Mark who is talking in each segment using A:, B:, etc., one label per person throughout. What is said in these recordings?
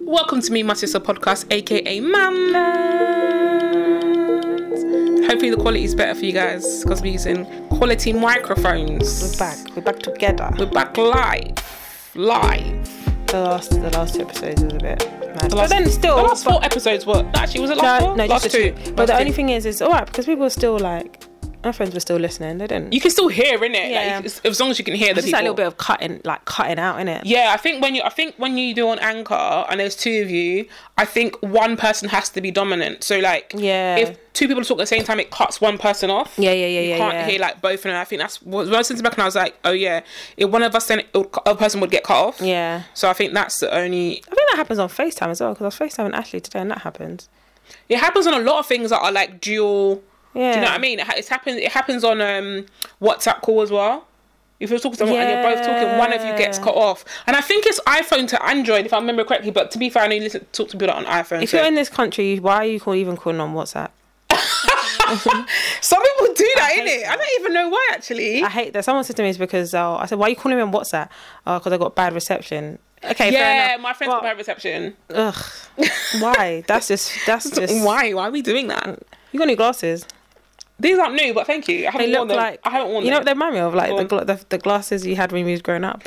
A: Welcome to Me, My Sister podcast, aka Mamland. Hopefully, the quality is better for you guys because we're using quality microphones.
B: We're back. We're back together.
A: We're back live. Live.
B: The last, the last two episodes was a bit mad.
A: The
B: but
A: last-
B: then still,
A: The last
B: but-
A: four episodes were. Actually, was it last
B: no,
A: four?
B: no,
A: last
B: just the two. But the
A: Last
B: only
A: two.
B: thing is, is all right because people were still like, my friends were still listening. They didn't.
A: You can still hear, innit?
B: Yeah.
A: Like, it's- as long as you can hear the
B: it's just
A: people.
B: that little bit of cutting, like cutting out in it.
A: Yeah, I think when you I think when you do on anchor and there's two of you, I think one person has to be dominant. So like
B: Yeah.
A: if two people talk at the same time it cuts one person off.
B: Yeah, yeah, yeah,
A: You
B: yeah,
A: can't
B: yeah.
A: hear like both of them. I think that's what when I was listening back and I was like, Oh yeah. If one of us then it would, a person would get cut off.
B: Yeah.
A: So I think that's the only
B: I think that happens on FaceTime as well because I was FaceTiming Ashley today and that happened.
A: it happens on a lot of things that are like dual
B: Yeah.
A: Do you know what I mean? It ha- It's happened. It happens on um, WhatsApp call as well. If you're talking to someone and you're both talking, one of you gets
B: Yeah.
A: cut off. And I think it's iPhone to Android, if I remember correctly. But to be fair, I know you listen, talk to people that are on iPhone.
B: If
A: so-
B: you're in this country, why are you call, even calling on WhatsApp?
A: Some people do that,
B: hate
A: innit? I don't even know why, actually.
B: I hate that. Someone said to me, it's because uh, I said, why are you calling me on WhatsApp? Oh, because I got bad reception. Okay, fair
A: yeah,
B: enough.
A: my friends
B: Well,
A: got bad reception.
B: Ugh. Why? That's just. That's just.
A: why? Why are we doing that?
B: You got any glasses?
A: These aren't new, but thank you. I haven't
B: They
A: worn
B: look
A: them.
B: like.
A: I haven't worn
B: You know
A: them.
B: what they remind me of? Like the,
A: Go
B: gla- the the glasses you had when you was growing up.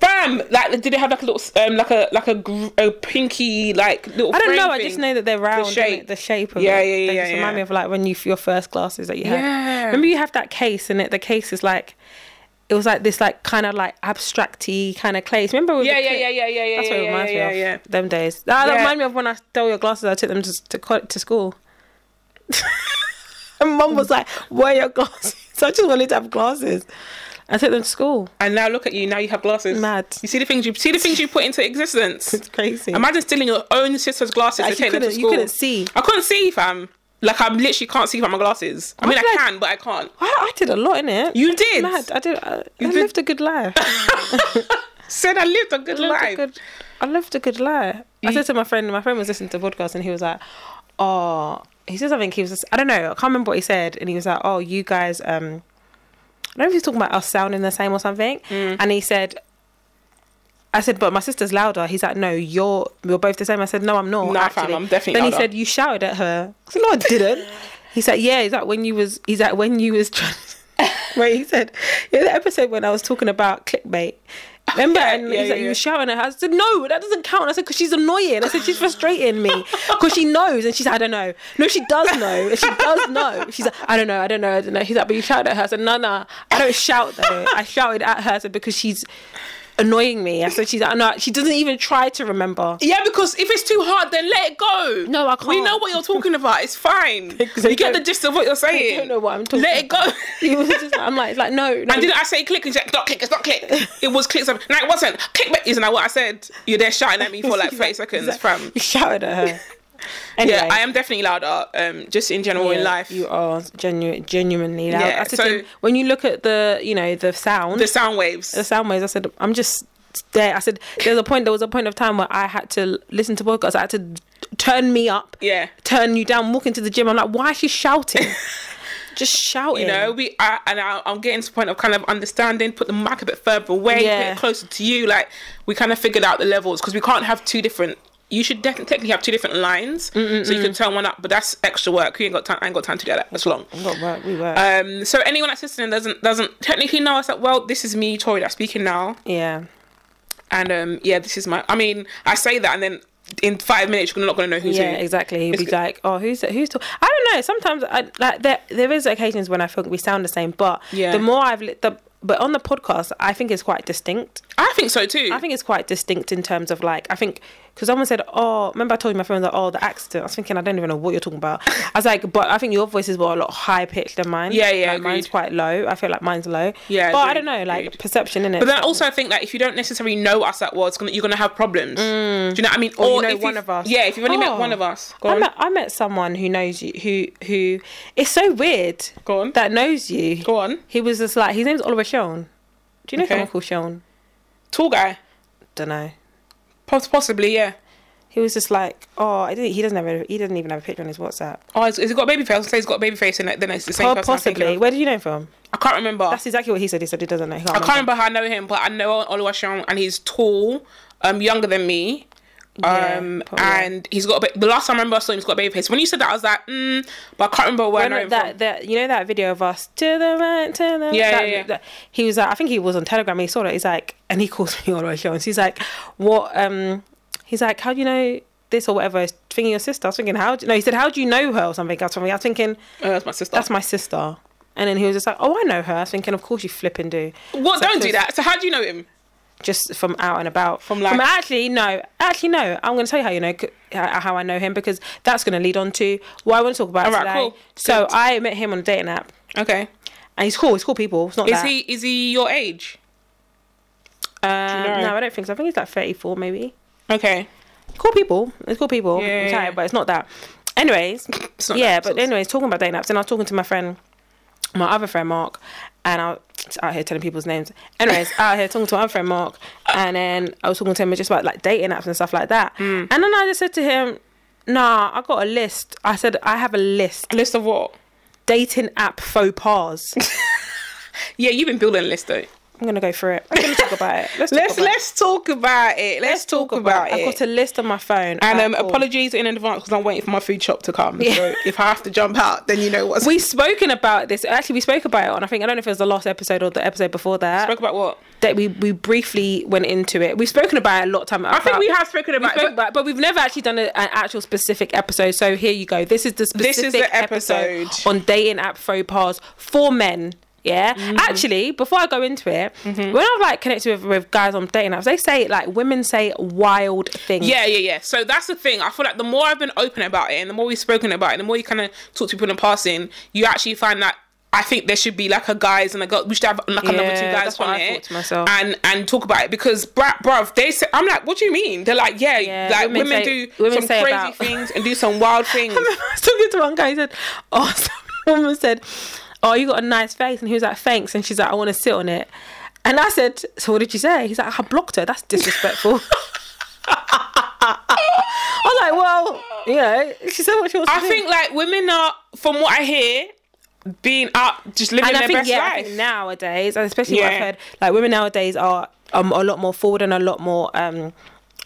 A: Bam! Like, did they have like a little, um, like a like a, gr- a pinky like little?
B: I don't
A: frame
B: know. I
A: thing?
B: just know that they're round. The
A: shape.
B: shape. The shape of
A: Yeah, yeah,
B: it.
A: yeah,
B: They just
A: yeah,
B: remind
A: yeah.
B: me of like when you your first glasses that you had.
A: Yeah.
B: Remember you have that case and it. The case is like. It was like this, like kind of like abstracty kind of case. Remember? With
A: Yeah,
B: the
A: yeah,
B: clip?
A: yeah, yeah, yeah, yeah.
B: That's what
A: yeah,
B: it reminds
A: yeah,
B: me
A: yeah,
B: of. Them days. That, that
A: Yeah.
B: reminds me of when I stole your glasses. I took them to to, co- to school. and mum was like, "Where are your glasses?" I just wanted to have glasses. I took them to school.
A: And now look at you. Now you have glasses.
B: Mad.
A: You see the things you see the things you put into existence.
B: It's crazy.
A: Imagine stealing your own sister's glasses.
B: Like,
A: to
B: you
A: take them to
B: couldn't- you
A: school.
B: couldn't see.
A: I couldn't see, fam. Like I literally can't see without my glasses. I mean, I
B: did I-
A: can, but I can't.
B: I, I did a lot in it.
A: You did.
B: Mad. I did. I, I
A: did-
B: lived a good life.
A: Said I lived a good
B: I lived
A: life.
B: a good. I lived a good life. I said to my friend. My friend was listening to the podcast, and he was like, "Oh." He said something. He was. Just, I don't know. I can't remember what he said. And he was like, "Oh, you guys." um I don't know if he's talking about us sounding the same or something.
A: Mm.
B: And he said. I said, but my sister's louder. He's like, no, you're you're both the same. I said, no, I'm not.
A: Nah, fam,
B: actually.
A: I'm definitely
B: Then he
A: louder.
B: said, you shouted at her. I said, no, I didn't. he said, yeah. He's like, when you was. He's like, when you was trying. Where he said, yeah, the episode when I was talking about clickbait. Remember?
A: Yeah,
B: and
A: yeah,
B: he's like,
A: yeah,
B: you
A: yeah.
B: were shouting at her. I said, no, that doesn't count. I said, because she's annoying. I said, she's frustrating me because she knows. And she's like, I don't know. No, she does know. She does know. She's like, I don't know. I don't know. I don't know. He's like, but you shouted at her. I said, no, no. I don't shout though. I shouted at her. I said, because she's annoying me. I said, she's like, no, she doesn't even try to remember.
A: Yeah, because if it's too hard, then let it go.
B: No, I
A: We
B: can't.
A: know what you're talking about. It's fine.
B: They
A: you get the
B: don't-
A: gist of what you're saying.
B: don't know what I'm talking
A: Let it go.
B: about. He was just like, I'm like, it's like, no, no.
A: And did I say click? And she's like, not click, it's not click. It was click. something. No, it wasn't. Click back isn't that what I said? You're there shouting at me for like 30 seconds, fam.
B: You shouted at her. Anyway.
A: Yeah, I am definitely louder, um, just in general in
B: Yeah,
A: life.
B: You are genuine, genuinely loud.
A: Yeah,
B: I said
A: so-
B: to him, when you look at the, you know, the sound,
A: the
B: the,
A: sound waves.
B: sound waves. I said, I'm just there. I said, there's a point. There was a point of time where I had to listen to podcasts. I had to turn me up,
A: Yeah.
B: turn you down, walk into the gym. I'm like, why is she shouting? just shouting.
A: You know, we I, and I, I'm getting to the point of kind of understanding. Put the mic a bit further away,
B: Yeah.
A: put it closer to you. Like we kind of figured out the levels because we can't have two different. You should dec- technically have two different lines, so you can turn one up. But that's extra work. You ain't got time. I ain't got time to do that. That's long.
B: We got work. We work.
A: Um, so anyone that's listening doesn't doesn't technically know us that well. This is me, Tori, that's speaking now,
B: yeah.
A: and um, yeah, this is my. I mean, I say that, and then in five minutes you're not gonna know who's
B: Yeah,
A: who.
B: exactly. He'd
A: It's
B: be
A: good.
B: like, "Oh, who's who's?" Talk-? I don't know. Sometimes I like there. There is occasions when I think we sound the same, but
A: Yeah.
B: the more I've li- the but on the podcast, I think it's quite distinct.
A: I think so too.
B: I think it's quite distinct in terms of like I think because someone said, "Oh, remember I told you my friend that oh the accident." I was thinking I don't even know what you're talking about. I was like, but I think your voices were a lot high pitched than mine.
A: Yeah, yeah,
B: Like, mine's
A: agreed.
B: quite low. I feel like mine's low.
A: Yeah,
B: but I
A: agreed,
B: don't know, like
A: agreed.
B: perception in it.
A: But then also, I think that if you don't necessarily know us that well, it's gonna, you're going to have problems. Do you know what I mean?
B: Mm. Or you know
A: if
B: one
A: you've-
B: of us.
A: Yeah, if you've only met
B: Oh.
A: one of us. Go
B: I
A: on.
B: met, I met someone who knows you who who it's so weird
A: Go on.
B: that knows you.
A: Go on.
B: He was just like his name's Oliver Sean. Do you know
A: Okay.
B: someone called Sean?
A: Tall guy.
B: Don't know.
A: Poss- possibly, yeah.
B: He was just like, oh, I didn't, he doesn't have a, he doesn't even have a picture on his WhatsApp.
A: Oh, has, has he got a baby face? Say he's got a baby face, and then it's the same
B: Oh,
A: person. I'm thinking
B: possibly.
A: of.
B: Where did you know him from?
A: I can't remember.
B: That's exactly what he said. He said he doesn't know. He
A: I can't remember how I know him, but I know Oluwaseun, and he's tall, um, younger than me.
B: Yeah,
A: um,
B: probably.
A: and he's got a ba- the last time I remember I saw him, he's got a baby face. When you said that, I was like, mm, but I can't remember where I
B: When
A: know him
B: that,
A: from.
B: that you know that video of us to the right, to the
A: Yeah,
B: that,
A: yeah, yeah.
B: that- he was like, I think he was on Telegram. He saw it. He's like, and he calls me on my show, and he's like, what? Um, he's like, how do you know this or whatever? I was thinking your sister. I was thinking how? Do, no, he said, how do you know her or something? I was thinking, I was thinking
A: Oh, that's my sister.
B: that's my sister. And then he was just like, oh, I know her. I was thinking, of course you flipping do.
A: what?
B: So
A: don't do
B: just-
A: that. So how do you know him?
B: just from out and about.
A: From life.
B: actually no, actually no. I'm going to tell you how you know c- how how I know him because that's going to lead on to what I want to talk about
A: All right,
B: today.
A: cool.
B: So
A: Good.
B: I met him on a dating app,
A: Okay.
B: and he's cool. He's cool people. It's not
A: Is
B: that.
A: he is he your age?
B: Um,
A: know?
B: No, I don't think so. I think he's like 34 maybe.
A: Okay.
B: Cool people. It's cool people.
A: Yeah,
B: I'm
A: yeah,
B: tired,
A: yeah.
B: but it's not that. Anyways,
A: It's not
B: yeah,
A: that,
B: but
A: so-
B: anyways, talking about dating apps, and I was talking to my friend, my other friend Mark, and I was out here telling people's names. Anyways, out here talking to my other friend Mark, and then I was talking to him just about like dating apps and stuff like that.
A: Hmm.
B: And then I just said to him, "Nah, I got a list." I said, "I have a list,
A: List of what?
B: dating app faux pas."
A: Yeah, you've been building a list though.
B: I'm gonna go through it. I'm gonna talk about it. Let's talk
A: Let's
B: about it.
A: let's talk about it. Let's, talk, about,
B: I've
A: it.
B: got a list on my phone.
A: and um,
B: Alright, cool.
A: apologies in advance because I'm waiting for my food shop to come. So if I have to jump out, then you know what's.
B: We've spoken about this. Actually, we spoke about it on. I think I don't know if it was the last episode or the episode before that.
A: spoke about what?
B: that we we briefly went into it. We've spoken about it a lot of time.
A: I think we have spoken about it, but-
B: but, we've never actually done a, an actual specific episode. So here you go. This is the specific
A: This is the
B: episode.
A: episode.
B: on dating app faux pas for men. Yeah,
A: Mm-hmm.
B: actually, before I go into it, when I've like connected with, with guys on dating apps, they say like women say wild things.
A: Yeah, yeah, yeah. So that's the thing. I feel like the more I've been open about it and the more we've spoken about it, the more you kind of talk to people in passing, you actually find that I think there should be like a guys and a girl. We should have like another
B: Yeah,
A: two
B: that's
A: guys
B: what
A: on
B: I
A: it
B: thought to myself.
A: and and talk about it because bruv, bruv they say I'm like, what do you mean? They're like, yeah,
B: Yeah,
A: like
B: women
A: women,
B: say-
A: do
B: women
A: some
B: say
A: crazy
B: about-
A: things and do some wild things.
B: I was talking to one guy. He said, "Oh, some woman said, oh, you got a nice face," and he was like, "Thanks," and she's like, "I want to sit on it," and I said, "So what did you say?" He's like, "I blocked her. That's disrespectful." I was like, "Well, you know," she said what she wants
A: I
B: to do.
A: think like women are, from what I hear, being out just living
B: and
A: their
B: I think
A: best
B: yeah, I
A: life.
B: think nowadays, and especially what I've
A: Yeah.
B: heard, like women nowadays are um, a lot more forward and a lot more um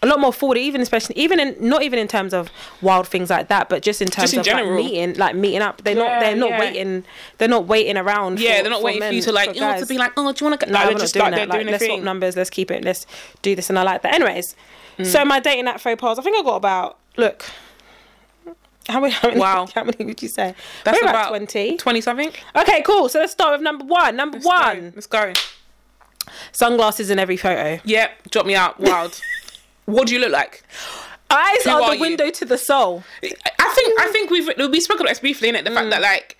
B: a lot more forward, even especially even in not even in terms of wild things like that, but just in terms
A: in
B: of
A: general.
B: like meeting, like meeting up. They're not
A: Yeah,
B: they're not
A: yeah.
B: waiting. They're not waiting around.
A: yeah,
B: for-
A: they're not
B: for
A: waiting for
B: men,
A: you to like,
B: for
A: oh, to
B: guys.
A: be like, oh, do you want to?
B: No,
A: like,
B: I'm
A: they're
B: not
A: just
B: doing
A: like
B: that.
A: they're
B: Like,
A: doing a
B: let's swap
A: thing.
B: numbers. Let's keep it. Let's do this and I like that. Anyways,
A: Mm.
B: so my dating app faux pas. I think I got about look. How many? How many,
A: Wow.
B: How many would you say?
A: That's
B: Probably
A: about
B: twenty.
A: Twenty something.
B: Okay, cool. So let's start with number one. Number one.
A: Let's go.
B: sunglasses in every photo.
A: Yep, drop me out. Wild. what do you look like?
B: Eyes are,
A: are
B: the
A: you?
B: window to the soul.
A: I I think I think we've we spoke about this briefly in it. The fact
B: Mm.
A: that like,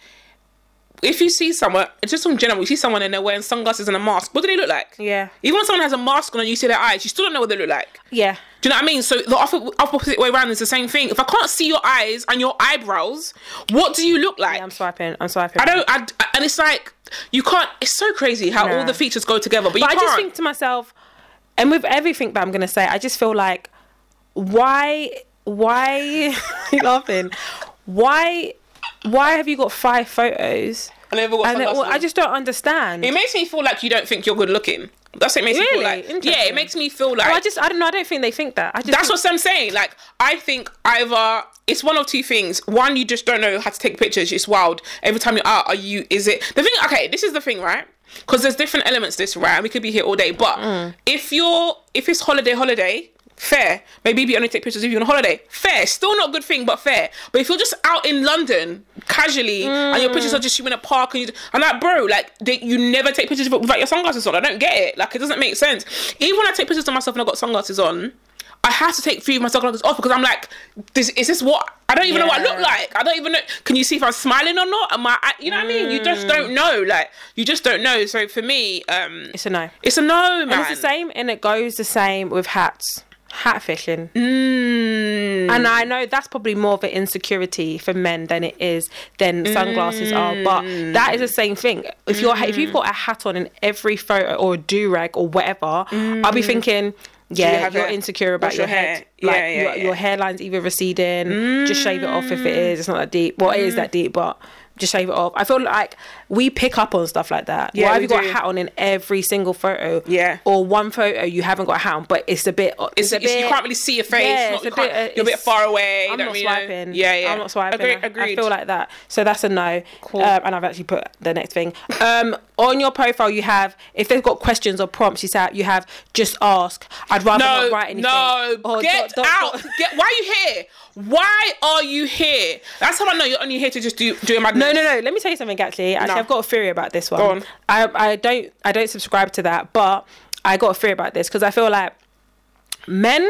A: if you see someone, just in general, you see someone and they're wearing sunglasses and a mask. What do they look like?
B: Yeah.
A: Even when someone has a mask on and you see their eyes, you still don't know what they look like.
B: Yeah.
A: Do you know what I mean? So the oppo- opposite way around is the same thing. If I can't see your eyes and your eyebrows, what do you look like?
B: Yeah, I'm swiping. I'm swiping.
A: I don't. I, I- and it's like you can't. It's so crazy how
B: Nah.
A: all the features go together, but, you
B: But I
A: can't.
B: just think to myself, and with everything that I'm gonna say, I just feel like, why, why, you laughing? Why, why have you got five photos?
A: I never got
B: And then, well,
A: sunglasses.
B: I just don't understand.
A: It makes me feel like you don't think you're good looking. That's what it makes
B: Really?
A: me feel like. Yeah,
B: Interesting. Oh,
A: it makes me feel like.
B: I just, I don't know. I don't think they think that. I just
A: that's
B: think-
A: what I'm saying. Like, I think either it's one of two things. One, you just don't know how to take pictures. It's wild. Every time you're out, are you? Is it the thing? Okay, this is the thing, right? Because there's different elements to this, right? And we could be here all day. But if you're, if it's holiday, holiday. Fair. Maybe you only take pictures if you're on holiday. Fair. Still not a good thing, but fair. But if you're just out in London casually and your pictures are just you in a park and you, I'm like, bro, like they, you never take pictures without your sunglasses on. I don't get it. Like it doesn't make sense. Even when I take pictures of myself and I've got sunglasses on, I have to take three of my sunglasses off because I'm like, this is this what I don't even know what I look
B: Yeah.
A: like. I don't even know. Can you see if I'm smiling or not? Am I? I- You know what I mean? You just
B: Mm.
A: don't know. Like you just don't know. So for me, um,
B: It's a no.
A: it's a no, man.
B: And it's the same, and it goes the same with hats. Hat fishing.
A: Mm.
B: And I know that's probably more of an insecurity for men than it is than sunglasses are,
A: Mm.
B: but that is the same thing. If you're if you've got a hat on in every photo or a do rag or whatever, I'll be thinking.
A: Mm. you
B: Yeah,
A: have
B: you're
A: your-
B: insecure about
A: what's
B: your
A: your
B: hair.
A: hair?
B: Like
A: Yeah, yeah, Mm.
B: your,
A: yeah. Mm.
B: your hairline's either receding. Just shave it off if it is. It's not that deep. Well, it is that deep, but just shave it off. I feel like we pick up on stuff like that.
A: Yeah,
B: Why have
A: we
B: you got
A: do.
B: a hat on in every single photo?
A: Yeah.
B: Or one photo you haven't got a hat on, but it's a bit. It's,
A: It's,
B: a
A: it's-
B: bit.
A: you can't really see your face. It's
B: yeah,
A: not-
B: it's
A: you
B: a
A: can't-
B: bit, uh,
A: you're a bit
B: it's-
A: far away. you
B: I'm
A: don't
B: not
A: really know.
B: swiping.
A: Yeah, yeah.
B: I'm not swiping.
A: Agree-
B: I- I
A: agreed.
B: feel like that. So that's a no.
A: Cool.
B: Um, and I've actually put the next thing. Um, on your profile, you have if they've got questions or prompts, you say you have just ask. I'd rather
A: no,
B: not write anything. Oh,
A: no,
B: Or
A: get
B: dot, dot,
A: out.
B: dot.
A: Get. Why are you here? Why are you here? That's how I know you're only here to just do doing my.
B: No, no, no. Let me tell you something. Actually, actually,
A: No.
B: I've got a theory about this one.
A: on.
B: I, I don't, I don't subscribe to that, but I got a theory about this because I feel like men,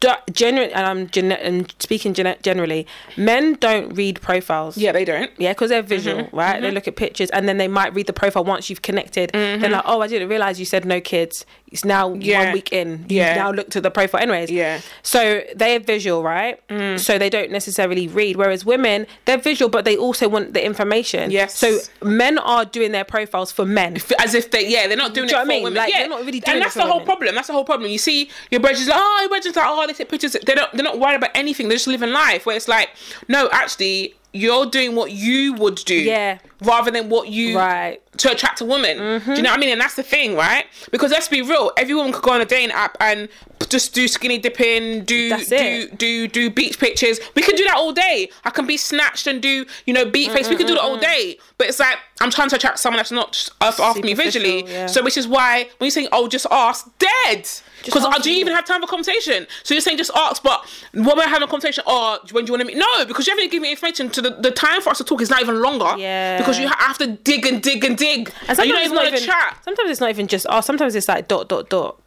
B: do, genuine, and I'm, gen- and speaking gen- generally, men don't read profiles.
A: Yeah, they don't.
B: Yeah, because they're visual, right?
A: Mm-hmm.
B: They look at pictures and then they might read the profile once you've connected. They're like, oh, I didn't realize you said no kids. It's now
A: Yeah.
B: one week in. You
A: Yeah.
B: have now looked at the profile, anyways.
A: Yeah. Mm.
B: So they're visual, right? So they don't necessarily read. Whereas women, they're visual, but they also want the information.
A: Yes.
B: So men are doing their profiles for men.
A: as if they yeah they're not doing
B: Do
A: it
B: you know
A: for
B: what I mean?
A: women
B: Like,
A: yeah
B: they're not really
A: and
B: doing it
A: that's
B: for
A: the whole
B: women.
A: problem that's the whole problem you see your bridges like oh your bridges like oh they take pictures they don't they're not worried about anything they're just living life where it's like no actually you're doing what you would do
B: Yeah.
A: rather than what you
B: Right. Mm-hmm.
A: to attract a woman do you know what I mean and that's the thing right because let's be real every woman could go on a dating app and just do skinny dipping do
B: That's
A: do
B: it.
A: do do beach pictures we can do that all day I can be snatched and do you know beat face we can do that all day but it's like I'm trying to attract someone that's not just off after me
B: Superficial,
A: visually
B: yeah.
A: so which is why when you're saying, oh, just ask, dead. Because
B: ask
A: do you
B: me.
A: even have time for conversation? So you're saying just ask, but when we're having a conversation, oh, when do you want to meet? No, because you haven't given me information. To the, the time for us to talk is not even longer.
B: Yeah.
A: Because you ha- have to dig and dig and dig. And, you don't even want to chat.
B: Sometimes it's not even just ask. Sometimes it's like dot dot dot.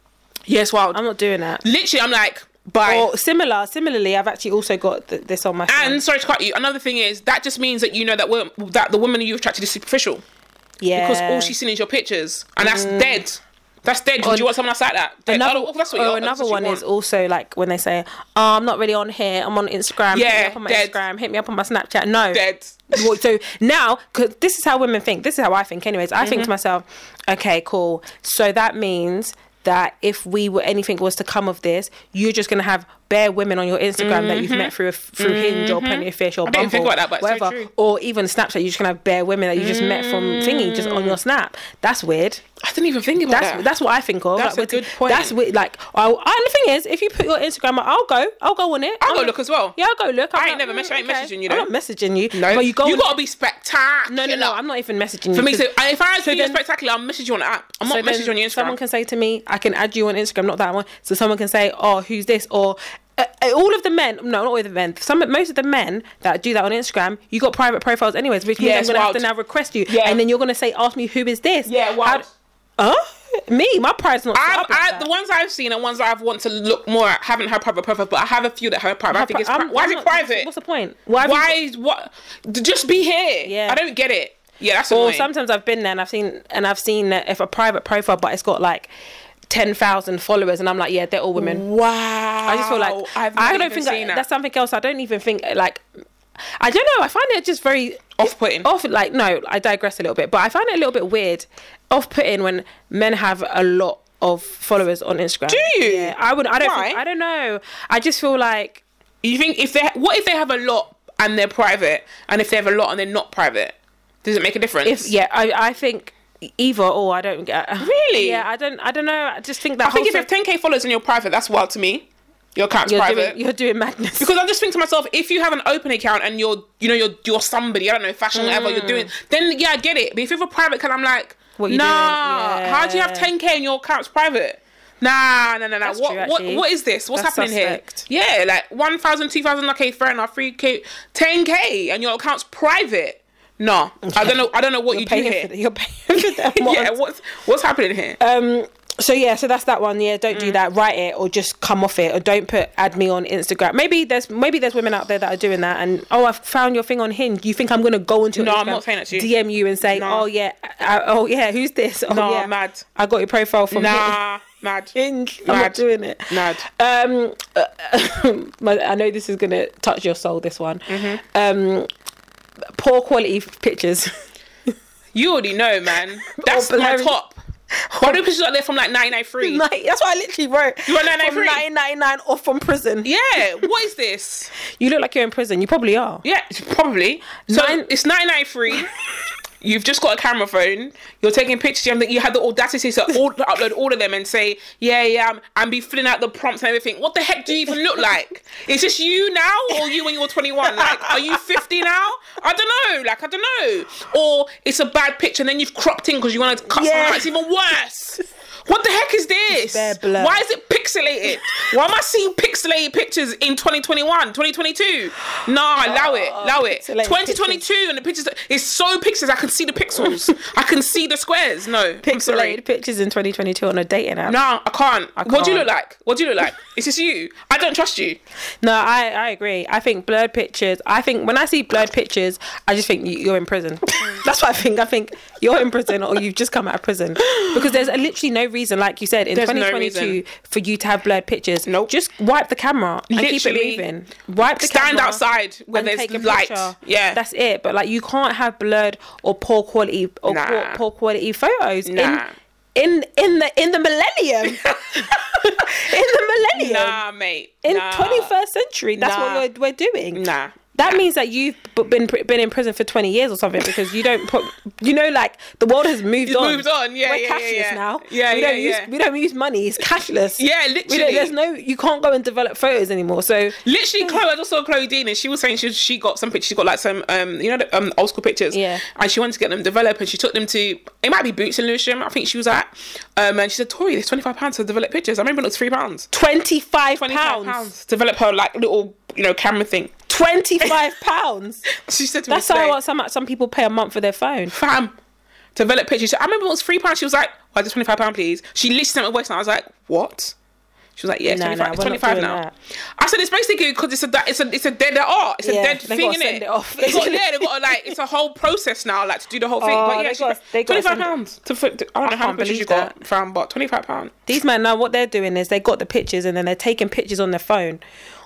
A: Yes, wow.
B: I'm not doing that.
A: Literally, I'm like, bye.
B: Or similar, similarly, I've actually also got th- this on my. phone.
A: and sorry to cut you. Another thing is that just means that you know that we're, that the woman you've attracted is superficial
B: yeah, Mm.
A: because all she's seen is your pictures, and that's dead. That's dead. Would you want someone else like that? Dead.
B: Another,
A: Oh, that's what
B: or
A: you're- that's
B: another
A: what you
B: one
A: want.
B: is also like when they say, oh, "I'm not really on here. I'm on Instagram. hit
A: Yeah,
B: me up on my
A: dead.
B: Instagram. Hit me up on my Snapchat." No,
A: dead.
B: Well, so now, because this is how women think. This is how I think. Anyways, I
A: Mm-hmm.
B: think to myself, "Okay, cool. So that means." That if we were anything was to come of this, you're just gonna have bare women on your Instagram that you've met through a, through Hinge or Plenty of Fish or
A: Mm-hmm. didn't think
B: Bumble,
A: about that, but it's so
B: whatever,
A: true.
B: or even Snapchat. You're just gonna have bare women that you just met from thingy just
A: Mm.
B: on your Snap. That's weird.
A: I didn't even think about
B: That's
A: that.
B: that's what I think of.
A: That's
B: Like,
A: a good
B: we're-
A: point.
B: That's we, like, I, and the thing is, if you put your Instagram, up, I'll go, I'll go on it.
A: I'll go look as well.
B: Yeah, I'll go look. I'm mm,
A: I ain't never mess- I ain't messaging you, though.
B: I'm not messaging you.
A: No,
B: but you go. on-
A: gotta be spectacular.
B: no, no, no. I'm not even messaging you.
A: For me, so
B: 'cause-
A: if I see you
B: then-
A: spectacular, I'll message you on the app. I'm
B: so
A: not messaging
B: then
A: you on your Instagram.
B: Someone can say to me, I can add you on Instagram, not that one. So someone can say, oh, who's this? Or uh, uh, all of the men, no, not all of the men. Some, most of the men that do that on Instagram, you got private profiles anyways, which means
A: Yeah,
B: I'm
A: it's
B: gonna
A: wild.
B: have to now request you,
A: Yeah.
B: and then you're gonna say, ask me who is this?
A: Yeah, wild.
B: How, huh? Me, my pride's not. set
A: I've,
B: up like
A: I,
B: that.
A: the ones I've seen and ones I've want to look more at haven't had private profile, but I have a few that have private. I think it's pri-
B: I'm-
A: why
B: I'm
A: is it
B: not-
A: private?
B: What's the point? Why? have you-
A: why is what? d- Just be here.
B: Yeah.
A: I don't get it. Yeah, that's
B: or
A: annoying.
B: Oh, sometimes I've been there and I've seen and I've seen that if a private profile, but it's got like ten thousand followers, and I'm like, yeah, they're all women.
A: wow.
B: I just feel like
A: I've
B: I
A: never
B: don't
A: even
B: think
A: seen
B: I,
A: that.
B: that's something else. I don't even think like I don't know. I find it just very
A: Off-putting.
B: Off like no, I digress a little bit, but I find it a little bit weird, off-putting when men have a lot of followers on Instagram. Do
A: you?
B: Yeah, I would. I don't.
A: Why?
B: Think, I don't know. I just feel like
A: you think if they what if they have a lot and they're private, and if they have a lot and they're not private, does it make a difference?
B: If yeah, I I think either or I don't get uh,
A: Really?
B: Yeah, I don't I don't know. I just think that
A: I think if you
B: whole
A: have 10k followers and you're private, that's wild to me. Your account's
B: you're
A: private.
B: doing you're doing madness.
A: because I just think to myself, if you have an open account and you're, you know, you're you're somebody, I don't know, fashion, whatever you're doing, then yeah, I get it. But if you have a private account, I'm like,
B: Mm. What you
A: nah,
B: doing?
A: how do you have
B: Yeah.
A: 10k and your account's private? Nah, nah, nah, nah.
B: That's
A: What,
B: true,
A: what,
B: actually.
A: what is this? What's
B: That's
A: happening
B: suspect.
A: here? Yeah, like 1,000, 2,000, okay, fair enough, 3k, 10k, and your account's private. No, I don't know. I don't know what you do
B: paying
A: here.
B: for the, you're paying for that.
A: yeah, what's what's happening here?
B: Um so yeah, so that's that one. Yeah, don't
A: Mm.
B: do that. Write it or just come off it or don't put add me on Instagram. Maybe there's maybe there's women out there that are doing that and oh I've found your thing on Hinge. You think I'm gonna go into your
A: No, I'm
B: Instagram,
A: not saying that to you.
B: DM you and say
A: No.
B: oh yeah I, oh yeah who's this? Oh,
A: No,
B: yeah,
A: mad.
B: I got your profile from Hinge.
A: nah, mad.
B: Hinge. I'm
A: Mad.
B: not doing it.
A: Mad.
B: Um, uh, my, I know this is gonna touch your soul. This one. Um, poor quality pictures.
A: You already know, man. That's my
B: blurry.
A: top. Why do pictures out there from like 993?
B: Like, that's what I literally wrote.
A: You were 993?
B: 999 or from prison.
A: Yeah, what is this?
B: You look like you're in prison. You probably are.
A: Yeah, it's probably. So
B: Nine-
A: it's 993. You've just got a camera phone. You're taking pictures. And you had the audacity to, all, to upload all of them and say, "Yeah, yeah," I'm- and be filling out the prompts and everything. What the heck do you even look like? Is this you now, or you when you were 21? Like, are you 50 now? I don't know. Like, I don't know. Or it's a bad picture, and then you've cropped in because you want to cut someone
B: Yeah.
A: out. It's even worse. What the heck is this?
B: bare blur.
A: Why is it pixelated? Why am I seeing pixelated pictures in 2021, 2022? Nah, allow it,
B: Oh,
A: allow it.
B: pixelated
A: 2022 and the pictures, it's so pixels, I can see the pixels. I can see the squares. No, I'm sorry.
B: Pixelated pictures in 2022 on a dating app.
A: Nah, I can't. What do you
B: can't.
A: look like? What do you look like? Is this you? I don't trust you.
B: No, I, I agree. I think blurred pictures. I think when I see blurred pictures, I just think you, you're in prison. That's what I think. I think you're in prison or you've just come out of prison because there's uh, literally no reason, like you said, in
A: There's no
B: 2022
A: reason.
B: for you to have blurred pictures.
A: Nope.
B: Just wipe the camera and
A: Literally.
B: keep it moving. Wipe the
A: Stand
B: camera
A: outside where
B: and
A: there's
B: take a
A: light.
B: picture.
A: Yeah.
B: that's it. But like you can't have blurred or poor quality or
A: Nah.
B: poor, poor quality photos.
A: Nah.
B: In, in in the in the millennium. in the millennium
A: Nah, mate.
B: in
A: nah.
B: 21st century that's
A: Nah.
B: what we're, we're doing
A: Nah.
B: that means that you've b- been pr- been in prison for 20 years or something because you don't put you know like the world has moved
A: It's
B: on
A: moved on, yeah,
B: we're
A: yeah, yeah,
B: cashless
A: yeah.
B: now
A: Yeah,
B: we
A: yeah,
B: don't use
A: yeah.
B: we don't use money it's cashless
A: Yeah,
B: we
A: literally.
B: don't, there's no Mm. you can't go and develop photos anymore so
A: Literally, Chloe. I just saw Chloe Dean, and she was saying she she got some pictures. She got like some um you know the, um old school pictures.
B: Yeah.
A: And she wanted to get them developed, and she took them to it might be Boots in Lewisham. I think she was at. Um, and she said, Tori, there's twenty five pounds to develop pictures. I remember it was three pounds.
B: 25
A: Twenty five
B: pounds
A: pounds to develop her like little you know camera thing.
B: 25 pounds
A: She said to
B: that's
A: me, today,
B: how what some some people pay a month for their phone
A: fam. Develop pictures. So I remember it was three pounds. She was like, "Why is it twenty five pound, please?" She literally sent me a voice, and I was like, "What?" She was like, "Yeah, it's
B: Nah,
A: twenty
B: nah,
A: five. It's
B: we're
A: twenty
B: not
A: five
B: doing
A: now."
B: that.
A: I said it's basically because it's a da- it's a it's a dead art. It's a
B: Yeah,
A: dead
B: they
A: thing
B: gotta
A: in
B: send
A: it.
B: it off.
A: They got, yeah, they got to, like it's a whole process now, like to do the whole thing.
B: Oh,
A: But yeah,
B: they
A: she-
B: gotta- they
A: twenty
B: gotta
A: five
B: send it.
A: pounds to fit. I don't know how
B: can't
A: many pictures
B: believe
A: you got, fam, but twenty five pound.
B: These men now what they're doing is they got the pictures and then they're taking pictures on their phone,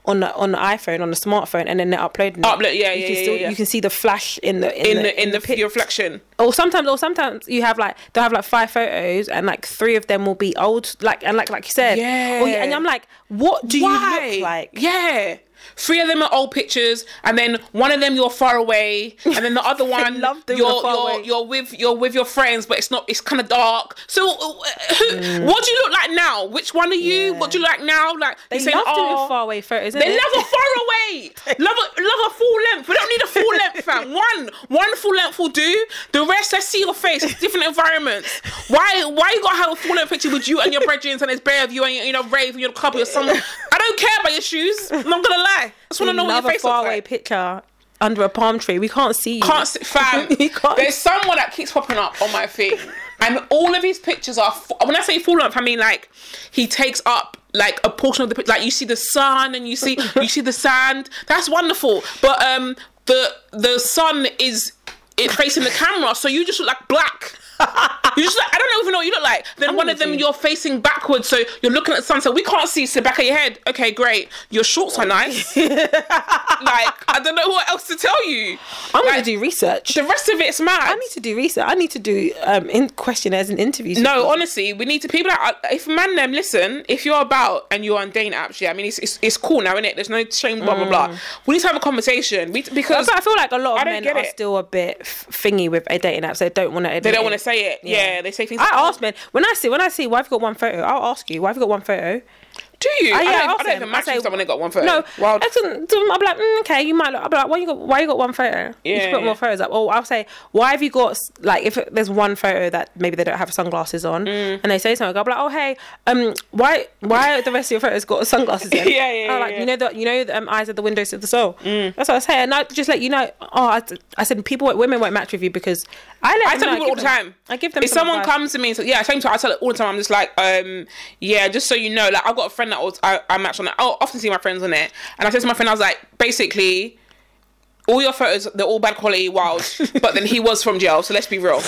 B: on the on the iPhone, on the smartphone, and then they're uploading. it.
A: Upload- yeah,
B: you
A: yeah,
B: can
A: yeah,
B: still,
A: yeah.
B: You can see the flash in the in,
A: In the in the,
B: pic-
A: your reflection,
B: or sometimes or sometimes you have like they'll have like five photos and like three of them will be old like and like like you said.
A: Yeah.
B: Or you- and I'm like, what do
A: why?
B: you look like?
A: Yeah. Three of them are old pictures, and then one of them you're far away, and then the other one
B: love
A: you're
B: doing the
A: you're,
B: far away.
A: you're with you're with your friends, but it's not it's kind of dark. So uh, who, what do you look like now? Which one are you?
B: Mm. Yeah.
A: What do you look like now? Like
B: They
A: you saying,
B: love
A: "Oh,
B: doing far away photos.
A: They love a far away. love a love a full length. We don't need a full length, fam. One one full length will do. The rest, let's see your face. It's different environments. Why why you gotta have a full length picture with you and your brethren and it's bare of you and your, you know rave and your club or something? I don't care about your shoes. I'm not gonna lie. I just wanna know what
B: love
A: your
B: a
A: face
B: far
A: looks
B: away
A: like.
B: picture under a palm tree. We can't see you.
A: Can't sit, fam.
B: You can't-
A: There's someone that keeps popping up on my feed, and all of his pictures are. Fu- when I say full length, I mean like he takes up like a portion of the pic- like you see the sun and you see you see the sand. That's wonderful, but um the the sun is it facing the camera, so you just look like black. You just like I don't even know what you look like. Then one of
B: with
A: them
B: you.
A: you're facing backwards, so you're looking at the sun, so we can't see it's the back of your head. Okay, great. Your shorts are nice. like I don't know what else to tell you.
B: I'm gonna
A: like-
B: do research.
A: The rest of it's mad.
B: I need to do research. I need to do um in questionnaires and interviews.
A: no, honestly, we need to people like if man them listen. If you're about and you're on dating apps, yeah, I mean it's it's, it's cool now, is it? There's no shame, blah blah blah. We need to have a conversation we, because
B: But I feel like a lot
A: I
B: of
A: don't
B: men
A: get
B: are
A: it.
B: still a bit f- thingy with a dating app. So they don't want to.
A: they don't want to say it. Yeah. they say things.
B: I ask men when I see when I see why have you got one photo. I'll ask you why have you got one photo.
A: Do you? I,
B: yeah,
A: don't, I,
B: I'll
A: don't
B: say-
A: even
B: I'll
A: match
B: say-
A: with someone that got one photo.
B: No,
A: Wild.
B: I can- so I'll be like, mm, okay, you might. Look. I'll be like, why you got why you got one photo? you
A: Yeah,
B: should put
A: yeah.
B: more photos up. Or I'll say, why have you got s- like if it- there's one photo that maybe they don't have sunglasses on
A: Mm.
B: and they say something, I'll be like, oh hey, um, why why are the rest of your photos got sunglasses in?
A: Yeah, yeah,
B: I'm
A: yeah,
B: like
A: yeah. Mm.
B: you know that you know the um, eyes are the windows to the soul. That's what I say, and I just let you know. Oh, I, I said people women won't match with you because I let
A: I
B: them
A: tell
B: know,
A: people
B: give
A: all the
B: them-
A: time.
B: I give them
A: If
B: some
A: someone
B: advice.
A: comes to me and says, "Yeah, same time," I tell it all the time. I'm just like, um, "Yeah, just so you know, like I've got a friend that was, I, I matched on it. I often see my friends on it, and I said to my friend, I was like, basically, all your photos they're all bad quality, wild. but then he was from jail, so let's be real.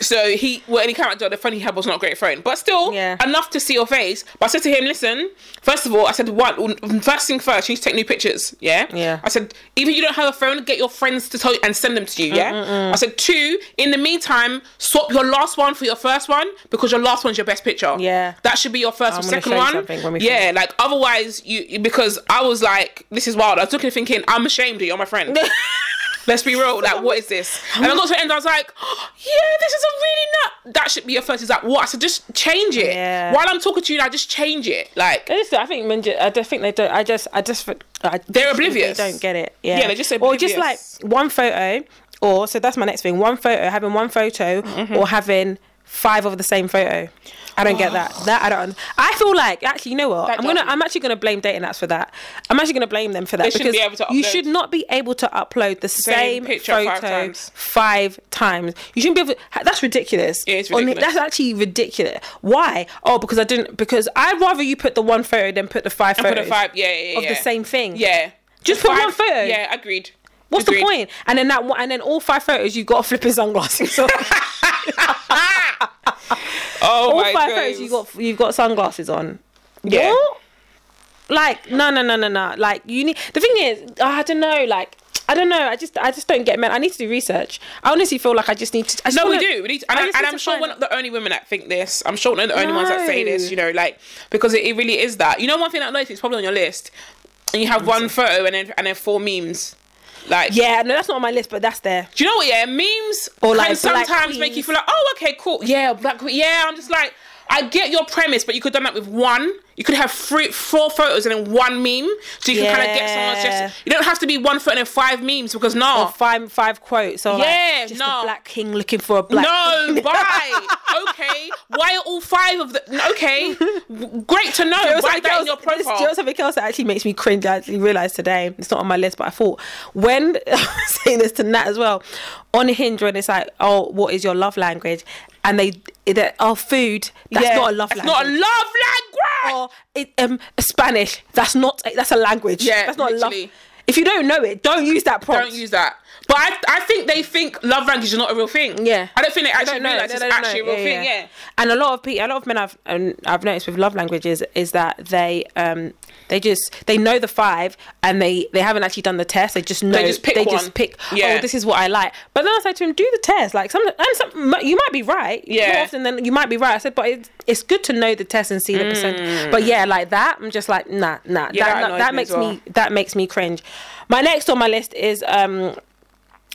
A: So he, well, and he came out the phone he had was not a great phone, but still
B: Yeah.
A: enough to see your face. But I said to him, listen, first of all, I said, one, first thing first, you need to take new pictures. Yeah.
B: Yeah.
A: I said, even if you don't have a phone, get your friends to tell you and send them to you. Yeah. I said, two, in the meantime, swap your last one for your first one because your last one's your best picture.
B: Yeah.
A: That should be your 1st or
B: I'm gonna
A: second
B: show you
A: one.
B: something when we
A: yeah. Like otherwise, you you- because I was like, this is wild. I was looking, thinking, I'm ashamed that you're my friend. Let's be real. Like, what is this? And I got to the end. I was like, yeah, this is a really nut. That should be your first. He's like, what? I said, just change it.
B: Yeah.
A: While I'm talking to you now, just change it. Like,
B: Listen, I think men. ju- I don't think they don't. I just, I just, I,
A: They're oblivious.
B: They don't get it. Yeah,
A: Yeah, they're just
B: or just like
A: oblivious.
B: one photo, or so that's my next thing. One photo, having one photo,
A: Mm-hmm.
B: or having five of the same photo. I don't get that. That I don't. I feel like actually, you know what?
A: That
B: I'm gonna.
A: doesn't-
B: I'm actually gonna blame dating apps for that. I'm actually gonna blame them for that
A: They shouldn't be able to
B: you
A: upload.
B: should not be able to upload the same,
A: picture
B: photo
A: five times.
B: five times. You shouldn't be able. That's ridiculous.
A: It is
B: On-
A: ridiculous.
B: that's actually ridiculous. Why? Oh, because I didn't. Because I'd rather you put the one photo than put the five
A: put
B: photos
A: a five. Yeah, yeah, yeah.
B: of
A: yeah.
B: the same thing.
A: Yeah.
B: Just
A: The
B: put one photo.
A: Yeah, agreed.
B: What's
A: Agreed.
B: the point? And then that. one- And then all five photos, you've got flipping sunglasses. on.
A: Oh
B: all
A: my
B: five
A: goodness.
B: photos, you got you've got sunglasses on.
A: Yeah.
B: What? Like no no no no no. Like you need. The thing is, oh, I don't know. Like. I don't know. I just, I just don't get men. I need to do research. I honestly feel like I just need to. I just
A: No, we
B: wanna-
A: do. We need to, and,
B: I
A: I
B: just
A: and
B: need
A: I'm
B: to
A: sure
B: find-
A: we're not the only women that think this. I'm sure we're not the only ones that say this.
B: No.
A: You know, like because it, it really is that. You know, one thing that I noticed it's probably on your list, and you have one photo and then and then four memes. Like,
B: Yeah, no, that's not on my list, but that's there.
A: do you know what? Yeah, memes
B: Or,
A: can
B: like, black
A: sometimes make you
B: queens.
A: feel like, oh, okay, cool. Yeah, black. que- Yeah, I'm just like, I get your premise, but you could have done that with one. You could have three, four photos and then one meme, so you can kind of get someone's
B: Yeah.
A: just. You don't have to be one photo and five memes because no,
B: Five, five quotes. Or
A: Yeah,
B: like, just
A: no.
B: a black king looking for a black.
A: No, why? okay, why are all five of them? Okay, W- great to know.
B: There was
A: Why
B: something
A: that
B: else-
A: in your
B: this- there
A: profile?
B: was something else that actually makes me cringe. I actually realized today it's not on my list, but I thought when I was saying this to Nat as well on Hinge when it's like, oh, what is your love language? And they, they oh, food. That's
A: Yeah,
B: not a love
A: that's
B: language.
A: Not a love language.
B: Or it, um, Spanish. That's not. a- That's a language.
A: Yeah,
B: that's not a love.
A: literally.
B: If you don't know it, don't use that prompt.
A: don't use that. But I, I think they think love language is not a real thing.
B: Yeah.
A: I don't think they actually
B: don't know.
A: realize
B: They
A: it's
B: don't
A: actually
B: know.
A: a real thing. Yeah.
B: And a lot of people, a lot of men I've um, I've noticed with love languages is that they um they just they know the five and they they haven't actually done the test. They just know
A: just pick one.
B: just pick,
A: Yeah.
B: Oh, this is what I like. But then I said to him, do the test. Like some and some you might be right.
A: Yeah.
B: More often than you might be right. I said, but it's it's good to know the test and see the percent. But yeah, like that, I'm just like nah nah.
A: Mm. Yeah, that
B: that, that,
A: annoys
B: that
A: me
B: makes
A: as well.
B: me that makes me cringe. My next on my list is um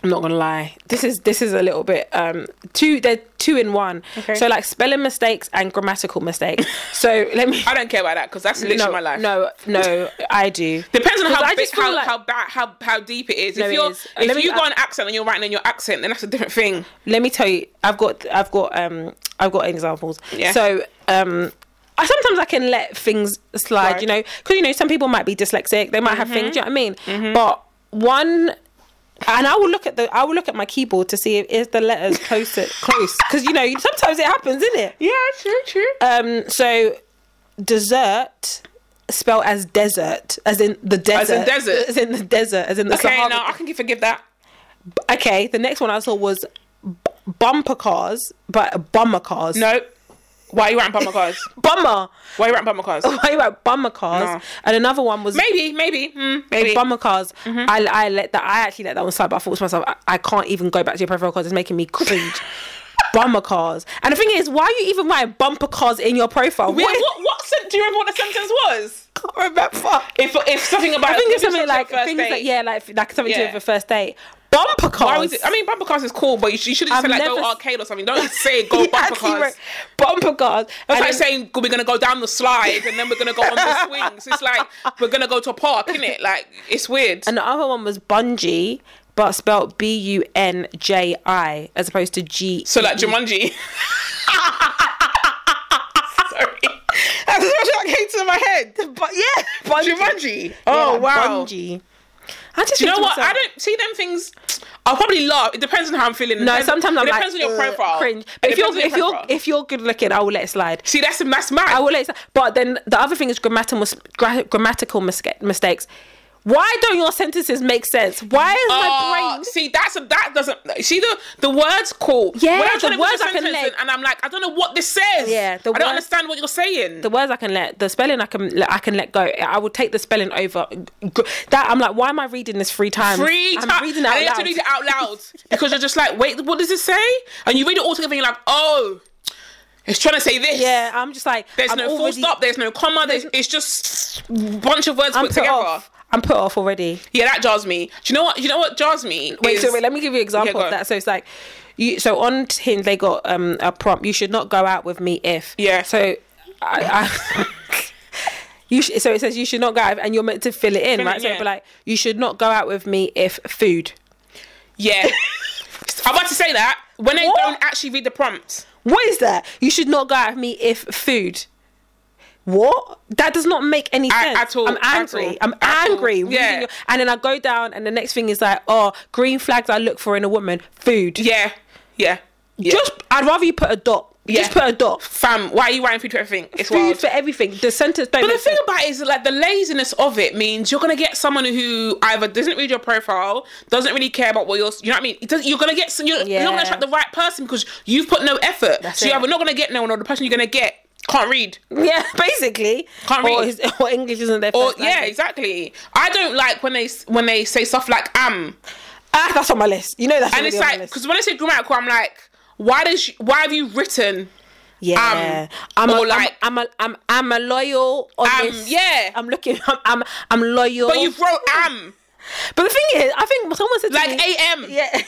B: I'm not gonna lie. This is this is a little bit um two they're two in one.
A: Okay.
B: So like spelling mistakes and grammatical mistakes. so let me
A: I don't care about that because that's literally
B: no,
A: my life.
B: No, no, I do.
A: Depends on
B: 'Cause
A: how
B: I
A: big,
B: just feel
A: how,
B: like-
A: how bad, how how deep it is.
B: No,
A: if
B: it
A: you're,
B: is. And let
A: if
B: me-
A: you got
B: I-
A: an accent and you're writing in your accent, then that's a different thing.
B: let me tell you i've got i've got um i've got examples
A: Yeah.
B: so um I, sometimes i can let things slide
A: Right. Mm-hmm.
B: you know because you know some people might be dyslexic they might have things do you know what i mean but one and I will look at the I will look at my keyboard to see if is the letters close to close because you know sometimes it happens, isn't it?
A: Yeah, true, true.
B: Um, so dessert spelled as desert, as in the desert,
A: in desert.
B: as in the desert, as in the
A: okay,
B: Sahara
A: no, I can forgive that.
B: Okay, the next one I saw was b- bumper cars, but bummer cars.
A: No, why are you writing bummer cars?
B: bummer.
A: Why are you writing bummer cars?
B: Why you write bummer cars?
A: No.
B: And another one was
A: Maybe, maybe, mm, maybe. Mm-hmm.
B: bummer cars. I, I let that. I actually let that one slide, but I thought to myself, I, I can't even go back to your profile because it's making me cringe. bummer cars. And the thing is, why are you even writing bumper cars in your profile?
A: Wait, what? What? sen- Do you remember what the sentence was?
B: I can't remember.
A: If if something about
B: I think it's
A: if
B: something like
A: first
B: things
A: date,
B: like yeah, like like something to
A: Yeah.
B: do with a first date. Bumper cars.
A: Why was it? I mean, bumper cars is cool, but you, sh- you should have
B: I've
A: said like go
B: never s-
A: arcade or something. Don't say go bumper
B: actually
A: cars.
B: wrote Bumper cars.
A: That's
B: And
A: like
B: then-
A: saying we're gonna go down the slide and then we're gonna go on the swings. It's like we're gonna go to a park, innit? Like it's weird.
B: And the other one was bungee, but spelled B U N J I as opposed to G.
A: so like Jumanji. Sorry, that's what came to my head.
B: but yeah, bungee.
A: Jumanji.
B: Yeah,
A: Oh
B: like
A: wow.
B: bungee. I just
A: You know
B: think to
A: what?
B: myself-
A: I don't see them things. I'll probably laugh. It depends on how I'm feeling. It
B: No,
A: depends-
B: sometimes I'm
A: it
B: like
A: depends on your
B: "Ugh,
A: profile.
B: Cringe.
A: It
B: But if you're
A: depends on your
B: if you're
A: profile.
B: if you're good looking, I will let it slide.
A: See, that's that's mad.
B: I will let it slide. But then the other thing is grammatical mis- gra- grammatical misca- mistakes. Why don't your sentences make sense? Why is my
A: Uh,
B: brain?
A: See, that's that doesn't. See the the words cool.
B: Yeah,
A: When I'm
B: the
A: trying to put
B: words
A: a
B: I can
A: sentence
B: let-
A: in and I'm like, I don't know what this says.
B: Yeah, the
A: I don't
B: words-
A: understand what you're saying.
B: The words I can let, the spelling I can, let, I can let go. I will take the spelling over. That I'm like, why am I reading this three times?
A: Three
B: I'm
A: ti-
B: reading it out
A: and you have to
B: loud.
A: read it out loud because you're just like, wait, what does it say? And you read it all together, and you're like, oh, it's trying to say this.
B: Yeah, I'm just like,
A: There's
B: I'm
A: no
B: already-
A: full stop. There's no comma. There's, it's just bunch of words
B: I'm
A: put
B: put
A: together.
B: off. I'm put off already.
A: Yeah, that jars me. Do you know what? You know what jars me?
B: Wait,
A: is-
B: so wait, let me give you an
A: Yeah, go
B: example
A: on.
B: of that. So it's like, you, so on Hinge they got um a prompt. You should not go out with me if.
A: Yeah.
B: So, I. I You sh- so it says you should not go out, and you're meant to fill it in,
A: Fill it,
B: right? So
A: yeah.
B: it'd be like you should not go out with me if food.
A: Yeah. I'm about to say that when they
B: What?
A: don't actually read the prompt.
B: What is that? You should not go out with me if food. What? That does not make any
A: At-
B: sense.
A: at all,
B: I'm
A: at
B: angry.
A: all,
B: I'm
A: at all.
B: angry. reading
A: Yeah.
B: your- and then I go down, and the next thing is like, oh, green flags I look for in a woman, food.
A: Yeah. Yeah. yeah.
B: Just, I'd rather you put a dot. Just
A: Yeah.
B: put a dot.
A: fam, why are you writing food for everything? It's
B: food
A: wild.
B: for everything. The sentence don't
A: but the
B: make
A: thing
B: sense.
A: about it is like the laziness of it means you're gonna get someone who either doesn't read your profile, doesn't really care about what you're, you know what I mean. It doesn't, you're gonna get, some- you're, you're not gonna
B: Yeah.
A: attract the right person because you've put no effort.
B: That's
A: so
B: it.
A: you're either not gonna get no one, or the person you're gonna get can't read.
B: Yeah, basically.
A: Can't
B: or,
A: read.
B: is- or English isn't their
A: Or
B: first
A: yeah,
B: language.
A: exactly. I don't like when they when they say stuff like am.
B: Ah, that's on my list. You know that's
A: and it's
B: already on
A: like
B: my list.
A: because when I say grammatical, I'm like, why does you, why have you written?
B: yeah,
A: um,
B: I'm, a,
A: or like-
B: I'm, I'm a, I'm I'm a loyal honest.
A: yeah.
B: I'm looking. I'm I'm, I'm loyal.
A: But you wrote am
B: But the thing is, I think someone said to
A: like
B: me-
A: am.
B: Yeah.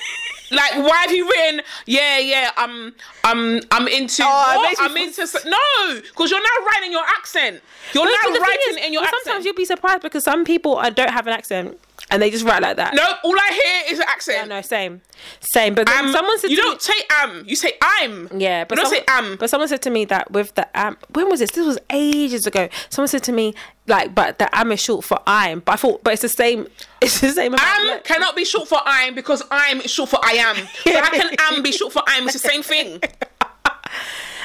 A: Like why have you written? Yeah, yeah. I'm I'm I'm into.
B: Oh, it
A: what?
B: makes me
A: I'm
B: feel-
A: into s- no because you're now writing in your accent. You're
B: But the
A: now
B: thing
A: writing
B: is,
A: in your
B: well,
A: accent.
B: Sometimes you'll be surprised because some people uh, don't have an accent and they just write like that.
A: no, all I hear is an accent.
B: I know, same, same. But then
A: Am-
B: someone said
A: you
B: to me-
A: don't say am, you say I'm.
B: Yeah, but
A: you don't
B: someone,
A: say am.
B: But someone said to me that with the am, when was this? This was ages ago. Someone said to me like, but the am is short for I'm. But I thought, but it's the same. It's the same. amount
A: Am
B: of letters.
A: cannot be short for I'm because I'm is short for I am. So how can am be short for I'm? It's the same thing.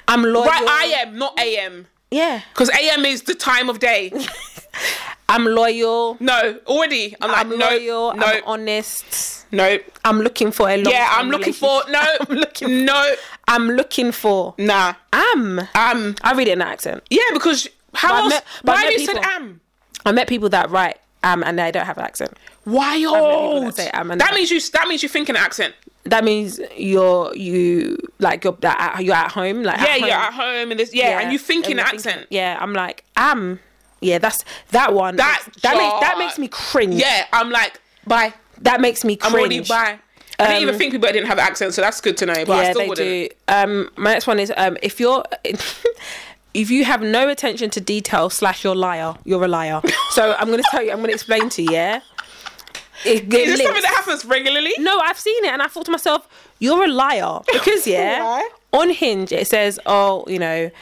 B: I'm loyal.
A: Right, I am, not am.
B: Yeah,
A: Because AM is the time of day.
B: I'm loyal.
A: No, already. I'm like,
B: I'm
A: no,
B: loyal.
A: no,
B: I'm honest.
A: no.
B: I'm looking for a long.
A: Yeah, I'm looking for no, I'm looking no,
B: I'm looking for
A: nah,
B: am.
A: um,
B: I read it in that accent.
A: yeah, because how
B: But I
A: else?
B: met- but I
A: why have
B: met
A: you said
B: people-
A: am?
B: I met people that write am and they don't have an accent. people
A: Wild.
B: that say am
A: That,
B: and am.
A: means you. That means you think an accent.
B: That means you're you like you're that you're at home. Like
A: Yeah,
B: at home.
A: you're at home and this. Yeah, and you think in
B: I'm
A: an
B: thinking-
A: accent.
B: yeah, I'm like, am. Yeah, that's that one.
A: That
B: is- that makes,
A: jar-
B: that makes me cringe.
A: yeah, I'm like bye.
B: that makes me cringe.
A: I'm already bye. I didn't
B: Um,
A: even think people didn't have accents, so that's good to know. But I
B: yeah,
A: still
B: they
A: wouldn't.
B: do. Um, my next one is um, if you're. If you have no attention to detail, slash, you're liar. You're a liar. So I'm gonna tell you. I'm gonna explain to you. Yeah,
A: Is
B: it, it
A: this something
B: links.
A: that happens regularly?
B: No, I've seen it and I thought to myself, you're a liar. Because, yeah,
A: Why?
B: on Hinge it says, oh, you know,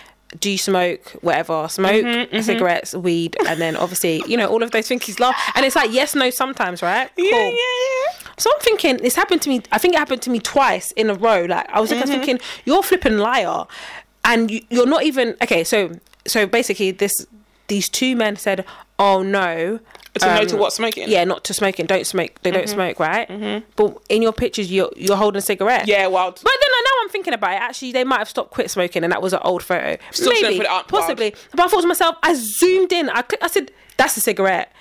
B: do you smoke, whatever, smoke,
A: Mm-hmm,
B: cigarettes, weed, and then obviously, you know, all of those things he's love. And it's like, yes, no, sometimes, right? Cool.
A: Yeah, yeah, yeah.
B: So I'm thinking, this happened to me, I think it happened to me twice in a row. Like, I was like, I was
A: Mm-hmm.
B: thinking, you're a flipping liar. And you, you're not even, okay, so, so basically, this, these two men said, oh, no.
A: To know
B: um,
A: to what smoking.
B: yeah, not to smoking. Don't smoke. They
A: Mm-hmm.
B: don't smoke, right? But in your pictures, you're you're holding a cigarette.
A: Yeah, wild.
B: But then I know I'm thinking about it. Actually, they might have stopped quit smoking, and that was an old photo.
A: Still should've put it up, wild.
B: possibly. But I thought to myself, I zoomed in. I clicked, I said, "That's a cigarette."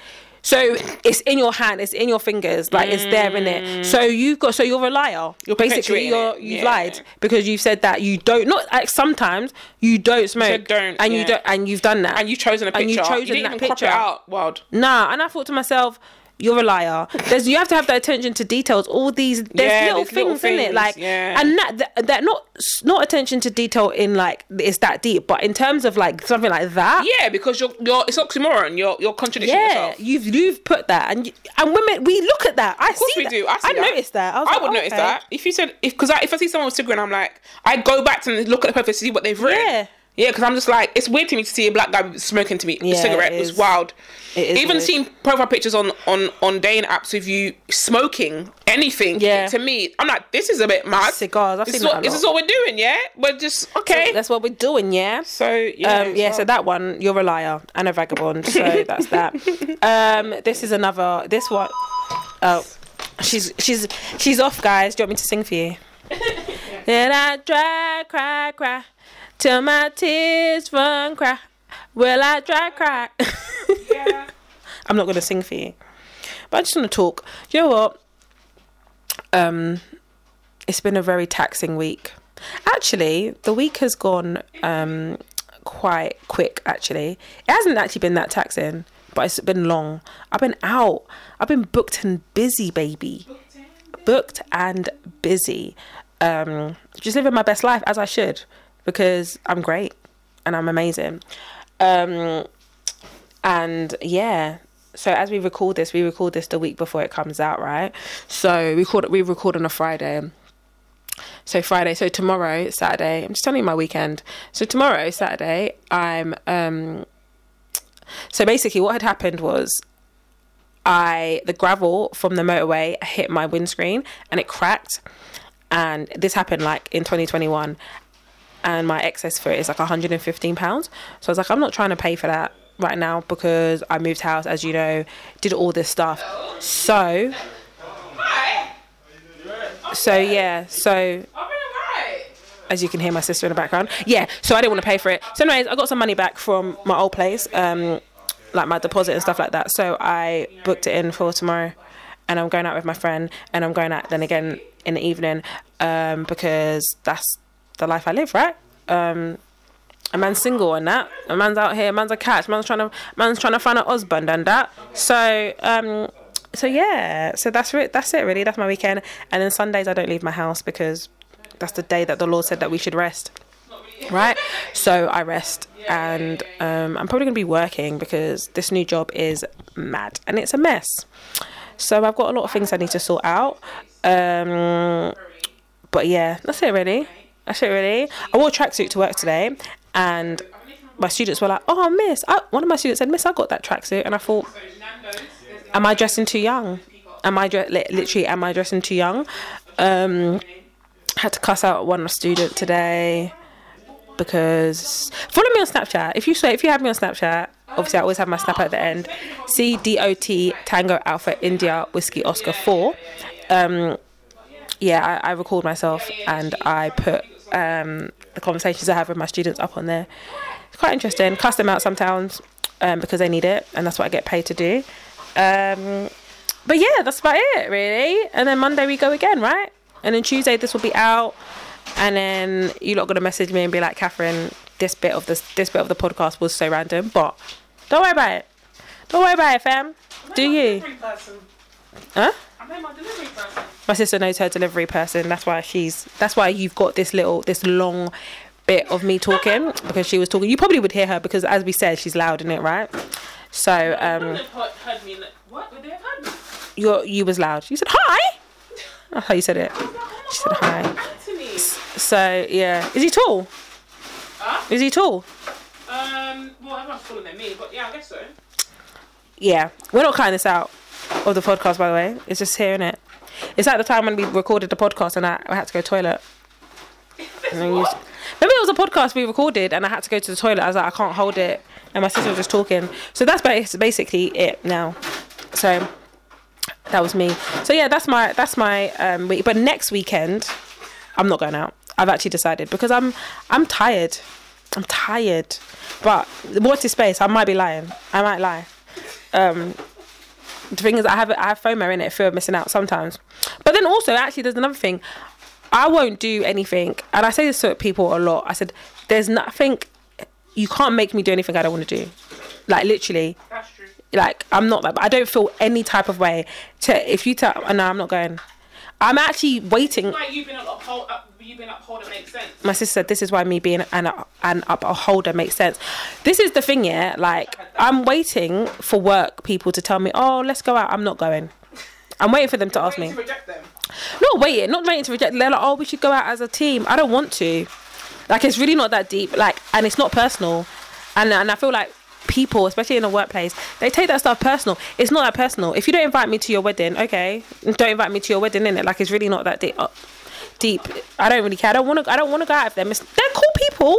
B: So it's in your hand. It's in your fingers. Like it's there in it. So you've got. So you're a liar.
A: Mm. You're
B: basically
A: perpetuating
B: you're
A: it.
B: you've
A: Yeah.
B: lied because you've said that you don't. Not like sometimes you don't smoke.
A: don't,
B: and
A: yeah.
B: you don't. And you've done that.
A: and you've chosen a picture.
B: And you've chosen
A: you didn't
B: that
A: even crop
B: picture
A: it out. Wild.
B: Nah, and I thought to myself, you're a liar. There's you have to have that attention to details. All these there's
A: Yeah,
B: little
A: there's
B: things
A: little
B: in
A: things,
B: it, like
A: yeah.
B: and that, that that not not attention to detail in like it's that deep, but in terms of like something like that.
A: Yeah, because you're you're it's oxymoron. You're you're contradicting
B: Yeah,
A: yourself.
B: you've you've put that, and you, and women we look at that. I
A: course
B: see
A: we
B: that.
A: do. I see that.
B: noticed that. I, was
A: I
B: like,
A: would notice
B: okay.
A: that if you said if because I, if I see someone with cigarette, I'm like I go back to look at the purpose to see what they've written.
B: Yeah.
A: Yeah, because I'm just like, it's weird to me to see a black guy smoking to me
B: Yeah,
A: a cigarette.
B: it
A: It was
B: is.
A: wild.
B: It is
A: Even
B: weird.
A: seeing profile pictures on on on dating apps of you smoking anything.
B: Yeah.
A: To me, I'm like, this is a bit mad.
B: Cigars, I've
A: this
B: seen
A: is what,
B: that a
A: This
B: lot.
A: is what we're doing, yeah. We're just okay. So,
B: That's what we're doing, yeah.
A: yeah,
B: um, yeah, so that one, you're a liar and a vagabond. So that's that. Um, this is another. This one oh she's she's she's off, guys. Do you want me to sing for you? Did I try, cry, cry, till my tears run cry? Will I try, cry?
A: Yeah.
B: I'm not gonna sing for you, but I just want to talk. Do you know what? Um, it's been a very taxing week. Actually, the week has gone um quite quick. Actually, it hasn't actually been that taxing, but it's been long. I've been out. I've been booked and busy, baby. Booked and busy. Um, just living my best life as I should because I'm great and I'm amazing. Um, and yeah so as we record this we record this the week before it comes out right so we record we record on a friday so friday so tomorrow saturday i'm just telling you my weekend so tomorrow saturday i'm um so basically what had happened was i the gravel from the motorway hit my windscreen and it cracked and this happened like in 2021 and my excess for it is like 115 pounds so i was like i'm not trying to pay for that right now because i moved house as you know did all this stuff so so yeah so as you can hear my sister in the background yeah so i didn't want to pay for it so anyways i got some money back from my old place um like my deposit and stuff like that so i booked it in for tomorrow and i'm going out with my friend and i'm going out then again in the evening um because that's the life i live right um a man's single and that a man's out here a man's a catch man's trying to man's trying to find a husband and that so um so yeah so that's it that's it really that's my weekend and then sundays i don't leave my house because that's the day that the lord said that we should rest right so i rest and um, i'm probably going to be working because this new job is mad and it's a mess so i've got a lot of things i need to sort out um, but yeah that's it really that's it really i wore a tracksuit to work today and my students were like oh miss I, one of my students said miss i got that tracksuit and i thought am i dressing too young am i dre- li- literally am i dressing too young um had to cuss out one student today because follow me on Snapchat. If you swear, if you have me on Snapchat, obviously I always have my snap at the end. C D O T Tango Alpha India Whiskey Oscar Four. Um, yeah, I, I record myself and I put um, the conversations I have with my students up on there. It's quite interesting. Cuss them out sometimes um, because they need it, and that's what I get paid to do. Um, but yeah, that's about it really. And then Monday we go again, right? And then Tuesday this will be out. And then you lot gonna message me and be like, Catherine, this bit of this this bit of the podcast was so random, but don't worry about it. Don't worry about it, fam. Do you? Huh? My sister knows her delivery person. That's why she's. That's why you've got this little, this long bit of me talking because she was talking. You probably would hear her because, as we said, she's loud in it, right? So um, you you was loud. You said hi. That's how you said it. She said hi. So yeah, is he tall?
A: Huh?
B: Is he tall?
A: Um, well, everyone's taller than me, but yeah, I guess so.
B: Yeah, we're not cutting this out of the podcast, by the way. It's just hearing it. It's like the time when we recorded the podcast and I, I had to go toilet. And then you- Maybe it was a podcast we recorded and I had to go to the toilet. I was like, I can't hold it, and my sister was just talking. So that's ba- basically it now. So that was me. So yeah, that's my that's my um week. But next weekend, I'm not going out. I've actually decided because I'm I'm tired. I'm tired. But watch this space. I might be lying. I might lie. Um, the thing is, I have I have FOMO in it, fear of missing out sometimes. But then also, actually, there's another thing. I won't do anything, and I say this to people a lot. I said, "There's nothing. You can't make me do anything I don't want to do. Like literally,
A: That's true.
B: like I'm not that. But I don't feel any type of way to if you tell. oh, No, I'm not going. I'm actually waiting.
A: Like you've been an uphold, up, you've been upholder makes sense.
B: My sister said, "This is why me being an an upholder makes sense." This is the thing, yeah. Like I'm waiting for work people to tell me, "Oh, let's go out." I'm not going. I'm waiting for them to ask
A: Wait
B: me.
A: to reject them.
B: Not waiting, not waiting to reject. They're like, "Oh, we should go out as a team." I don't want to. Like it's really not that deep. Like I and it's not personal. And and I feel like people, especially in the workplace, they take that stuff personal. It's not that personal. If you don't invite me to your wedding, okay, don't invite me to your wedding, innit? Like it's really not that deep. Uh, deep. I don't really care. I don't want to. I don't want to go out with them. It's, they're cool people,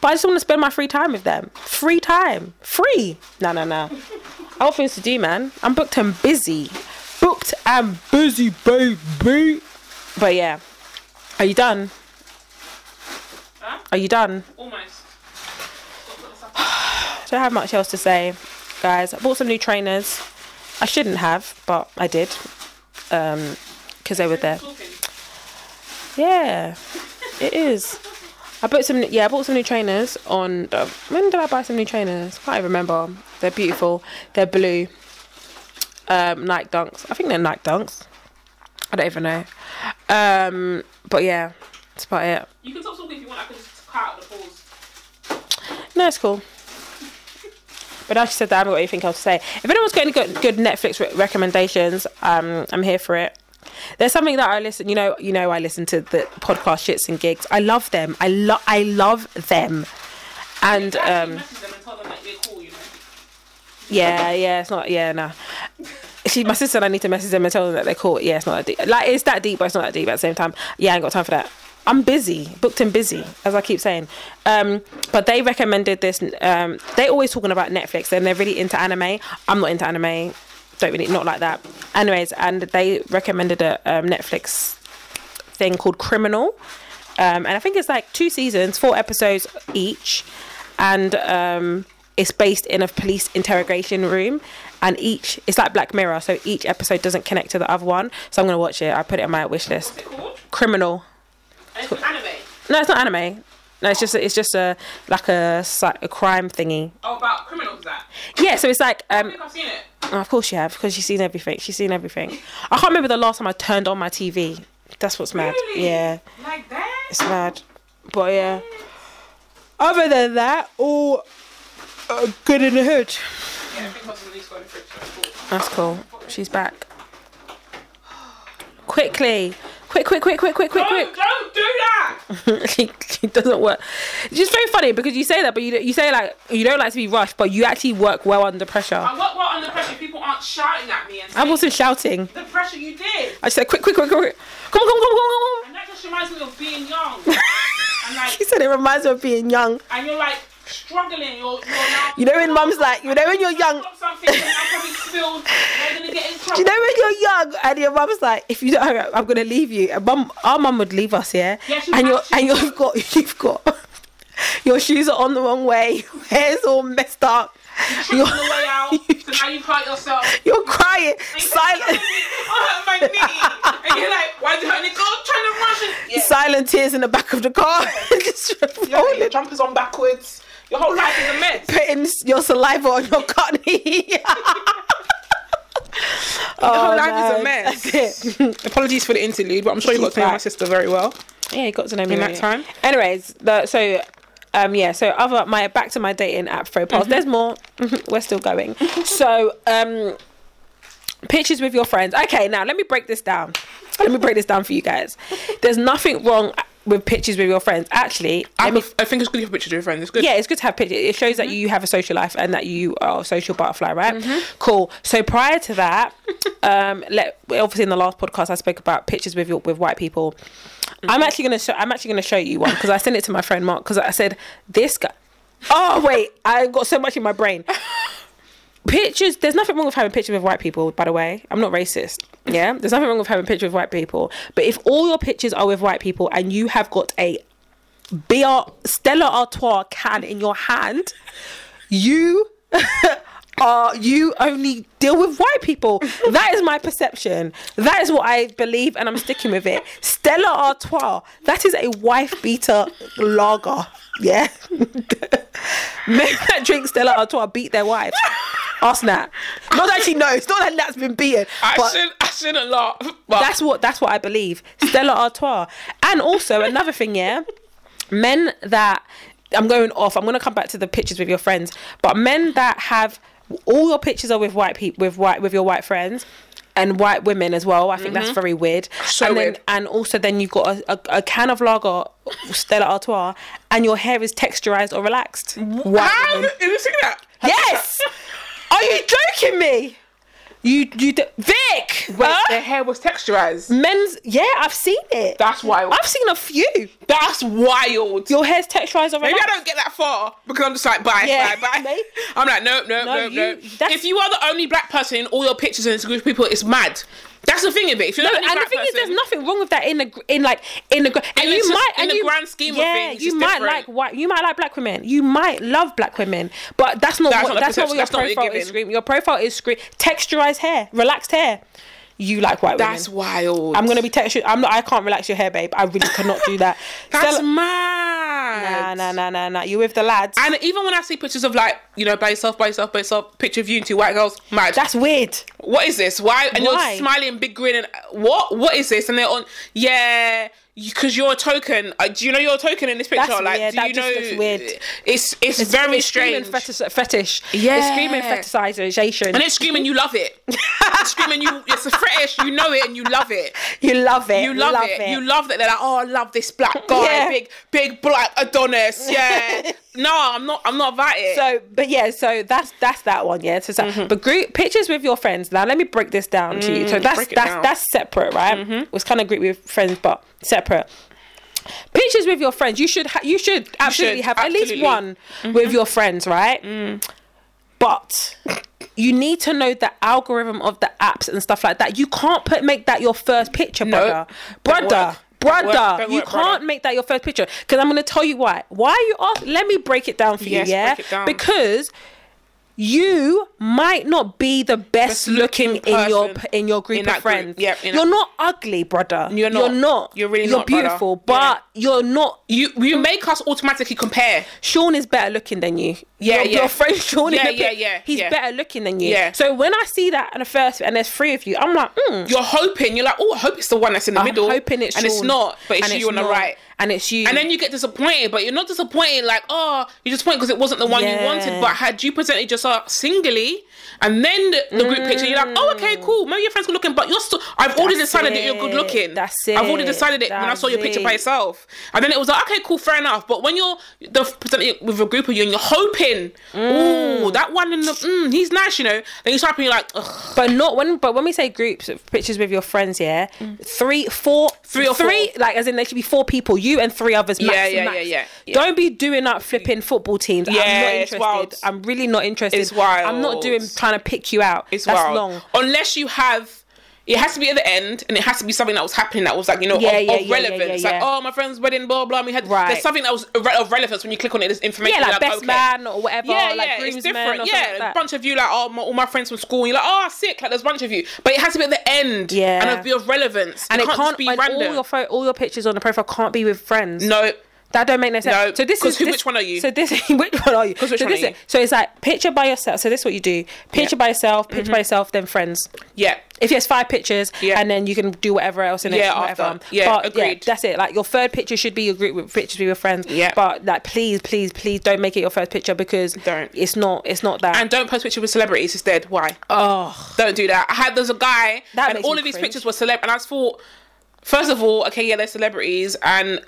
B: but I just want to spend my free time with them. Free time, free. No, no, no. I got things to do, man. I'm booked and busy. Booked and busy, baby. But yeah, are you done? Are you done?
A: Almost.
B: don't have much else to say, guys. I bought some new trainers. I shouldn't have, but I did. Um, because they were there. Yeah, it is. I bought some. Yeah, I bought some new trainers on. The, when did I buy some new trainers? Can't even remember. They're beautiful. They're blue. Um, Nike Dunks. I think they're Nike Dunks. I don't even know. Um, but yeah, that's about it.
A: You can stop talking if you want. I can just cut out the pause.
B: No, it's cool. But as she said that, I haven't got anything else to say. If anyone's got any good, good Netflix re- recommendations, um, I'm here for it. There's something that I listen, you know, you know, I listen to the podcast shits and gigs. I love them. I love, I love them. And
A: Actually,
B: um,
A: message them and tell them that you're cool. You know.
B: yeah, yeah, it's not, yeah, nah. She, my sister, and I need to message them and tell them that they're cool. Yeah, it's not that deep. Like it's that deep, but it's not that deep at the same time. Yeah, I ain't got time for that. I'm busy, booked and busy, as I keep saying. Um, but they recommended this. Um, they always talking about Netflix, and they're really into anime. I'm not into anime. Don't really, not like that. Anyways, and they recommended a um, Netflix thing called Criminal, um, and I think it's like two seasons, four episodes each, and um, it's based in a police interrogation room. And each, it's like Black Mirror, so each episode doesn't connect to the other one. So I'm gonna watch it. I put it on my wish
A: What's
B: list.
A: it called?
B: Criminal.
A: And it's an anime.
B: No, it's not anime. No, it's just it's just a like a, sci- a crime thingy.
A: Oh, about criminals that.
B: Yeah, so it's like
A: I
B: um,
A: think I've seen it.
B: oh, of course you have because she's seen everything. She's seen everything. I can't remember the last time I turned on my TV. That's what's mad.
A: Really?
B: Yeah,
A: Like that.
B: it's mad. But yeah. Other than that, all uh, good in the hood.
A: Yeah, I think I was at least going to fridge. so it's cool.
B: That's cool. She's back. Quickly. Quick, quick, quick, quick, quick, quick, quick.
A: Don't, don't do that.
B: it doesn't work. It's just very funny because you say that, but you you say like you don't like to be rushed, but you actually work well under pressure.
A: I work well under pressure. People aren't shouting at me and
B: I
A: saying,
B: wasn't shouting.
A: the pressure you did.
B: I just said quick, quick, quick, quick. Come on, come on, come on, come on,
A: And that just reminds me of being young. and
B: come on.
A: like,
B: She said it reminds her of being young.
A: and you're like struggling. You're, you're now.
B: You know when mum's like, you know when you're young,
A: Drop something and I probably spilled. They're gonna get in trouble.
B: you know when you're young, and your mum's like, if you don't, hurry up, I'm gonna leave you. And mum, our mum would leave us, yeah.
A: Yeah, she
B: and you
A: has to.
B: and you've got you've got your shoes are on the wrong way. Your hair's all messed up.
A: You're on the way out. So now you hurt yourself.
B: You're crying,
A: And you're
B: silent.
A: like, I hurt my knee. And you're like, why did you hurt your knee? Oh, trying to rush it. Yeah.
B: silent tears in the back of the car, just
A: Your- your
B: rolling,
A: jumper's on backwards. Your whole life is a mess.
B: putting your saliva on your cutney.
A: Her
B: Oh,
A: life is a
B: man. That's it.
A: mess. Apologies for the interlude, but I'm sure you got to know my
B: back.
A: sister very well.
B: Yeah, you got to know me
A: In that
B: really.
A: time?
B: Anyways, the, so um, yeah, so other my back to my dating app profiles.
A: Mm-hmm.
B: There's more. We're still going. so um, pictures with your friends. Okay, now let me break this down. Let me break this down for you guys. There's nothing wrong with pictures with your friends. Actually,
A: I,
B: let me
A: pref- I think it's good to have a picture of your friend. It's good.
B: yeah, it's good to have pictures. It shows that you have a social life and that you are a social butterfly, right? Cool. So prior to that, um, let obviously in the last podcast I spoke about pictures with your, with white people. I'm actually gonna show. I'm actually gonna show you one because I sent it to my friend Mark because I said this guy. Oh wait, I got so much in my brain. Pictures. There's nothing wrong with having pictures with white people. By the way, I'm not racist. Yeah, there's nothing wrong with having pictures with white people. But if all your pictures are with white people and you have got a BR Stella Artois can in your hand, you are you only deal with white people. That is my perception. That is what I believe, and I'm sticking with it. Stella Artois, that is a wife beater lager. Yeah. Men that drink Stella Artois beat their wives. Ask Nat. Not that she knows, not that Nat's been beaten.
A: I
B: but-
A: should I shouldn't laugh. But
B: that's what that's what I believe. Stella Artois. And also another thing, yeah, men that I'm going off. I'm going to come back to the pictures with your friends, but men that have all your pictures are with white people with white with your white friends. and white women as well. I think that's very weird.
A: Mm-hmm. So
B: and then,
A: weird.
B: And also, then you've got a, a, a can of lager, Stella Artois, and your hair is texturized or relaxed.
A: How
B: women.
A: have you seen that? Have you seen
B: Yes.
A: that?
B: Are you joking me? You you d- Vic.
A: Wait,
B: huh?
A: their hair was texturized.
B: Men's yeah, I've seen it.
A: That's wild.
B: I've seen a few.
A: That's wild.
B: Your hair's texturized or
A: Maybe I
B: relaxed.
A: don't get that far because I'm just like bye,
B: Yeah,
A: bye, bye.
B: maybe.
A: I'm like no, no,
B: No,
A: no, no.
B: you- that's-
A: If you are the only black person in all your pictures and it's a group of people, it's mad. That's the thing of it. If you're the only
B: and
A: black
B: the thing
A: person,
B: is, there's nothing wrong with that in the gr- in like in the gr- and
A: it's
B: you
A: just-
B: might
A: in
B: and
A: the
B: you,
A: grand scheme of
B: yeah,
A: things,
B: you
A: it's
B: might
A: different.
B: like white, you might like black women, you might love black women, but that's not
A: That's
B: what
A: not the
B: that's not what
A: perception,
B: your
A: that's not what you're
B: profile
A: giving.
B: is screaming. Your profile is scream texturized hair, relaxed hair. You like white
A: that's
B: women.
A: wild.
B: I'm gonna be textured. I'm not. I can't relax your hair, babe. I really cannot do that.
A: That's
B: Stella- nah,
A: mad.
B: nah, nah, nah, nah. You with the lads?
A: And even when I see pictures of like you know by yourself, by yourself, by yourself, picture of you and two white girls, mad.
B: that's weird.
A: what is this? Why? And
B: Why?
A: you're smiling, big grin, and what? What is this? And they're on, yeah, because you, are a token. Uh, do you know you're a token in this picture?
B: That's
A: like,
B: weird.
A: do
B: That
A: you
B: just
A: know?
B: looks weird.
A: It's it's, very
B: It's screaming
A: strange.
B: Fetish, fetish. It's
A: Yeah.
B: screaming fetishization.
A: And it's screaming, you love it. it's screaming, you. It's a fetish. You know it, and you love it.
B: you love it.
A: You love, it. You love that. They're like, oh, I love this black guy,
B: Yeah.
A: big, big black Adonis. Yeah. no, I'm not. I'm not about it.
B: So, but yeah, so that's that's that one, yeah. So, so
A: Mm-hmm.
B: but group pictures with your friends. Now, let me break this down to you. So that's
A: Mm, break it
B: that's
A: down. Mm-hmm.
B: that's separate, right? It was kind of group with friends, but separate. Pictures with your friends. You should ha- you should absolutely have at least
A: absolutely. Mm-hmm. Mm.
B: one with your friends, right? But you need to know the algorithm of the apps and stuff like that. You can't put make that your first picture, brother,
A: Don't
B: brother.
A: work. Don't
B: Brother,
A: work. Don't
B: you
A: work, brother.
B: can't make that your first picture because I'm going to tell you why. Why are you ask? Let me break it down for
A: Yes,
B: you. Yeah,
A: break it down.
B: because you might not be the best,
A: Best
B: looking,
A: looking
B: in your
A: person
B: in your
A: in
B: group of
A: that group.
B: friends.
A: Yep, in
B: you're
A: that-
B: not ugly, brother.
A: You're not.
B: You're not.
A: You're really
B: You're
A: not, brother.
B: beautiful,
A: Yeah.
B: but you're not.
A: you you make us automatically compare.
B: Sean is better looking than you.
A: Yeah,
B: your,
A: yeah.
B: Your friend Sean. in
A: Yeah,
B: the pic,
A: yeah, yeah,
B: He's
A: yeah.
B: better looking than you.
A: Yeah.
B: So when I see that in the first and there's three of you, I'm like, mm,
A: You're hoping. You're like, oh, I hope it's the one that's in the
B: I'm
A: middle.
B: hoping it's
A: and it's
B: Sean.
A: not, but it's
B: And
A: you on the
B: not.
A: right.
B: and it's you.
A: And then you get disappointed, but you're not disappointed like, oh, you're disappointed because it wasn't the one
B: Yeah.
A: you wanted. But had you presented yourself singly and then the, the group picture, you're like, oh, okay, cool. Maybe your friend's good looking, but you're still. I've already
B: Mm. That's
A: decided that you're good
B: it.
A: looking.
B: That's
A: I've already
B: it.
A: decided it when I saw your
B: That's
A: picture by
B: it.
A: yourself. And then it was like, okay, cool, fair enough. But when you're the, presented with a group of you and you're hoping, oh, that one in the, mm, he's nice, you know, then you start being like, ugh.
B: But not when. But when we say groups, of pictures with your friends, yeah, three, four, three
A: or
B: three, like as in there should be four people, you and three others. Max,
A: Yeah, yeah,
B: max.
A: yeah, yeah, yeah.
B: Don't be doing up flipping football teams. I'm
A: Yeah,
B: not
A: it's
B: interested.
A: wild.
B: I'm really not interested.
A: It's wild.
B: I'm not doing trying to pick you out.
A: It's
B: That's
A: wild.
B: long.
A: Unless you have. It has to be at the end, and it has to be something that was happening that was like you know
B: Yeah,
A: of,
B: yeah,
A: of
B: yeah, yeah,
A: relevance.
B: yeah,
A: Like
B: yeah.
A: oh, my friend's wedding, blah blah. And we had
B: Right.
A: there's something that was irre- of relevance when you click on it. There's information.
B: Yeah, like,
A: you're
B: best
A: okay.
B: man or whatever.
A: Yeah,
B: or, like
A: yeah, it's
B: groomsmen
A: different.
B: Or
A: Yeah,
B: something like
A: a
B: that.
A: bunch of you like oh, my, all my friends from school. And you're like oh, sick. Like there's a bunch of you, but it has to be at the end.
B: Yeah.
A: and it'll be of relevance.
B: and it
A: can't,
B: can't
A: just be
B: and
A: random.
B: all your pho- all your pictures on the profile can't be with friends.
A: no,
B: That don't make no sense.
A: No,
B: so this
A: 'cause
B: is
A: who-
B: this-
A: which one are you?
B: So this which one are you?
A: 'Cause which
B: so
A: one
B: this
A: are
B: is-
A: you?
B: So it's like picture by yourself. So this is what you do: picture by yourself, picture by yourself, then friends.
A: yeah,
B: If there's five pictures,
A: Mm-hmm. Yeah.
B: and then you can do whatever else in it.
A: Yeah,
B: whatever.
A: after. Yeah, agreed.
B: that's it. Like your third picture should be your group with pictures with your friends.
A: Yeah.
B: But like, please, please, please, don't make it your first picture because
A: Don't.
B: It's not. It's not that.
A: and don't post pictures with celebrities instead. Why?
B: oh,
A: Don't do that. I had there's a guy,
B: That
A: and
B: makes
A: all
B: me
A: of his
B: cringe.
A: pictures were celeb, and I just thought, first of all, okay, yeah, they're celebrities, and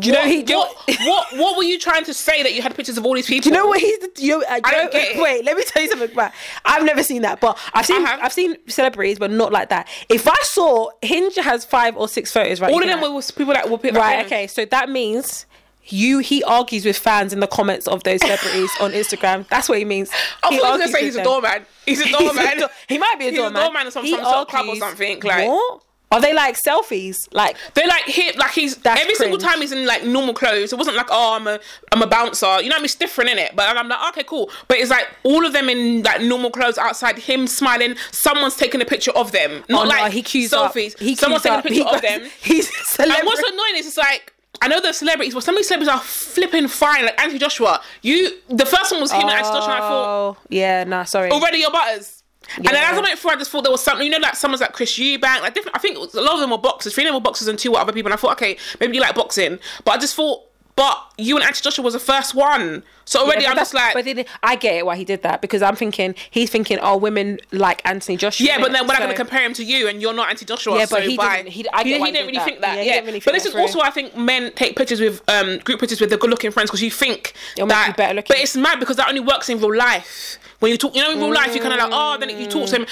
A: do you
B: know he- do you
A: what,
B: know-
A: what what were you trying to say that you had pictures of all these people?
B: do you know what he's? The, you know, I
A: don't
B: know-
A: get it.
B: Wait, let me tell you something. Right, I've never seen that, but I've seen
A: have.
B: I've seen celebrities, but not like that. If I saw Hinge has five or six photos, right?
A: All
B: you
A: of
B: can
A: them
B: have-
A: were was people that were picked
B: Right. Okay. So that means you. He argues with fans in the comments of those celebrities on Instagram. That's what he means.
A: I was gonna
B: argues
A: say
B: with
A: he's a
B: them.
A: doorman. He's a
B: He's a
A: doorman.
B: door- he might be a
A: He's
B: doorman.
A: a doorman or some,
B: He
A: some sort of club or
B: argues-
A: something. Like
B: What? Are they like selfies? Like
A: they're like hip, like he's
B: That's
A: every single
B: cringe.
A: time he's in like normal clothes. It wasn't like oh I'm a I'm a bouncer. You know what I mean? It's different in it. But I'm like okay cool. But it's like all of them in like normal clothes outside. Him smiling. Someone's taking a picture of them. Not
B: oh, no,
A: like
B: he queues up.
A: selfies.
B: He
A: Someone's
B: queues
A: taking
B: up.
A: a picture
B: He
A: of
B: goes-
A: them.
B: He's a celebrity.
A: And what's annoying is it's like I know they're celebrities, but some of these celebrities are flipping fine. Like Anthony Joshua, you the first one was him and Anthony Joshua. And I thought Oh,
B: Oh yeah. Nah. Sorry.
A: already your butters. And then
B: Yeah.
A: as I went through, I just thought there was something, you know, like someone's like Chris Eubank, like different. I think it was- a lot of them were boxers, three of them were boxers and two were other people. And I thought, okay, maybe you like boxing, but I just thought But you and Auntie Joshua was the first one. So already
B: Yeah,
A: I'm
B: but
A: just like,
B: that's- but then I get it why he did that because I'm thinking he's thinking, oh, women like Anthony Joshua.
A: yeah, but then we're not going to
B: So-
A: compare him to you, and you're not anti Joshua.
B: Yeah,
A: so
B: but he
A: bye.
B: didn't- he- I get
A: he,
B: why he
A: didn't really
B: did that.
A: think that.
B: Yeah,
A: Yeah,
B: he didn't really
A: but
B: think
A: this is
B: that
A: also
B: through.
A: I think men take pictures with um, group pictures with their good-looking friends because you think
B: It'll make
A: that.
B: you better looking.
A: But it's mad because that only works in real life. When you talk, you know, in real life, you kind of like, oh, then you talk to him.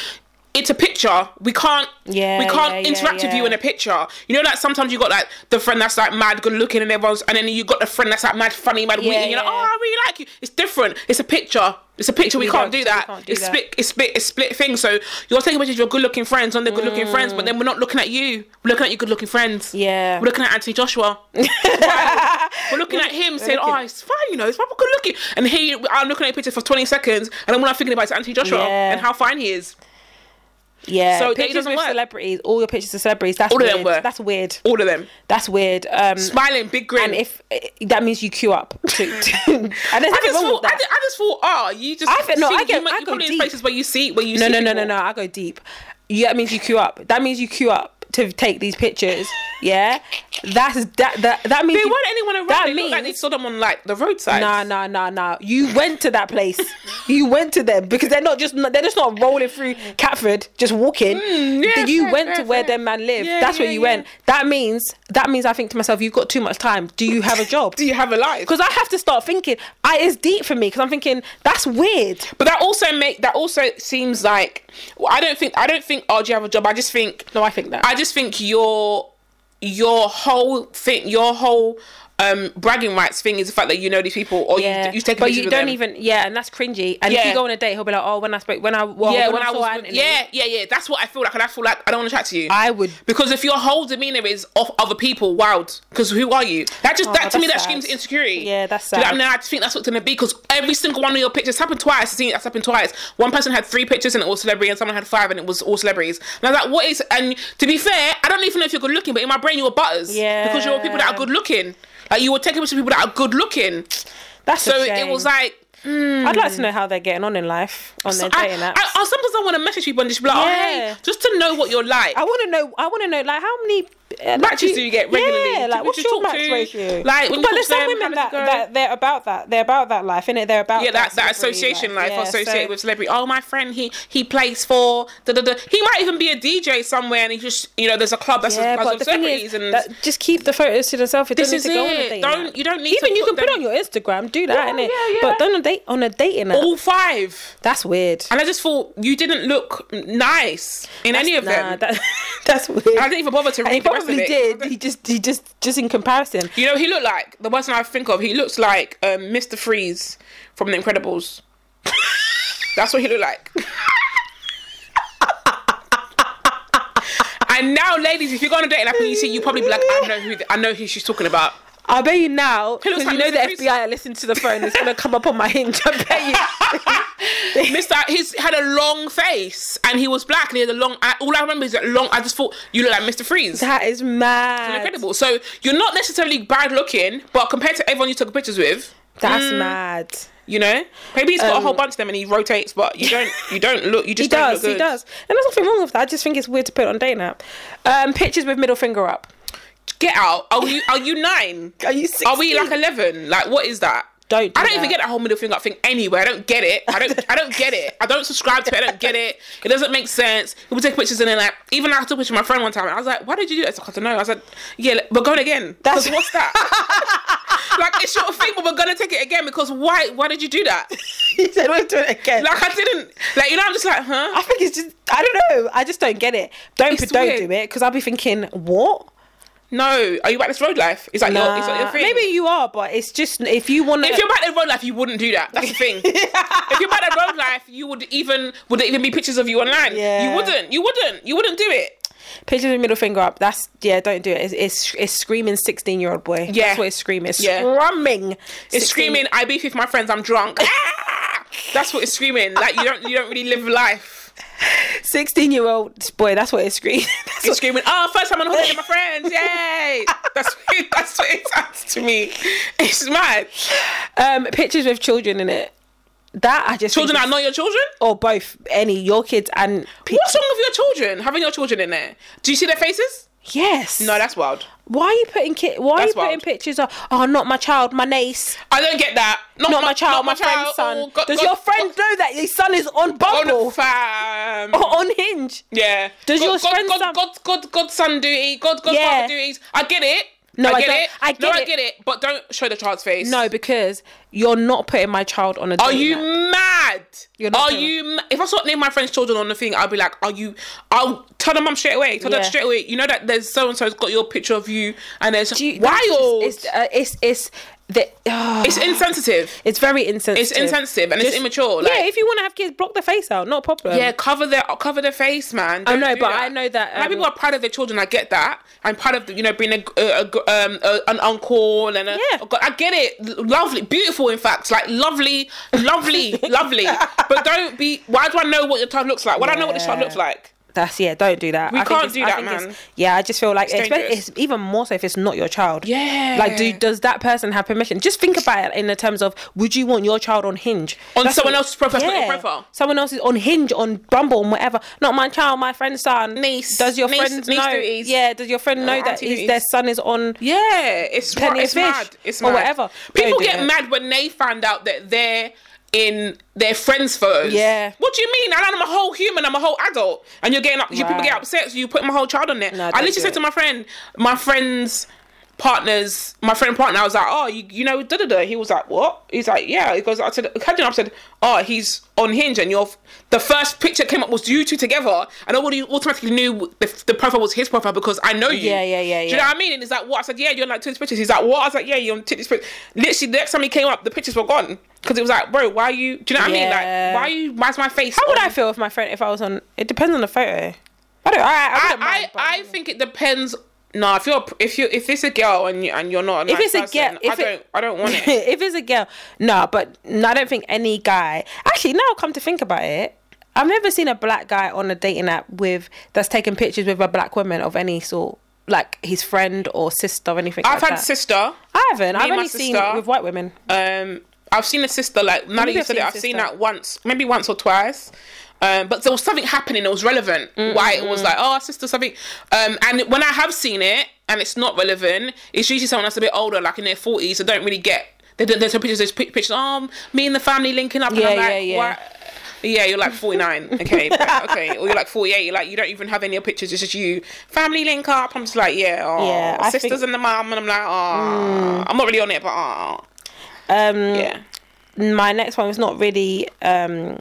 A: It's a picture. We can't.
B: Mm. Yeah,
A: we can't
B: yeah,
A: interact
B: yeah,
A: with you in
B: yeah.
A: a picture. You know, like sometimes you got like the friend that's like mad good looking and everyone's, and then you got the friend that's like mad funny, mad witty, and you're like,
B: yeah.
A: oh, I really like you. It's different. It's a picture. It's a picture. We,
B: We
A: can't
B: don't-
A: do
B: we
A: that.
B: can't do
A: it's
B: that.
A: split. It's split. It's split thing. So you're taking pictures of your good-looking friends on their
B: Mm.
A: good-looking friends, but then we're not looking at you. We're looking at your good-looking friends.
B: Yeah.
A: We're looking at Anthony Joshua. we're looking at him saying,
B: looking-
A: "Oh, it's fine. You know, it's probably good-looking." And here you- I'm looking at a picture for 20 seconds, and then when I'm thinking about it, it's Anthony Joshua
B: Yeah.
A: and how fine he is.
B: Yeah,
A: So it
B: pictures
A: doesn't
B: with
A: work.
B: celebrities, all your pictures of celebrities. That's
A: All of
B: weird.
A: them were.
B: That's weird.
A: All of them
B: That's weird. Um,
A: smiling, big grin.
B: and if eh, that means you queue up, to, and there's
A: I
B: nothing
A: just
B: wrong
A: thought,
B: with
A: I
B: that.
A: just, I just thought, oh, you just.
B: I think- no,
A: see-
B: I get-
A: you might-
B: I
A: you're
B: go
A: probably in
B: deep.
A: places where you see, where you
B: no,
A: see.
B: no, no, no,
A: people.
B: no. I go deep. Yeah, that means you queue up. That means you queue up to take these pictures. Yeah, that's that. That that means
A: There
B: you-
A: weren't anyone around.
B: That
A: they looked like they
B: means-
A: saw them on like the roadside.
B: Nah, nah, nah, nah. You went to that place. you went to them because they're not just they're just not rolling through Catford just walking.
A: Mm, yeah,
B: you
A: fair,
B: went
A: fair,
B: to where
A: fair.
B: them man live.
A: Yeah,
B: That's where
A: yeah,
B: you
A: yeah.
B: went. That means that means I think to myself, you've got too much time. Do you have a job?
A: Do you have a life?
B: Because I have to start thinking. I it's deep for me because I'm thinking that's weird.
A: But that also make that also seems like well, I don't think I don't think oh do you have a job I just think
B: No, I think that.
A: I just think your your whole thing your whole um bragging rights thing is the fact that you know these people or
B: yeah,
A: you, you take
B: but you
A: pictures with
B: don't
A: them.
B: even. Yeah, and that's cringy. And if
A: Yeah.
B: you go on a date, he'll be like, "Oh, when I spoke, when I well,
A: yeah
B: when,
A: when I,
B: saw
A: was with-
B: Anthony,
A: yeah yeah yeah that's what I feel like and I feel like I don't want to chat to you
B: I would
A: because if your whole demeanor is off other people, wild. Because who are you? That just that to
B: Oh, that's
A: me that
B: sad.
A: screams insecurity.
B: Yeah, that's
A: Do you know what
B: sad.
A: I mean? I just think that's what's gonna be because every single one of your pictures happened twice. I've seen that's happened twice. One person had three pictures and it was celebrity, and someone had five and it was all celebrities. And I was like, what is? And to be fair, I don't even know if you're good looking, but in my brain you were butters.
B: Yeah.
A: Because you were people that are good looking. Like you were taking pictures of people that are good looking.
B: That's
A: So
B: a
A: it
B: shame.
A: was like.
B: I'd like to know how they're getting on in life on
A: Hmm. So
B: their
A: I,
B: dating
A: I,
B: apps.
A: I- sometimes I want to message people and just be like, oh,
B: Yeah.
A: hey, just to know what you're like.
B: I want to know. I want to know, like, how many uh,
A: matches do you get regularly?
B: Yeah,
A: Do-
B: like,
A: would
B: what's
A: you
B: your
A: talk
B: match
A: to-
B: ratio?
A: like, when you
B: but
A: talk
B: there's
A: to them,
B: some
A: how
B: women
A: does it
B: that,
A: go?
B: that they're about that. They're about that life, innit? They're about
A: yeah, that, that
B: celebrity
A: association life,
B: Yeah, so-
A: associated with celebrity. Oh, my friend, he he plays for da da da. He might even be a DJ somewhere, and he just you know, there's a club that's
B: Yeah,
A: that's
B: but
A: of
B: the thing
A: celebrities,
B: is,
A: and
B: that just keep the photos to themselves. It
A: This
B: doesn't
A: is
B: need to go on a
A: it.
B: dating
A: Don't-
B: app.
A: you don't need
B: Even
A: to
B: you
A: put
B: can put
A: them-
B: on your Instagram, do that,
A: Yeah,
B: innit?
A: yeah, yeah.
B: But don't on a date on a dating app.
A: all five.
B: That's weird.
A: And I just thought you didn't look nice in any of
B: nah,
A: them.
B: That, that's weird.
A: I didn't even bother to
B: And
A: read
B: he
A: the rest of
B: probably
A: it.
B: did. He just, he just, just in comparison.
A: You know, what he looked like the person I think of. He looks like um, Mr. Freeze from The Incredibles. That's what he looked like. and now, ladies, if you go on a dating app and you see, you probably be like, I know who, th- I know who she's talking about.
B: I bet you now,
A: He looks
B: because
A: like
B: you know
A: Mr.
B: the
A: Freeze.
B: FBI are listening to the phone, it's going to come up on my hinge. I bet you.
A: Mr. He's had a long face and he was black and he had a long. I, all I remember is that long. I just thought you look like Mr. Freeze.
B: that is mad.
A: Incredible. So you're not necessarily bad looking, but compared to everyone you took pictures with, mm,
B: That's mad.
A: you know, maybe he's got a
B: Um,
A: whole bunch of them and he rotates, but you don't. You don't look. You just
B: He
A: don't
B: does,
A: Look good.
B: he does. And there's nothing wrong with that. I just think it's weird to put it on dating app. Um, pictures with middle finger up.
A: Get out. Are you are you nine?
B: Are you
A: Are we
B: 16?
A: like eleven? Like what is that?
B: Don't do
A: I don't
B: that.
A: even get that whole middle finger up thing anyway. I don't get it. I don't. I don't get it. I don't subscribe to it. I don't get it. It doesn't make sense. People take pictures and then like even I took a picture of my friend one time and I was like, why did you do that? It's like, I don't know. I was like, yeah, like, we're going again. That's
B: That's-
A: what's that? like it's your thing, but we're gonna take it again because why? Why did you do that?
B: he said, we'll do it again.
A: Like I didn't. Like you know, I'm just like, huh?
B: I think it's just, I don't know. I just don't get it. Don't,
A: It's
B: don't
A: weird.
B: do it because I'll be thinking, what?
A: no. Are you about this road life? Is that your? Is that your
B: Nah.
A: thing?
B: Maybe you are, but it's just, if you want to.
A: If you're about the road life, you wouldn't do that. That's the thing. if you're about the road life, you would even would there even be pictures of you online?
B: Yeah.
A: You wouldn't. You wouldn't. You wouldn't do it.
B: Pictures with middle finger up. That's yeah. Don't do it. It's it's, it's screaming sixteen year old boy.
A: Yeah.
B: that's what it's screaming. It's
A: Yeah.
B: screaming.
A: It's
B: 16
A: screaming. I beef with my friends. I'm drunk. Ah! That's what it's screaming. Like you don't. You don't really live life.
B: Sixteen year old boy. That's what it's screaming. That's
A: It's
B: what,
A: screaming. Oh, first time on holiday with my friends. Yay! That's what it, that's what it sounds to me. It's mad.
B: um, pictures with children in it. That I just
A: Children
B: think
A: that
B: is-
A: know your children.
B: or both any your kids and pe-
A: What's wrong with your children? Having your children in there. Do you see their faces?
B: Yes.
A: No, that's wild.
B: Why are you putting ki- Why are you
A: That's
B: putting
A: wild.
B: pictures of? Oh, not my child, my niece,
A: I don't get that. Oh, Not,
B: not my
A: not
B: child, my, friend's son.
A: Oh, God-
B: Does
A: God-
B: your friend know that his son is on
A: God-
B: Bumble
A: God- fam?
B: or on Hinge?
A: Yeah.
B: Oh. Does your friend
A: God,
B: some-
A: God, God, Godson duty, God, Godfather
B: Yeah.
A: duties? I get it.
B: No, I
A: get
B: don't-
A: it.
B: I get
A: no, I
B: it.
A: get it. But don't show the child's face.
B: No, because you're not putting my child on a.
A: Are
B: dating
A: you
B: app.
A: mad?
B: You're not
A: are
B: doing
A: you? Ma- if I saw name my friend's children on the thing, I'd be like, "Are you?" I'll tell the mum straight away. Tell them
B: Yeah.
A: straight away. You know that there's so and so's got your picture of you, and there's
B: Do you- that's just-
A: wild.
B: It's uh, it's it's the. ah,
A: it's insensitive.
B: it's very insensitive.
A: It's insensitive and it's
B: Just-
A: immature. Like,
B: yeah, if you want to have kids, block the face out. Not a problem.
A: Yeah, cover their cover their face, man. Don't
B: know,
A: do
B: but Um, I know that,
A: Like,
B: um,
A: people are proud of their children. I get that. I'm proud of you know being a, a, a- um a, an uncle and a,
B: Yeah.
A: I get it. L- Lovely, beautiful. In fact, like lovely, lovely, lovely. But don't be. Why do I know what your child looks like? Why do I know what this child
B: Yeah.
A: looks like?
B: That's yeah. Don't do that.
A: We
B: think
A: can't
B: it's-
A: do
B: I
A: that,
B: think it's-
A: man.
B: Yeah, I just feel like it's,
A: dangerous.
B: it's even more so if it's not your child.
A: Yeah.
B: Like, do does that person have permission? Just think about it in the terms of would you want your child on Hinge
A: On
B: That's
A: someone
B: what-
A: else's profile, it's not your profile.
B: Someone else's on Hinge, on Bumble, on whatever. Not my child, my friend's son,
A: Niece.
B: Does your
A: Niece-
B: friend
A: niece
B: know?
A: duties.
B: Yeah. Does your friend know that
A: auntie
B: his, their
A: duties.
B: son is on?
A: Yeah, it's
B: Plenty
A: ri-
B: of
A: it's
B: fish
A: mad. It's
B: or
A: mad.
B: whatever.
A: People
B: Don't do
A: get
B: it.
A: mad when they find out that they're in their friends' photos.
B: Yeah.
A: What do you mean? And I'm a whole human. I'm a whole adult, and you're getting up. You people
B: Right.
A: get upset. So you put my whole child on there.
B: No,
A: I
B: don't
A: literally
B: do
A: said
B: it.
A: to my friend, my friend's partners, my friend partner. I was like, oh, you, you know, da da da. He was like, what? He's like, yeah. He goes, I said, how do you know? I said, oh, he's on Hinge, and your f- the first picture that came up was you two together, and already automatically knew the, the profile was his profile because I know you.
B: Yeah, yeah, yeah,
A: Do you know
B: yeah.
A: what I mean? And he's like, what? I said, yeah, you're like two pictures. He's like, what? I was like, yeah, you're on this picture. Literally, the next time he came up, the pictures were gone because it was like, bro, why are you? Do you know what I mean?
B: Yeah.
A: Like, why are you? Why's my face?
B: How would
A: on-
B: I feel if my friend if I was on? It depends on the photo. I don't. I I,
A: I,
B: wouldn't mind,
A: I,
B: but-
A: I think it depends. No, if you're if you if it's a girl and you and you're not a nice
B: it's a
A: person,
B: girl- if
A: I
B: it-
A: don't I don't want it.
B: if it's a girl, no, but no, I don't think any guy. Actually, now come to think about it, I've never seen a black guy on a dating app with that's taking pictures with a black woman of any sort, like his friend or sister or anything.
A: I've
B: like
A: had
B: that.
A: sister.
B: I haven't. I've
A: and my
B: only seen
A: sister.
B: it with white women.
A: Um, I've seen a sister. Like now that
B: Maybe
A: you
B: I've
A: said it,
B: seen
A: I've seen
B: sister.
A: that once, maybe once or twice. Um, but there was something happening that was relevant. Why it was like, oh, sister, something. Um, and when I have seen it and it's not relevant, it's usually someone that's a bit older, like in their forties, that don't really get. They don't, there's some pictures, there's pic- pictures. Oh, me and the family linking up.
B: Yeah,
A: and I'm like,
B: yeah, yeah.
A: "Why- Yeah, you're like 49, okay, but- okay, or you're like 48. You're like you don't even have any pictures. It's just you, family link up. I'm just like, yeah, oh,
B: Yeah, I
A: sisters
B: think- Mm.
A: and the mum, and I'm like, oh, I'm not really on it, but oh,
B: Um,
A: yeah.
B: my next one was not really um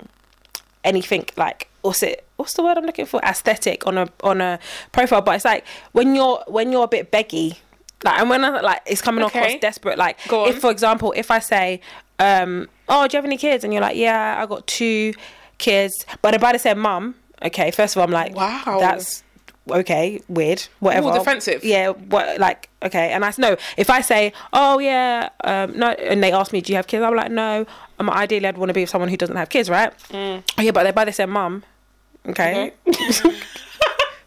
B: anything like what's it what's the word I'm looking for aesthetic on a on a profile but it's like when you're when you're a bit beggy like and when I like it's coming
A: Okay.
B: across desperate like
A: Go on.
B: if for example if I say um oh do you have any kids and you're like yeah I got two kids but if I said mum okay first of all I'm like
A: Wow.
B: that's okay weird whatever
A: defensive.
B: yeah what like okay and i s- no if i say oh yeah um no and they ask me do you have kids i'm like no um, ideally i'd want to be with someone who doesn't have kids right
A: Mm.
B: oh yeah but they by they said mum okay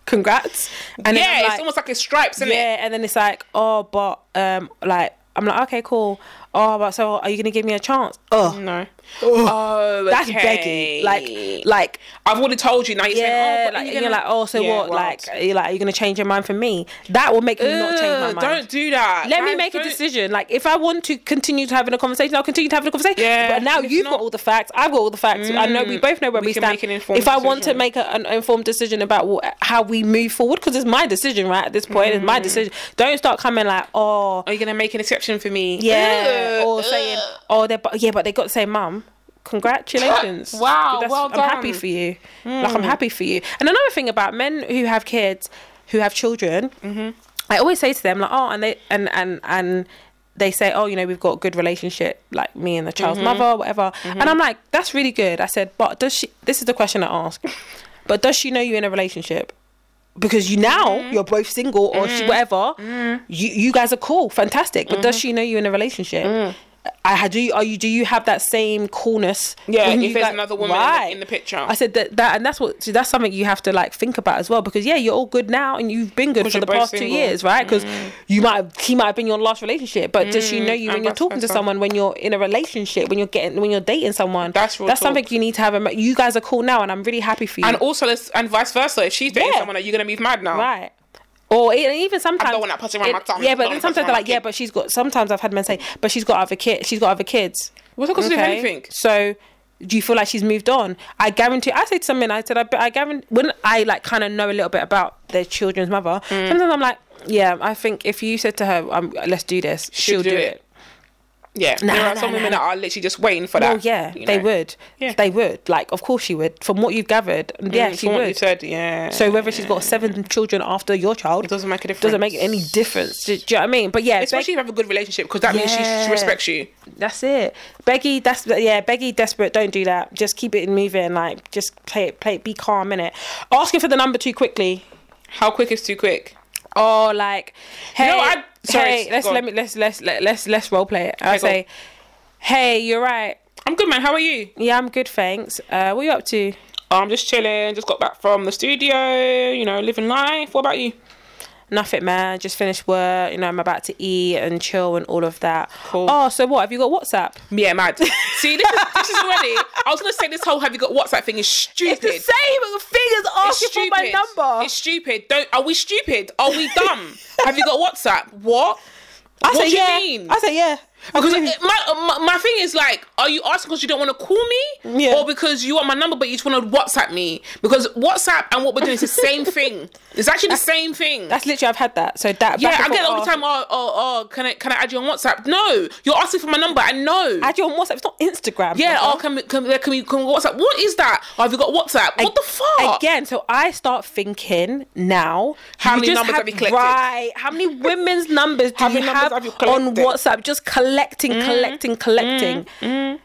B: congrats and
A: Mm-hmm.
B: then
A: yeah,
B: I'm
A: it's
B: like-
A: almost like it's stripes, isn't it?
B: yeah and then it's like oh but um like i'm like okay cool oh but so are you gonna give me a chance oh
A: No. Oh,
B: that's
A: Mm, okay.
B: begging like like
A: I've already told you. Now you're
B: yeah,
A: saying, oh, but
B: like,
A: you're
B: and you're like, oh, so
A: Yeah,
B: what?
A: wild.
B: Like, are you like, are you gonna change your mind for me? That will make me not change my
A: Ugh,
B: mind.
A: Don't do that.
B: Let me
A: Guys,
B: make a
A: don't-
B: decision. Like, if I want to continue to having a conversation, I'll continue to have a conversation.
A: Yeah,
B: But now
A: and if
B: you've
A: not- Mm.
B: got all the facts. I've got all the facts. I know we both know where
A: we
B: we,
A: can
B: stand.
A: make an informed
B: if I want to
A: decision.
B: make a, an informed decision about wh- how we move forward, because it's my decision, right? At this point, it's
A: Mm.
B: my decision. Don't start coming like, oh,
A: Are you gonna make an exception for me?
B: yeah,
A: Ugh,
B: or
A: ugh.
B: saying, oh, they but yeah, but they got the same mum. Congratulations!
A: Wow, well
B: I'm happy
A: done. Hmm.
B: for you. Like I'm happy for you. And another thing about men who have kids, who have children,
A: Mm-hmm.
B: I always say to them like, oh, and they and and and they say, oh, you know, we've got a good relationship, like me and the child's
A: Mm-hmm.
B: mother, whatever. And I'm like, that's really good. I said, but does she? This is the question I ask. but does she know you in a relationship? because you now
A: Mm-hmm.
B: you're both single or she- whatever. You you guys are cool, fantastic. But
A: Mm-hmm.
B: does she know you in a relationship?
A: Mm.
B: I had do you are you do you have that same coolness?
A: Yeah,
B: when
A: if
B: you
A: there's
B: guys-
A: another woman in the- in the picture.
B: I said that that and that's what so that's something you have to like think about as well because yeah, you're all good now and you've been good
A: 'Cause
B: for
A: you're
B: the
A: both
B: past two
A: single. Mm.
B: years, right? Because you might have, he might have been your last relationship, but does she know you when
A: and
B: you're
A: vice
B: talking to
A: versa.
B: someone when you're in a relationship when you're getting when you're dating someone?
A: That's real
B: that's
A: talk.
B: something you need to have. in- You guys are cool now, and I'm really happy for you.
A: And also, let's- and vice versa. If she's dating
B: Yeah.
A: someone, are you gonna move mad now?
B: Right. Or e- and even sometimes
A: want that pussy around my tummy.
B: Yeah,
A: I
B: but
A: don't
B: then
A: want
B: sometimes
A: that
B: they're
A: pussy
B: like, yeah,
A: around my
B: but she's got. Sometimes I've had men say, but she's got other kids. She's got other kids.
A: What's that got to do with anything?
B: So, do you feel like she's moved on? I guarantee. I say to some men, I said, I, I guarantee when I like kind of know a little bit about their children's mother.
A: Mm.
B: Sometimes I'm like, yeah, I think if you said to her, um, let's do this, she'll, do, it.
A: Yeah,
B: Nah,
A: there are
B: nah,
A: some women
B: nah.
A: that are literally just waiting for
B: Oh
A: that.
B: yeah,
A: you
B: they
A: know.
B: would.
A: Yeah.
B: They would. Like, of course she would. From what you've gathered, yeah,
A: Mm,
B: she
A: from
B: would.
A: what you said, yeah.
B: So whether she's got seven children after your child
A: It doesn't make a difference.
B: doesn't make any difference. Do, do you know what I mean? But yeah, Beg-
A: especially if you have a good relationship because that means she,
B: Yeah.
A: she respects you.
B: that's it. Beggy, that's yeah. Beggy, desperate. Don't do that. Just keep it moving. Like just play it, play it. Be calm in it. Asking for the number too quickly.
A: How quick is too quick?
B: Or Oh, like, hey,
A: know, I- sorry,
B: hey, let's
A: go on.
B: let me let's let's let, let's let's role play it. I
A: Okay, go
B: say, hey, you're right.
A: I'm good, man. How are you? Oh,
B: Yeah, I'm good, thanks. Uh, what you up to?
A: I'm just chilling. Just got back from the studio. You know, living life. What about you?
B: Nothing, man. Just finished work. You know, I'm about to eat and chill and all of that.
A: Cool.
B: Oh, so what? Have you got WhatsApp?
A: Yeah, mad. See, this is, this is already. I was gonna say this whole "Have you got WhatsApp?" thing is stupid.
B: same thing as
A: It's It's stupid. Don't. Are we stupid? Are we dumb? have you got WhatsApp? What?
B: I
A: what
B: say
A: do you
B: yeah.
A: mean?
B: I say yeah. Oh,
A: Because it- my, my my thing is like, are you asking because you don't want to call me,
B: Yeah.
A: or because you want my number but you just want to WhatsApp me? Because WhatsApp and what we're doing is the same thing. It's actually the same thing.
B: That's literally I've had that. So that
A: yeah,
B: back and
A: I get it
B: forth,
A: all the time. Oh, oh, oh, can I can I add you on WhatsApp? No, you're asking for my number. I know.
B: Add you on WhatsApp. It's not Instagram.
A: yeah.
B: brother.
A: Oh, can we can, we- can we can we WhatsApp? What is that? Oh, have you got WhatsApp? What the fuck?
B: Again, so I start thinking now.
A: How
B: you
A: many
B: just
A: numbers have you collected?
B: Right. How many women's numbers do
A: How many
B: you
A: numbers
B: have,
A: have you
B: on
A: collected? Mm,
B: WhatsApp? Just collecting, collecting, collecting.
A: Don't mm.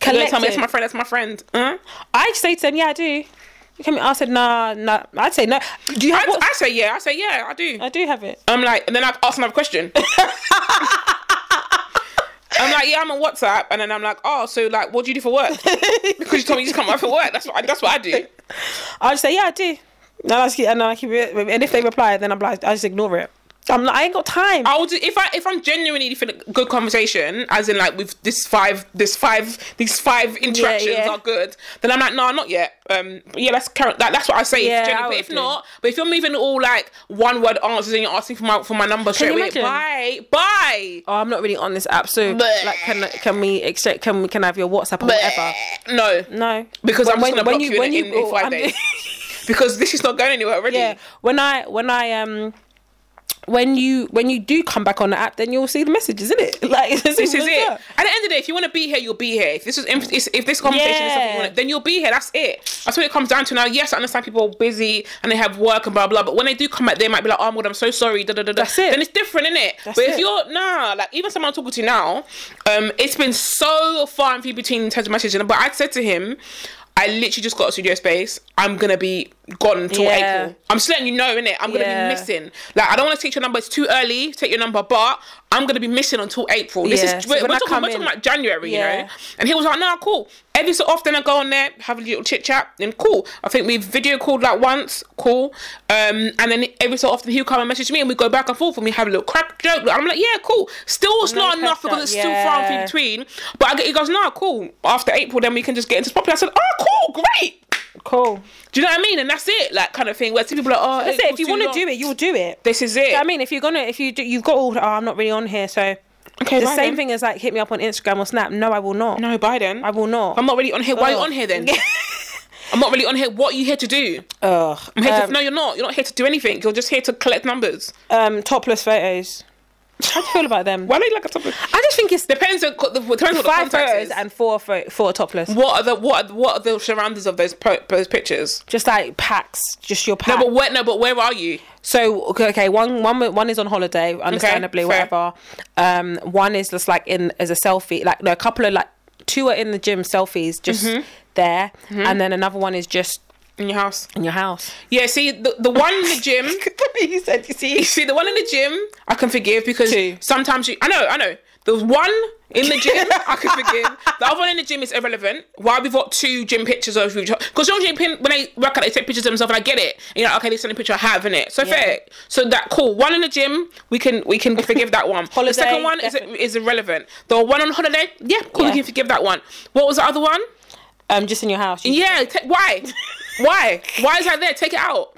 A: tell me
B: Collecting.
A: that's my friend. That's my friend. Huh?
B: I say to them, yeah, I do. You come, I said, nah, nah. I'd say no. Do you
A: I,
B: have? what?
A: I say yeah. I say yeah. I do.
B: I do have it.
A: I'm like, and then I've asked another question. I'm like, yeah, I'm on WhatsApp, and then I'm like, oh, so like, what do you do for work? Because you told me you just come out for work. That's what I, that's what I do.
B: I just say, yeah, I do. And I just keep, and I keep it. And if they reply, then I'm like, I just ignore it. I'm like, I ain't got time.
A: I'll do if I if I'm genuinely for a good conversation, as in like with this five, this five, these five interactions
B: yeah.
A: are good. Then I'm like, no, not yet. Um, but yeah, that's current. That, that's what I say.
B: Yeah,
A: generally.
B: I
A: but
B: would
A: if
B: do.
A: not, but if you're moving all like one word answers and you're asking for my for my number straight
B: you
A: away,
B: imagine?
A: bye, bye.
B: oh, I'm not really on this app, so
A: Bleh.
B: like, can can we exchange? Can we can I have your WhatsApp or whatever?
A: No,
B: Oh, No,
A: Because I'm just gonna block you, in, in, in
B: oh,
A: five
B: I'm-
A: days. because this is not going anywhere already.
B: yeah, when I when I um. When you when you do come back on the app, then you'll see the messages, isn't it? Like
A: This is it. At the end of the day, if you want to be here, you'll be here. If this is if this- if this conversation is something
B: Yeah.
A: you want, then you'll be here. That's it. That's what it comes down to now. Yes, I understand people are busy and they have work and blah blah. But when they do come back, they might be like, "Oh my god, I'm so sorry." Da, da, da, da.
B: That's it.
A: Then it's different, isn't it?
B: That's
A: but if
B: it.
A: you're nah, like even someone I'm talking to now, um, it's been so far and few between in terms of messaging. But I said to him. I literally just got a studio space. I'm gonna be gone till
B: Yeah.
A: April. I'm just letting you know, innit? I'm gonna
B: Yeah.
A: be missing. Like I don't want to take your number. It's too early. to Take your number, but I'm gonna be missing until April. This
B: Yeah,
A: is
B: so
A: we're,
B: when
A: we're
B: I
A: talking,
B: come
A: we're talking
B: in-
A: about January, you
B: Yeah.
A: know. And he was like, "No, cool. Every so often I go on there, have a little chit chat, and cool. I think we video called like once, cool. Um, and then every so often he'll come and message me, and we go back and forth, and we have a little crack joke. I'm like, yeah, cool. Still, it's
B: No
A: not enough
B: catch
A: because
B: up,
A: it's still far and few
B: yeah.
A: between. But I get, he goes, "No, cool. After April, then we can just get into properly." I said, "Oh, cool, great."
B: Cool.
A: Do you know what I mean? And that's it, like kind of thing. Where some people are, like, oh,
B: That's it. If you want to do it, you'll do it.
A: this is it.
B: I mean, if you're gonna, if you do, you've got all. Oh, I'm not really on here, so
A: okay,
B: the
A: bye
B: same
A: then.
B: thing as like hit me up on Instagram or Snap. No, I will not.
A: No, bye then.
B: I will Oh. not.
A: I'm not really on here. Why are you
B: Ugh.
A: on here then? I'm not really on here. What are you here to do?
B: Ugh.
A: I'm here
B: Um,
A: to, no, you're not. You're not here to do anything. You're just here to collect numbers.
B: um, topless photos. How do you feel about them?
A: Why don't you like a topless?
B: I just think it's
A: Depends on co- the depends on
B: five
A: the context.
B: photos
A: Is.
B: and four pho- four topless.
A: what are the what are, the- what are the surroundings of those po- those pictures?
B: Just like packs, just your pack.
A: No, but where no, but where are you?
B: so okay, okay, one one one is on holiday, understandably,
A: fair.
B: whatever. Um, one is just like in as a selfie, like no, a couple of like two are in the gym selfies, just
A: Mm-hmm.
B: there, and then another one is just
A: In your house?
B: in your house.
A: Yeah. See the the one in the gym.
B: you said you see.
A: see the one in the gym. I can forgive because
B: Two.
A: sometimes you. I know. I know. The one in the gym, I can forgive. The other one in the gym is irrelevant. Why we've got two gym pictures of each other? Because some gym pin, when they work out, they take pictures of themselves, and I get it. And you're like, okay, this is the only picture I have, in it. So
B: Yeah.
A: fair. So that cool. One in the gym, we can we can forgive that one.
B: Holiday,
A: the second one is
B: definitely.
A: is irrelevant. The one on holiday, yeah, cool.
B: Yeah.
A: We can forgive that one. What was the other one?
B: Um, just in your house. You-
A: Yeah. ta- why? why? Why is that there? Take it out.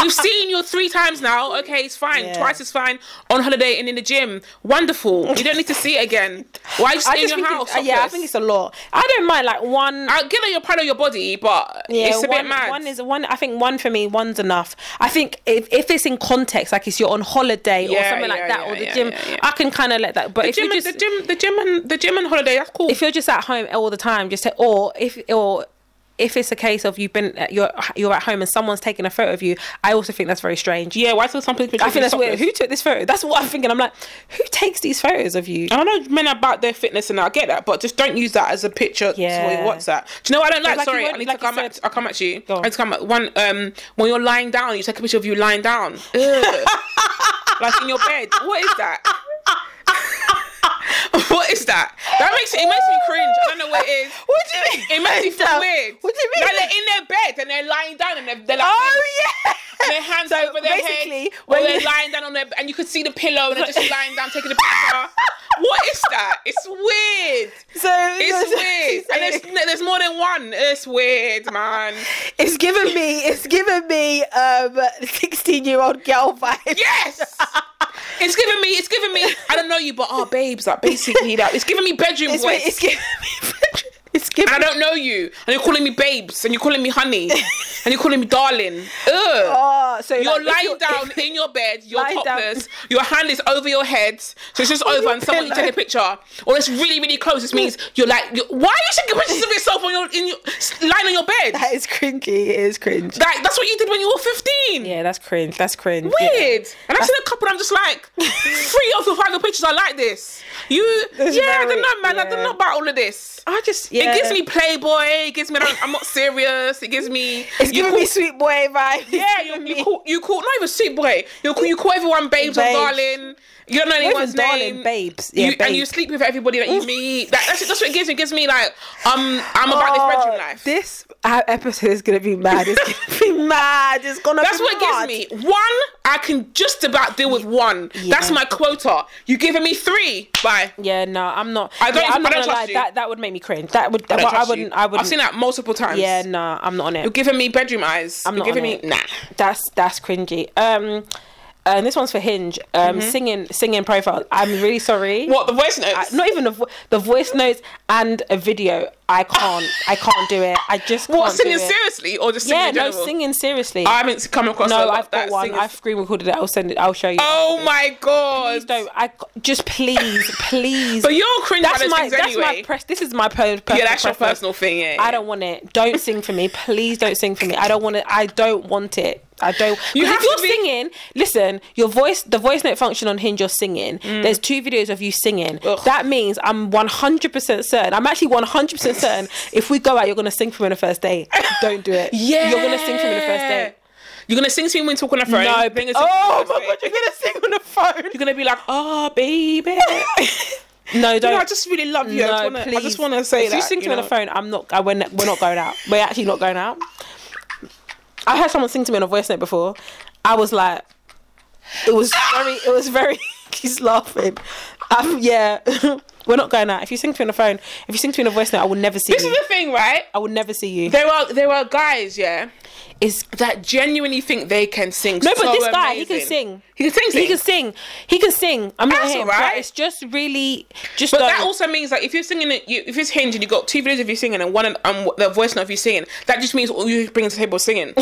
A: We've seen you three times now. Okay, it's fine.
B: Yeah.
A: Twice is fine. On holiday and in the gym. Wonderful. You don't need to see it again. Why are you
B: I
A: stay in
B: just
A: your
B: think
A: house?
B: it's, uh, yeah, I
A: topless?
B: think it's a lot. I don't mind like one.
A: I get that you're proud of your body, but
B: Yeah,
A: it's a
B: one,
A: bit mad.
B: one is one. I think one for me, one's enough. I think if, if it's in context, like it's you're on holiday or
A: Yeah,
B: something
A: yeah,
B: like that,
A: yeah,
B: or the
A: yeah,
B: gym,
A: yeah, yeah.
B: I can kind of let that. But
A: the
B: if
A: gym,
B: you
A: and
B: just
A: the gym, the gym, and the gym and holiday. That's cool.
B: if you're just at home all the time, just say, or if or if it's a case of you've been at- you're you're at home and someone's taking a photo of you, I also think that's very strange.
A: yeah, why do some people?
B: I think that's weird. Who took this photo? That's what I'm thinking. I'm like, who takes these photos of you?
A: And I know men about their fitness, and I get that, but just don't use that as a picture. Yeah.
B: Yeah.
A: For what's that? Do you know what I don't like?
B: like you
A: Sorry, I
B: won't-
A: need
B: like
A: to
B: you
A: come.
B: said-
A: at, I'll come at you.
B: Go
A: I
B: on.
A: need to come at one. Um, when you're lying down, you take a picture of you lying down, Ugh. like in your bed. What is that? what is that? That makes it. It makes me cringe. I don't know what it is.
B: What do you mean?
A: It makes me feel
B: Down.
A: weird.
B: What do you mean?
A: Like they're in their bed and they're lying down and they're, they're like
B: oh yeah.
A: and their hands over their head,
B: basically,
A: or
B: when
A: they're
B: you-
A: lying down on their, and you could see the pillow, and they're just lying down taking a picture. what is that? It's weird.
B: So
A: It's
B: so-
A: weird,
B: so-
A: and there's, there's more than one. It's weird, man.
B: It's given me, it's given me, um, sixteen-year-old girl vibes.
A: Yes, it's giving me, it's giving me. I don't know you, but oh, babes, like basically that. It's giving me bedroom
B: it's,
A: voice.
B: it's giving me, it's giving.
A: and I don't know you, and you're calling me babes, and you're calling me honey, and you're calling me darling. Ugh.
B: Oh, so
A: You're
B: like, if
A: lying down in your bed, you're
B: Lying down.
A: topless, your hand is over your head, so it's just over,
B: your
A: and someone you
B: pillow.
A: take a picture, or it's really, really close. This means you're like, you're, why are you taking pictures of yourself on your, in your s- lying on your bed?
B: That is cringy. It is cringe.
A: Like, that's what you did when you were 15.
B: Yeah, that's cringe. That's cringe.
A: Weird. And I've seen a couple, I'm just like, three of the five pictures are like this. You,
B: This is
A: yeah, I
B: very-
A: don't know, man. I
B: yeah.
A: don't know about all of this.
B: I just yeah.
A: It gives me Playboy, it gives me, I don't- I'm not serious, it gives me.
B: It's
A: you
B: giving
A: call-
B: me sweet boy vibes.
A: Yeah, you, you call you call not even sweet boy. You call you call everyone babes, or
B: Babes.
A: darling. You don't know
B: Not even
A: anyone's
B: darling,
A: name,
B: babes. Yeah,
A: you, and you
B: babe.
A: sleep with everybody that you meet. That, that's, that's what it gives me. It gives me like um, I'm about this bedroom life.
B: Oh, This uh, episode is gonna be mad. It's gonna be mad. It's gonna.
A: that's
B: be
A: what
B: mad.
A: it gives me. One, I can just about deal with one. That's
B: Yeah.
A: my quota. You giving me three? Bye.
B: Yeah, no, I'm not.
A: I don't
B: yeah,
A: even-
B: I'm not
A: I don't
B: gonna lie.
A: trust you.
B: That that would make me cringe. That would.
A: I
B: I,
A: don't trust you.
B: wouldn't. I wouldn't.
A: I've seen that multiple times.
B: Yeah, no, I'm not on it.
A: You're giving me bedroom eyes.
B: I'm
A: You're
B: not on
A: giving
B: it.
A: me nah.
B: That's that's cringy. Um, and this one's for Hinge. Um, singing singing profile. I'm really sorry.
A: Mm-hmm. What the voice notes?
B: I- not even the vo- the voice notes and a video. I can't. I can't do it. I just can't
A: what
B: do
A: singing
B: it.
A: seriously or just singing
B: Yeah,
A: in
B: no,
A: general?
B: singing seriously.
A: I haven't come across. a
B: no,
A: lot
B: I've got
A: that
B: one.
A: singers-
B: I've screen recorded it. I'll send it. I'll show you.
A: Oh my god!
B: Please don't. I just please, please.
A: But you're cringe by
B: that's
A: those
B: my
A: things
B: that's
A: anyway.
B: my press. This is my per- personal.
A: yeah, that's your
B: preference.
A: personal thing. eh? Yeah,
B: I don't want it. Don't sing for me. Please don't sing for me. I don't want it. I don't want it. I don't.
A: You
B: You
A: have
B: if
A: to
B: you're
A: be-
B: singing, listen. Your voice, the voice note function on Hinge, you're singing. There's two videos of you singing.
A: Mm. Ugh.
B: That means I'm 100% certain. I'm actually 100% certain. If we go out, you're gonna sing for me on the first day. Don't do it. you're gonna sing for me on the first day.
A: You're gonna sing to me when talking on the phone.
B: No,
A: You're gonna sing to me on the first
B: oh my god,
A: day.
B: you're gonna sing on the phone.
A: You're gonna be like,
B: Ah,
A: oh baby.
B: No, don't.
A: You know, I just really love you. I just wanna, I just wanna say
B: if
A: that.
B: you sing to me
A: know.
B: on the phone, I'm not. I, we're, not- we're not going out. We're actually not going out. I heard someone sing to me on a voice note before. I was like, it was very, it was very. he's laughing. Um, yeah, we're not going out. If you sing to me on the phone, if you sing to me on a voice note, I will never see
A: This
B: you.
A: is the thing, right?
B: I will never see you.
A: There are there are guys, yeah,
B: It's
A: that genuinely think they can sing.
B: No, but
A: so
B: this guy, he can
A: amazing.
B: sing.
A: He can sing.
B: he can sing. He can sing. I'm not
A: That's
B: him.
A: alright.
B: but It's just really just.
A: But
B: don't.
A: that also means like if you're singing it, you, if it's hinge and you got two videos of you singing and one and um, the voice note of you singing, that just means all you bring to the table is singing.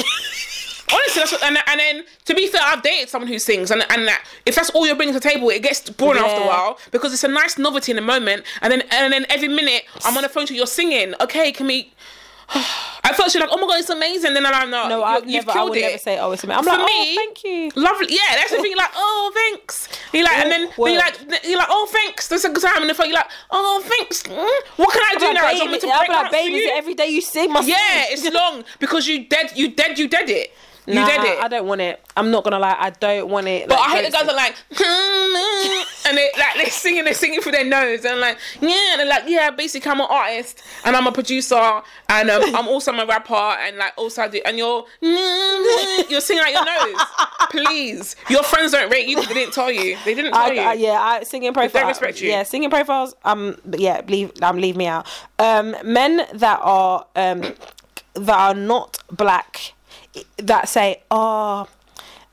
A: Honestly, that's what, and, and then to be fair, I've dated someone who sings, and and that if that's all you're bringing to the table, it gets boring after a
B: Yeah.
A: while because it's a nice novelty in the moment, and then and then every minute I'm on the phone to you, you're singing. Okay, can we? I felt she like, oh my god, it's amazing. Then I'm like,
B: no,
A: you-
B: I've
A: you've
B: never. I
A: killed
B: would
A: it.
B: never say, "Oh, it's me." I'm
A: For
B: like,
A: me,
B: "Oh, thank you."
A: Lovely, yeah. That's the thing. You're like, oh, thanks. You like, and then, then you like, th- you like, oh, thanks. That's a good time. And the phone, you like, oh, thanks. Mm, What can I do
B: I'll be
A: now?
B: like,
A: Do you want me to
B: "Babe, I'll
A: break
B: be like,
A: dance for
B: babe, is
A: you?"
B: it every day you sing my
A: Yeah,
B: song?"
A: it's long because you dead, you dead, you dead it. You
B: Nah,
A: dead it.
B: I don't want it. I'm not gonna lie, I don't want it.
A: but I hate the guys that are like, mm, mm, and they like they're singing, they're singing through their nose, and like, yeah, and they're like, yeah, basically I'm an artist, and I'm a producer, and um, I'm also I'm a rapper, and like also I do, and you're, mm, mm, you're singing out your nose. Please, your friends don't rate you. 'cause They didn't tell you. They didn't tell
B: I,
A: you.
B: I, yeah, I, singing profiles.
A: respect you.
B: Yeah, singing profiles. Um, but yeah, leave. Um, leave me out. Um, men that are um that are not black, that say, "Oh,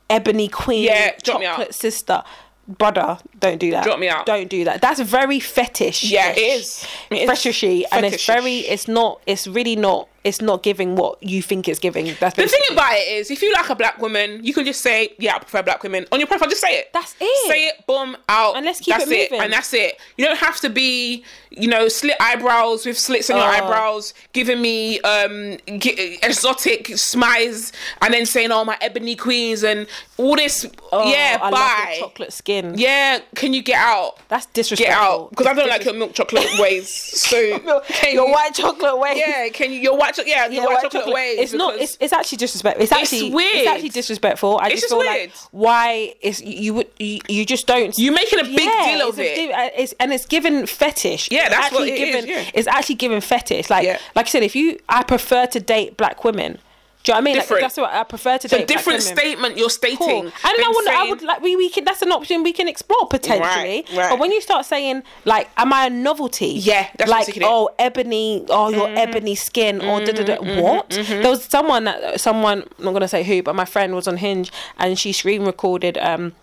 B: Ebony Queen,
A: Yeah, drop me out.
B: chocolate sister." Brother, don't do that.
A: Drop me out.
B: Don't do that. That's very fetish.
A: Yeah, it is. It is
B: fetishy, and it's
A: fetishish.
B: very. It's not. It's really not. It's not giving what you think it's giving. That's
A: The thing about it is, if you like a black woman, you can just say, "Yeah, I prefer black women." On your profile, just say it.
B: That's it.
A: Say it, boom, out.
B: And let's keep
A: that's
B: it moving.
A: And that's it. You don't have to be, you know, slit eyebrows with slits in your
B: Oh.
A: eyebrows, giving me um g- exotic smiles, and then saying, "Oh, my ebony queens," and all this.
B: Oh,
A: yeah,
B: I love
A: bye.
B: your chocolate skin.
A: Yeah, can you get out?
B: That's
A: Get
B: disrespectful.
A: out, because I don't
B: It's
A: like your milk chocolate ways. So
B: disres-
A: can
B: your
A: you-
B: white chocolate ways.
A: Yeah, can you your white chocolate? Yeah, your
B: Yeah,
A: white, chocolate, ways.
B: It's not.
A: because-
B: It's, it's actually disrespectful. It's actually
A: weird.
B: It's actually disrespectful. I just
A: just
B: feel
A: weird.
B: like why is you would you, you just don't.
A: You're making a big
B: Yeah,
A: deal
B: it's
A: of
B: a
A: it.
B: big- uh, it's- and it's given fetish.
A: Yeah,
B: It's
A: that's what
B: actually
A: it is,
B: given,
A: yeah.
B: It's actually given fetish. Like
A: Yeah.
B: like I said, if you, I prefer to date black women. Do you know what I mean?
A: Different.
B: Like, that's what I prefer to
A: It's
B: date.
A: a different
B: black women.
A: statement you're stating.
B: Cool. And I
A: than
B: want. I
A: saying-
B: would like. We, we can. That's an option we can explore potentially.
A: Right, right.
B: But when you start saying like, "Am I a novelty?"
A: Yeah, that's what's
B: like
A: taking it. Mm-hmm.
B: oh ebony, oh your ebony skin, or da da da. What? There was someone that someone. I'm not gonna say who, but my friend was on Hinge and she screen recorded um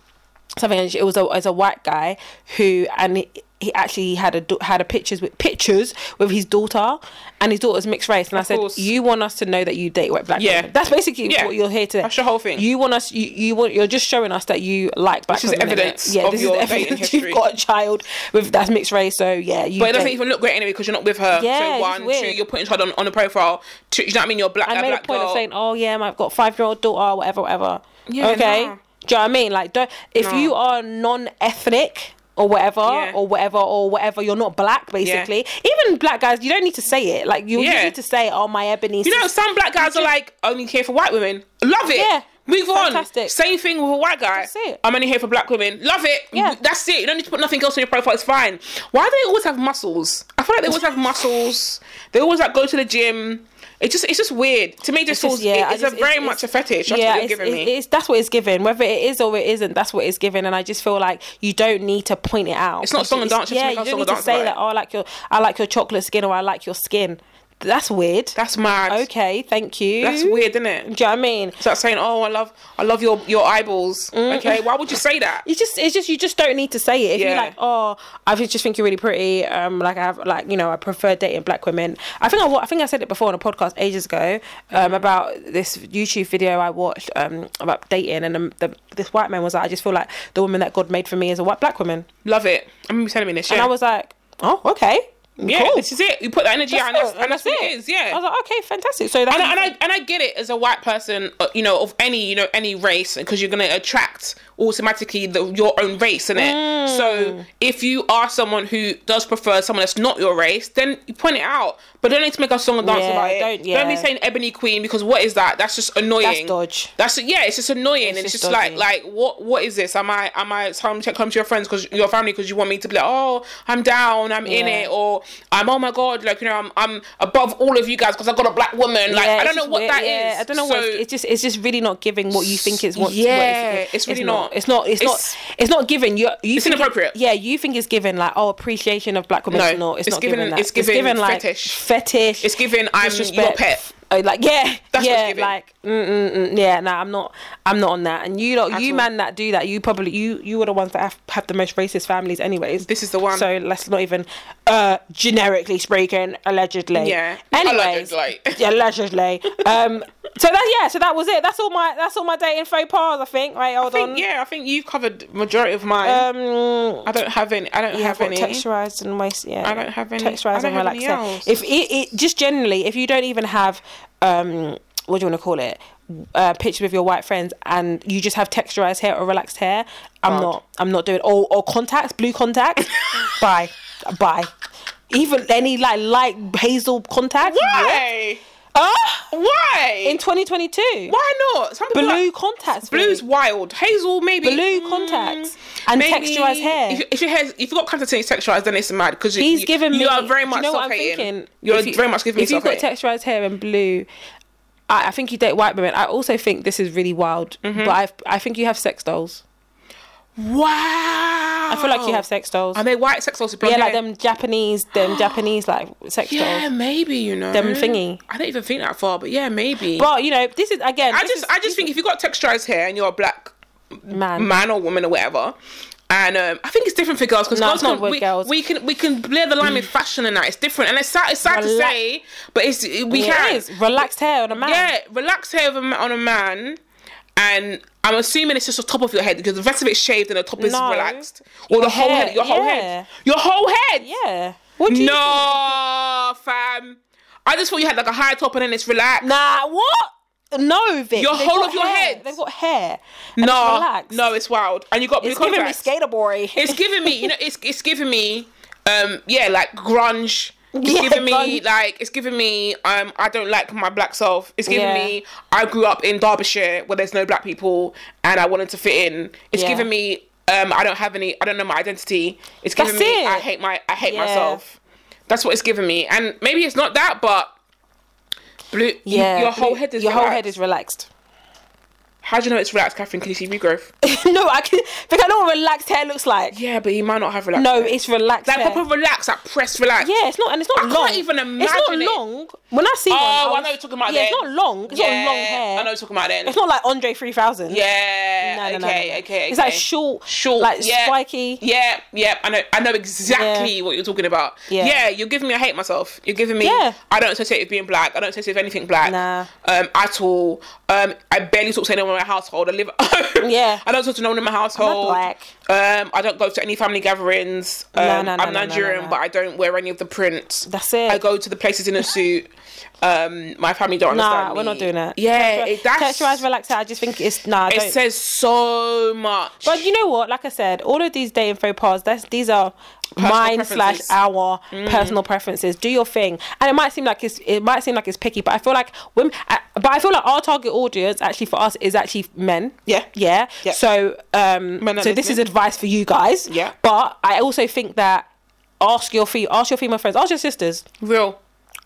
B: something. And she- it was a as a white guy who and. He, he actually had a da- had a pictures with pictures with his daughter, and his daughter's mixed race. And I said,
A: course.
B: "You want us to know that you date white black
A: Yeah.
B: women? That's basically
A: Yeah.
B: what you're here today.
A: That's your whole thing.
B: You want us? You, you want? You're just showing us that you like black
A: is
B: women, innit?
A: evidence
B: Yeah,
A: of
B: this
A: your
B: is
A: dating
B: evidence.
A: history.
B: You've got a child with that's mixed race, so yeah, you.
A: But it doesn't
B: don't-
A: even look great anyway because you're not with her.
B: Yeah,
A: so
B: it's
A: one, two,
B: weird.
A: you're putting her on, on a profile. Two, you know what I mean? You're black.
B: I
A: a
B: made a
A: black
B: point
A: girl.
B: of saying, "Oh yeah, I've got five year old daughter, whatever, whatever."
A: Yeah,
B: okay.
A: nah.
B: Do you know what I mean? Like, don't if
A: Nah.
B: you are non ethnic. Or whatever,
A: Yeah.
B: or whatever, or whatever. You're not black, basically. Even black guys, you don't need to say it. Like you,
A: Yeah.
B: you need to say, "Oh, my ebony."
A: You know,
B: sis-
A: some black guys are like, only here for white women. Love it.
B: Yeah.
A: Move on.
B: Fantastic.
A: Same thing with a white guy.
B: That's it.
A: I'm only here for black women. Love it.
B: Yeah.
A: That's it. You don't need to put nothing else on your profile. It's fine. Why do they always have muscles? I feel like they always have muscles. They always like go to the gym. It's just it's just weird. To me, this
B: It's just-
A: feels
B: I
A: yeah, it's
B: just-
A: a very much a fetish. That's what you're
B: it's,
A: giving me.
B: it's- it's- that's what it's given. Whether it is or it isn't, that's what it's given. And I just feel like you don't need to point it out.
A: It's not
B: You
A: song and
B: should-
A: dance, you have to make
B: Yeah, you
A: our
B: don't
A: song
B: need
A: and
B: to
A: dance
B: say
A: about
B: that. Oh, I like your, I like your chocolate skin, or I like your skin. That's weird.
A: That's mad.
B: okay. Thank you.
A: That's weird, isn't it?
B: Do you know what I mean?
A: It's like saying, "Oh, I love, I love your your eyeballs."
B: Mm.
A: Okay, why would you say that?
B: It's just, it's just, you just don't need to say it. If
A: Yeah.
B: you're like, oh, I just think you're really pretty. Um, like I have, like you know, I prefer dating black women. I think I, wa- I think I said it before on a podcast ages ago,
A: Mm-hmm.
B: um, about this YouTube video I watched, um, about dating, and um, the, this white man was like, I just feel like the woman that God made for me is a white black woman,
A: Love it. I remember you telling me this. Yeah,
B: and I was like, oh, okay,
A: yeah,
B: cool.
A: this is it. You put that energy out, and that's,
B: it,
A: and that's what it is. Yeah.
B: I was like, okay, fantastic. So that's
A: and, I, and I and I get it as a white person, uh, you know, of any you know any race, because you're gonna attract automatically the, your own race, innit?
B: Mm.
A: it. So if you are someone who does prefer someone that's not your race, then you point it out. But don't need to make a song and dance
B: Yeah,
A: about it.
B: don't-
A: don't be
B: yeah.
A: saying ebony queen because what is that? That's just annoying.
B: dodge.
A: That's yeah, it's just annoying. and it's just,
B: just
A: like
B: dodgy.
A: like what what is this? Am I am I time to come to your friends because your family because you want me to be like oh I'm down I'm in
B: Yeah.
A: it or I'm oh my god like you know I'm I'm above all of you guys because I got a black woman like
B: Yeah,
A: I
B: it's
A: don't know
B: just
A: what
B: weird.
A: that is.
B: yeah, I don't know what it's, it's just. It's just really not giving what you think is what.
A: Yeah,
B: what
A: it's really not.
B: It's not. It's,
A: It's-
B: not. It's not giving. You. you
A: It's
B: think
A: inappropriate.
B: It, yeah, you think it's giving like oh appreciation of black women.
A: No,
B: it's not. It's,
A: it's
B: not
A: given-
B: giving, that.
A: it's given
B: like
A: fetish.
B: Fetish.
A: It's given I'm your pet.
B: Oh, like yeah,
A: That's what it's
B: yeah,
A: giving.
B: like mm, mm, mm, yeah. Nah, I'm not. I'm not on that. And you lot, you
A: all.
B: man that do that, you probably you you were the ones that have, have the most racist families, anyways.
A: This is the one.
B: So let's not even uh generically speaking, allegedly.
A: Yeah.
B: Anyways,
A: Allegedly.
B: yeah, allegedly. um. So that yeah. So that was it. That's all my that's all my dating faux pas. I think. Right. Hold
A: I
B: on.
A: think, yeah, I think you've covered majority of mine.
B: Um.
A: I don't have any. I don't
B: You
A: have
B: have
A: any.
B: texturized and waist. Yeah,
A: I don't have any- I
B: texturized
A: don't have
B: and
A: any else.
B: relaxed. If it, it just generally, if you don't even have, um, what do you want to call it, uh, pictures with your white friends, and you just have texturized hair or relaxed hair, I'm
A: Hard.
B: not. I'm not doing. Or or contacts, blue contacts. bye, bye. Even any like light hazel contacts.
A: Why?
B: Ah,
A: Why?
B: in 2022.
A: Why not? Some people
B: Blue
A: like-
B: contacts.
A: Blue's
B: really.
A: wild. Hazel maybe.
B: Blue
A: Mm,
B: contacts and
A: maybe-
B: texturized hair.
A: If, if your hair, if you've got contacts and it's texturized, then it's mad because
B: He's
A: you,
B: giving
A: you
B: me.
A: are very
B: do
A: much
B: you know what I'm
A: self-hating.
B: thinking?
A: You're
B: If you-
A: very much giving me
B: If you've got
A: self-hating.
B: texturized hair and blue, I, I
A: Mm-hmm.
B: think you date white women. I also think this is really wild, but I I think you have sex dolls.
A: Wow. I
B: I feel
A: Oh.
B: like you have sex dolls.
A: Are they white sex dolls? with
B: yeah,
A: blonde
B: like
A: hair?
B: them Japanese, them Japanese like sex
A: Yeah,
B: dolls.
A: maybe you know
B: Them thingy.
A: I don't even think that far, but yeah, maybe.
B: But you know, this is again.
A: I
B: this
A: just,
B: is-
A: I just think if you got texturized hair and you're a black
B: man.
A: man or woman or whatever. And um, I think it's different for girls because
B: No,
A: girls
B: it's not
A: can
B: with
A: we,
B: girls. Mm.
A: we can we can blur the line with fashion and that it's different and it's sad it's sad to
B: Relax.
A: say but it's we
B: Yeah,
A: can
B: it is. relaxed hair on a man.
A: yeah relax hair of a ma- on a man and I'm assuming it's just the top of your head because the rest of it's shaved and the top is
B: No.
A: relaxed or the whole
B: hair,
A: head your whole
B: yeah.
A: head your whole head
B: yeah. What do you
A: no fam I just thought you had like a high top and then it's relaxed
B: Nah, what? No, Vic.
A: Your
B: they've
A: whole
B: got
A: of your
B: hair.
A: head.
B: They've got hair. And
A: no
B: it's relaxed.
A: no it's wild and you got blue
B: it's giving me
A: contacts.
B: skater boy.
A: it's giving me, you know, it's it's giving me, um, yeah, like grunge. It's
B: Yeah,
A: giving me
B: grunge.
A: like it's giving me um I don't like my black self. It's giving
B: Yeah.
A: me I grew up in Derbyshire where there's no black people and I wanted to fit in. It's
B: Yeah.
A: giving me um I don't have any I don't know my identity. It's giving
B: That's
A: me I
B: it.
A: hate my I hate
B: Yeah.
A: myself. That's what it's giving me. And maybe it's not that but blue
B: yeah.
A: your whole
B: blue-
A: head is
B: your whole head
A: relaxed.
B: is relaxed.
A: How do you know it's relaxed, Catherine? Can you see regrowth?
B: no, I can. Vic, I know what relaxed hair looks like.
A: Yeah, but he might not have relaxed.
B: No,
A: hair.
B: it's relaxed.
A: like
B: hair.
A: proper relaxed, like press relaxed.
B: Yeah, it's not, and it's not
A: I can't
B: long.
A: even
B: It's
A: imagine
B: not
A: it.
B: long. When I see one,
A: Oh, I
B: was-
A: know what you're talking about.
B: Yeah, it's
A: then.
B: not long. It's
A: Yeah,
B: not long hair.
A: I know what you're talking about then.
B: It's not like Andre 3000.
A: yeah.
B: No, no,
A: okay,
B: no, no, no.
A: okay, okay.
B: It's like short,
A: Short,
B: like
A: yeah.
B: spiky.
A: Yeah, yeah. I know. I know exactly
B: Yeah.
A: what you're talking about.
B: Yeah.
A: Yeah. you're giving me. I hate myself. You're giving me.
B: Yeah.
A: I don't associate with being black. I don't associate with anything black.
B: Nah.
A: Um, at all. Um, I barely talk to anyone in my household. I live.
B: Yeah.
A: I don't talk to no one in my household.
B: black.
A: Um, I don't go to any family gatherings. Um,
B: No, no, no,
A: I'm
B: no, no, no,
A: Nigerian,
B: no.
A: but I don't wear any of the prints.
B: That's it.
A: I go to the places in a suit. Um, my family don't understand.
B: Nah, we're
A: me.
B: not doing that.
A: Yeah,
B: Texturized-
A: it, that's
B: texturized, relaxed hair. I just think it's nah. I
A: it
B: don't-
A: says so much.
B: But you know what? Like I said, all of these dating faux pas, that's, these are mine slash
A: preferences. Mm.
B: our personal preferences. Do your thing, and it might seem like it's it might seem like it's picky, but I feel like women. I, but I feel like our target audience actually for us is actually men.
A: Yeah.
B: yeah.
A: Yeah.
B: So um,
A: Men are
B: so this
A: listening.
B: is advice for you guys.
A: Yeah.
B: But I also think that ask your fe- ask your female friends, ask your sisters,
A: real.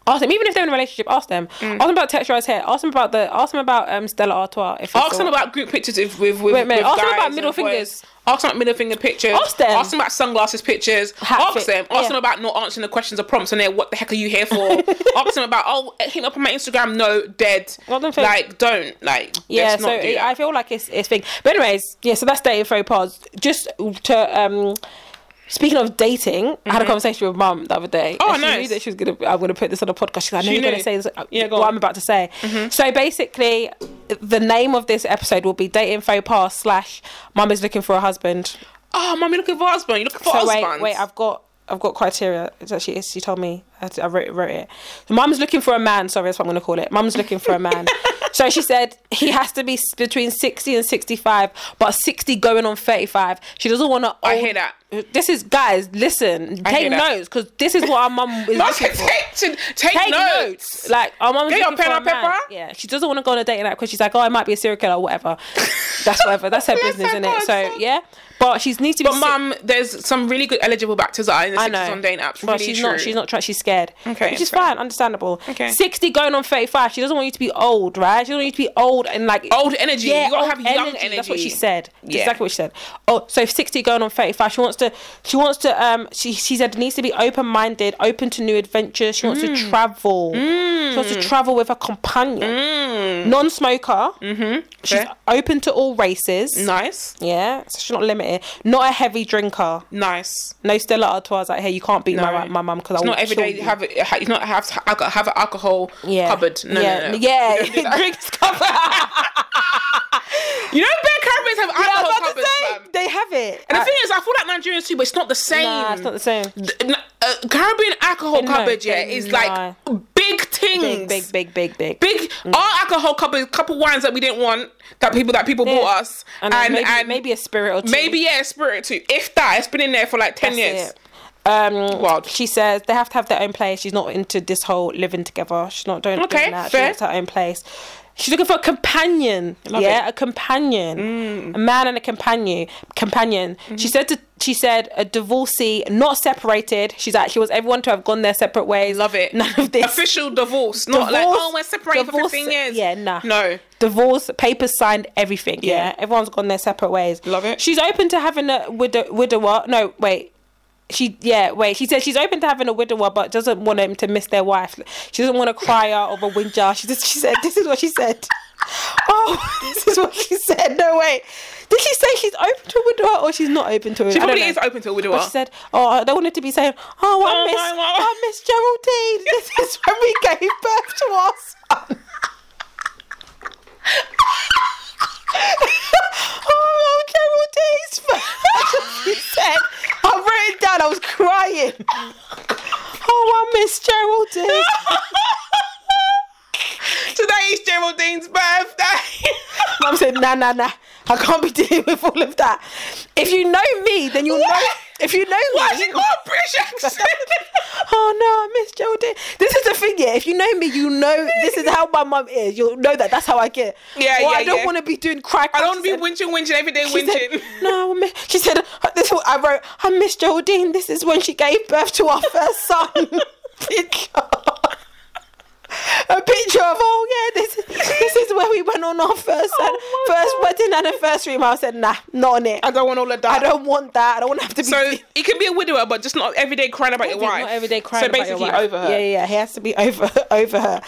B: ask them. Even if they're in a relationship, ask them.
A: Mm.
B: Ask them about texturized hair. Ask them about the. Ask them about um, Stella Artois. If it's
A: Ask them
B: all-
A: about group pictures if, with with.
B: Wait a minute,
A: with
B: ask them
A: guys
B: about
A: and
B: middle
A: boys.
B: fingers.
A: Ask them about middle finger pictures.
B: Ask them.
A: Ask them about sunglasses pictures.
B: Hat
A: ask
B: fit,
A: them. Ask
B: yeah.
A: them about not answering the questions or prompts on there. What the heck are you here for? ask them about oh hit me up on my Instagram. No, dead.
B: Well, don't think-
A: like don't like.
B: yeah,
A: let's
B: so
A: not do
B: it-
A: that.
B: I feel like it's it's thing. But anyways, yeah, so that's dating faux pas. Just to um speaking of dating, I had a conversation with mum the other day.
A: Mm-hmm. Oh,
B: and she knew
A: nice.
B: that she was gonna I'm gonna put this on a podcast. She's like, I know
A: She
B: you're gonna
A: knew.
B: say this uh,
A: Yeah, go
B: what
A: on. Mm-hmm.
B: I'm about to say. So basically the name of this episode will be dating faux pas slash mum is looking for a husband.
A: oh, mummy, looking for a husband. You're looking for
B: So
A: a
B: wait,
A: husband.
B: wait, I've got I've got criteria. It's actually it's, she told me I, had to- I wrote wrote it. So mum's looking for a man. Sorry, that's what I'm going to call it. Mum's looking for a man. so she said he has to be s- between sixty and sixty-five, but sixty going on thirty-five. She doesn't want to.
A: I hear that.
B: This is guys. Listen, take
A: hear that.
B: notes because this is what our mum is
A: Mark,
B: looking
A: take,
B: for.
A: take, take,
B: Take notes.
A: notes.
B: Like our mum's
A: Get your
B: looking for
A: pen
B: a
A: and paper.
B: man. Yeah, she doesn't want to go on a dating app because she's like, oh, I might be a serial killer or whatever. That's whatever. That's her
A: Bless
B: business,
A: her
B: isn't it? So
A: conscience.
B: yeah, but she needs to be.
A: But
B: si-
A: mum, there's some really good eligible bachelors that are in the
B: I
A: sixties
B: know.
A: on dating apps.
B: Well,
A: Really
B: she's
A: true.
B: not. She's not. Trying, she's scared.
A: Okay,
B: which is
A: fair.
B: fine, understandable.
A: Okay.
B: Sixty going on thirty-five. She doesn't want you to be old, right? She doesn't want you to be old and like
A: Old energy. You gotta
B: old
A: have young
B: That's what she
A: energy.
B: said.
A: Yeah.
B: Exactly what she said. Oh, so sixty going on thirty-five. She wants to. She wants to. Um, she she said needs to be open-minded, open to new adventures. She wants
A: Mm.
B: to travel. She wants to travel with a companion, non-smoker. Mm-hmm. She's
A: Mm. Fair.
B: open to all races.
A: nice,
B: Yeah, so she's not limited. Not a heavy drinker.
A: nice.
B: No Stella Artois like, hey, you can't beat
A: No.
B: my my mum because I
A: It's
B: will
A: not every
B: kill
A: day you
B: you.
A: have a, ha- you not have to alco- have an alcohol cupboard. No,
B: yeah.
A: no, no.
B: Yeah,
A: We don't do that.
B: drinks cupboard.
A: You know, beer carriers have
B: I was
A: alcohol
B: about to
A: cupboards.
B: say
A: fam.
B: they have it.
A: And the
B: Uh,
A: thing is, I feel like Nigerians too, but it's not the same.
B: nah, it's not the same.
A: Th- n- uh, Caribbean alcohol
B: They know,
A: cupboard, yeah,
B: they
A: is
B: know.
A: like big things.
B: Big, big, Mm. big, big, big.
A: Big- our alcohol cupboard, couple wines that we didn't want, that people that people
B: Yeah.
A: bought us,
B: and,
A: and and
B: maybe, maybe a spirit or two.
A: maybe, yeah, spirit too. If that, it's been in there for like ten
B: That's
A: years.
B: it. Um,
A: Wild.
B: she says they have to have their own place. She's not into this whole living together. She's not doing,
A: Okay,
B: doing that.
A: fair.
B: She wants her own place. She's looking for a companion.
A: Love
B: yeah,
A: it.
B: a companion,
A: Mm.
B: a man and a companion. Companion.
A: Mm-hmm.
B: She said to she said a divorcee, not separated. She's like she wants everyone to have gone their separate ways.
A: Love it.
B: None of this.
A: Official divorce, not like
B: Divorce-
A: oh we're separated
B: divorce-
A: for 15 years.
B: Yeah, nah.
A: No.
B: Divorce, papers signed, everything. Yeah.
A: Yeah.
B: everyone's gone their separate ways.
A: Love it.
B: She's open to having a widow, widower. No, wait. She yeah wait. She said she's open to having a widower, but doesn't want him to miss their wife. She doesn't want to cry out of a whinger. She just she said this is what she said. Oh, this is what she said. No wait. Did she say she's open to a widower or she's not open to it?
A: She
B: I don't
A: probably
B: know.
A: is open to a widower.
B: But she said, "Oh, I don't want it to be saying, oh, I
A: Oh,
B: miss,
A: my mom."
B: I miss Geraldine. This is when we gave birth to our son." oh, Geraldine's birth. She said, "I wrote it down. I was crying. oh, I miss Geraldine."
A: Today is Geraldine's birthday.
B: Mum said, "Nah, nah, nah. I can't be dealing with all of that. If you know me, then you'll know.
A: What?
B: If you know me,
A: Why has he got a British accent?
B: oh no, I miss Geraldine. This is the thing, yeah. If you know me, you know this is how my mum is. You'll know that. That's how I get.
A: Yeah,
B: Or
A: yeah,
B: I don't
A: yeah.
B: want to be doing cry.
A: I don't
B: cry-
A: be winching, winching every day,
B: She
A: winching.
B: said, no, I miss, she said, uh, this is what I wrote, I miss Geraldine. This is when she gave birth to our first son. picture. A picture of, oh yeah, this, this is where we went on our first son,
A: Oh my
B: first wedding anniversary. Mum said, nah, not on it.
A: I don't want all of that.
B: I don't want that. I don't want to have to be
A: so it can be a widower, but just not every day crying about your
B: Every-
A: wife.
B: Not every day crying.
A: So
B: about
A: basically,
B: your wife.
A: over her.
B: Yeah, yeah, yeah, he has to be over over her.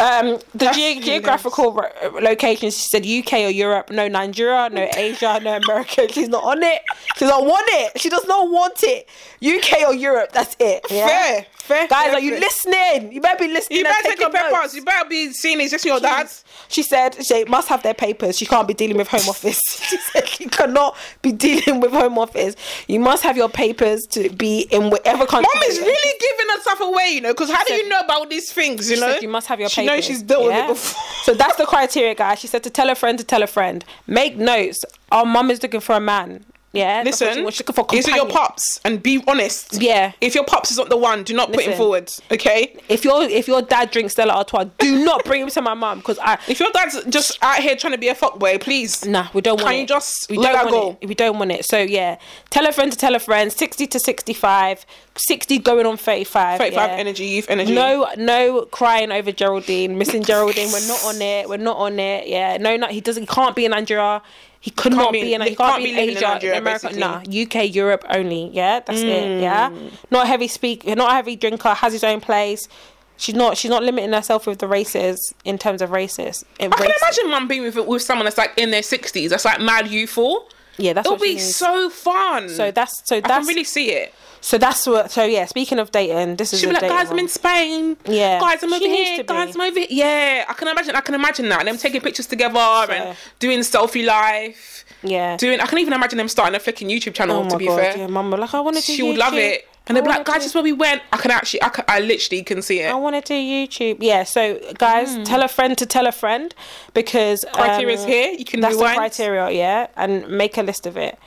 B: Um, the ge-
A: hilarious.
B: geographical ro- locations. She said UK or Europe. No Nigeria. No Asia. No America. She's not on it. She does not want it. She does not want it. UK or Europe. That's it. yeah?
A: Fair, fair,
B: Guys,
A: fair,
B: are you
A: fair.
B: listening? You better be listening.
A: You
B: and
A: better take
B: taking
A: your papers.
B: notes.
A: You better be seeing it's just your dad.
B: She said they must have their papers. She can't be dealing with home office. she said you cannot be dealing with home office. You must have your papers to be in whatever country.
A: Mom is really giving her stuff away, you know, because how do you know about these things, you
B: She
A: know?
B: said you must have your
A: She
B: papers.
A: knows she's dealt
B: Yeah.
A: with it before.
B: so that's the criteria, guys. She said to tell a friend to tell a friend. Make notes. Our mum is looking for a man. Yeah. that's what she
A: Listen,
B: wants. She's looking for a
A: is it your
B: companion.
A: pops? And be honest.
B: Yeah.
A: If your pops is not the one, do not put him
B: Listen.
A: forward, okay?
B: If your if your dad drinks Stella Artois, do not bring him to my mum because I
A: If your dad's just out here trying to be a fuckboy, please.
B: Nah, we don't want
A: Can
B: it.
A: you just
B: we
A: let
B: don't
A: that
B: want it. We don't want it. So yeah, tell a friend to tell a friend. Sixty to sixty-five, sixty going on thirty-five.
A: 35
B: yeah.
A: energy, youth energy.
B: No, no crying over Geraldine, missing Geraldine. We're not on it. We're not on it. Yeah, no, no. He doesn't. He can't be in Nigeria. He could not
A: be
B: be in.
A: in-
B: He can't, be in
A: living in
B: Asia, in
A: Nigeria,
B: America.
A: basically. Hmm.
B: Nah, UK, Europe only. Yeah, that's it. Yeah, not a heavy speak. Not a heavy drinker. Has his own place. She's not. She's not limiting herself with the races in terms of races.
A: I can imagine mum being with, with someone that's like in their 60s, that's like mad youthful.
B: Yeah, that's
A: It'll
B: what she
A: be
B: needs.
A: so fun.
B: So that's so
A: I can
B: that's
A: really see it.
B: so that's what so yeah. Speaking of dating, this is
A: She'll be
B: a
A: like,
B: dating
A: guys, I'm
B: one.
A: in Spain.
B: Yeah.
A: Guys, I'm
B: She
A: over
B: needs
A: here.
B: to be.
A: Guys, I'm over here. Yeah, I can imagine. I can imagine that. And them taking pictures together
B: Yeah.
A: and doing selfie life.
B: yeah.
A: Doing. I can even imagine them starting a flicking YouTube channel.
B: oh my
A: to be
B: god,
A: fair,
B: yeah, mum. Like I wanted to.
A: she would love
B: YouTube.
A: it. And they'd be
B: I
A: like,
B: wanna
A: guys,
B: do-
A: this is where we went. I can actually, I, can, I literally can see it.
B: I want to do YouTube. Yeah, so guys, tell a friend to tell a friend because
A: Hmm. Criteria is
B: um,
A: here. You can
B: That's
A: rewind.
B: the criteria, yeah, and make a list of it,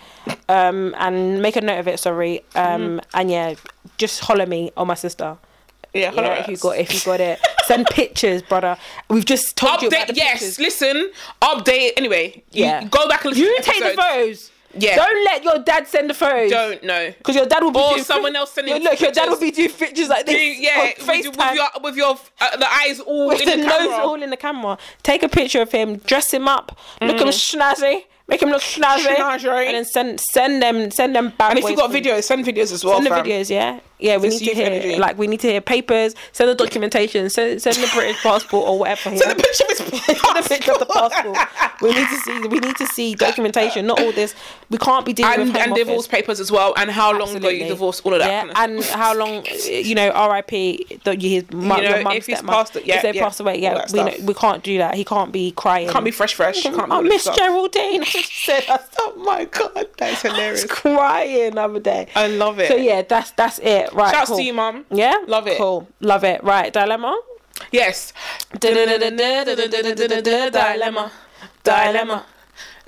B: um, and make a note of it. Sorry,
A: Hmm.
B: um, and yeah, just holler me or my sister.
A: Yeah,
B: Yeah, if you got if you got it, send pictures, brother. We've just told you about
A: Update.
B: the
A: Yes,
B: pictures.
A: listen. Update. Anyway, you-
B: Yeah.
A: go back and listen.
B: You
A: to
B: take the
A: episodes.
B: photos.
A: Yeah.
B: Don't let your dad send the photos.
A: Don't know.
B: Because your dad will be
A: Or
B: doing
A: someone else sending
B: Your- Look, your dad
A: pictures.
B: will be doing pictures like this. on
A: Yeah, with, your- with
B: FaceTime
A: your with your uh, the eyes all
B: with
A: in the,
B: the, nose
A: camera.
B: all in the camera. Take a picture of him, dress him up, look him snazzy, make him look snazzy,
A: Mm-hmm. Snazzy.
B: and then send send them send them back.
A: and if you've got videos, send videos as well.
B: Send the
A: fam.
B: videos, yeah, yeah. We
A: This
B: need to
A: youth
B: hear,
A: energy.
B: like, we need to hear papers. Send the documentation. Send, send the British passport or whatever. yeah.
A: Send a picture of his
B: Send a picture of the passport. We need to see. We need to see documentation. Not all this. We can't be dealing with
A: and,
B: home
A: and
B: office.
A: divorce papers as well, and how long ago you
B: Absolutely.
A: divorced, all of that.
B: Yeah,
A: kind of stuff.
B: and how long, uh, you know, R.I.P. That you his mum,
A: You know,
B: your mum,
A: if he's
B: stepmum,
A: passed- yeah,
B: if they
A: yeah,
B: passed away,
A: all
B: yeah,
A: that
B: we know,
A: stuff.
B: we can't do that. He can't be crying.
A: Can't be fresh, fresh. Can't be
B: I
A: all
B: Oh, miss
A: that stuff.
B: Geraldine. She said, I
A: Oh my god, that's
B: was
A: hilarious.
B: crying the other day.
A: I love it.
B: So yeah, that's that's it. Right.
A: Shouts
B: cool.
A: to you, mum.
B: Yeah,
A: Love it.
B: Cool, love it. Right, dilemma.
A: Yes.
B: Dilemma. Dilemma.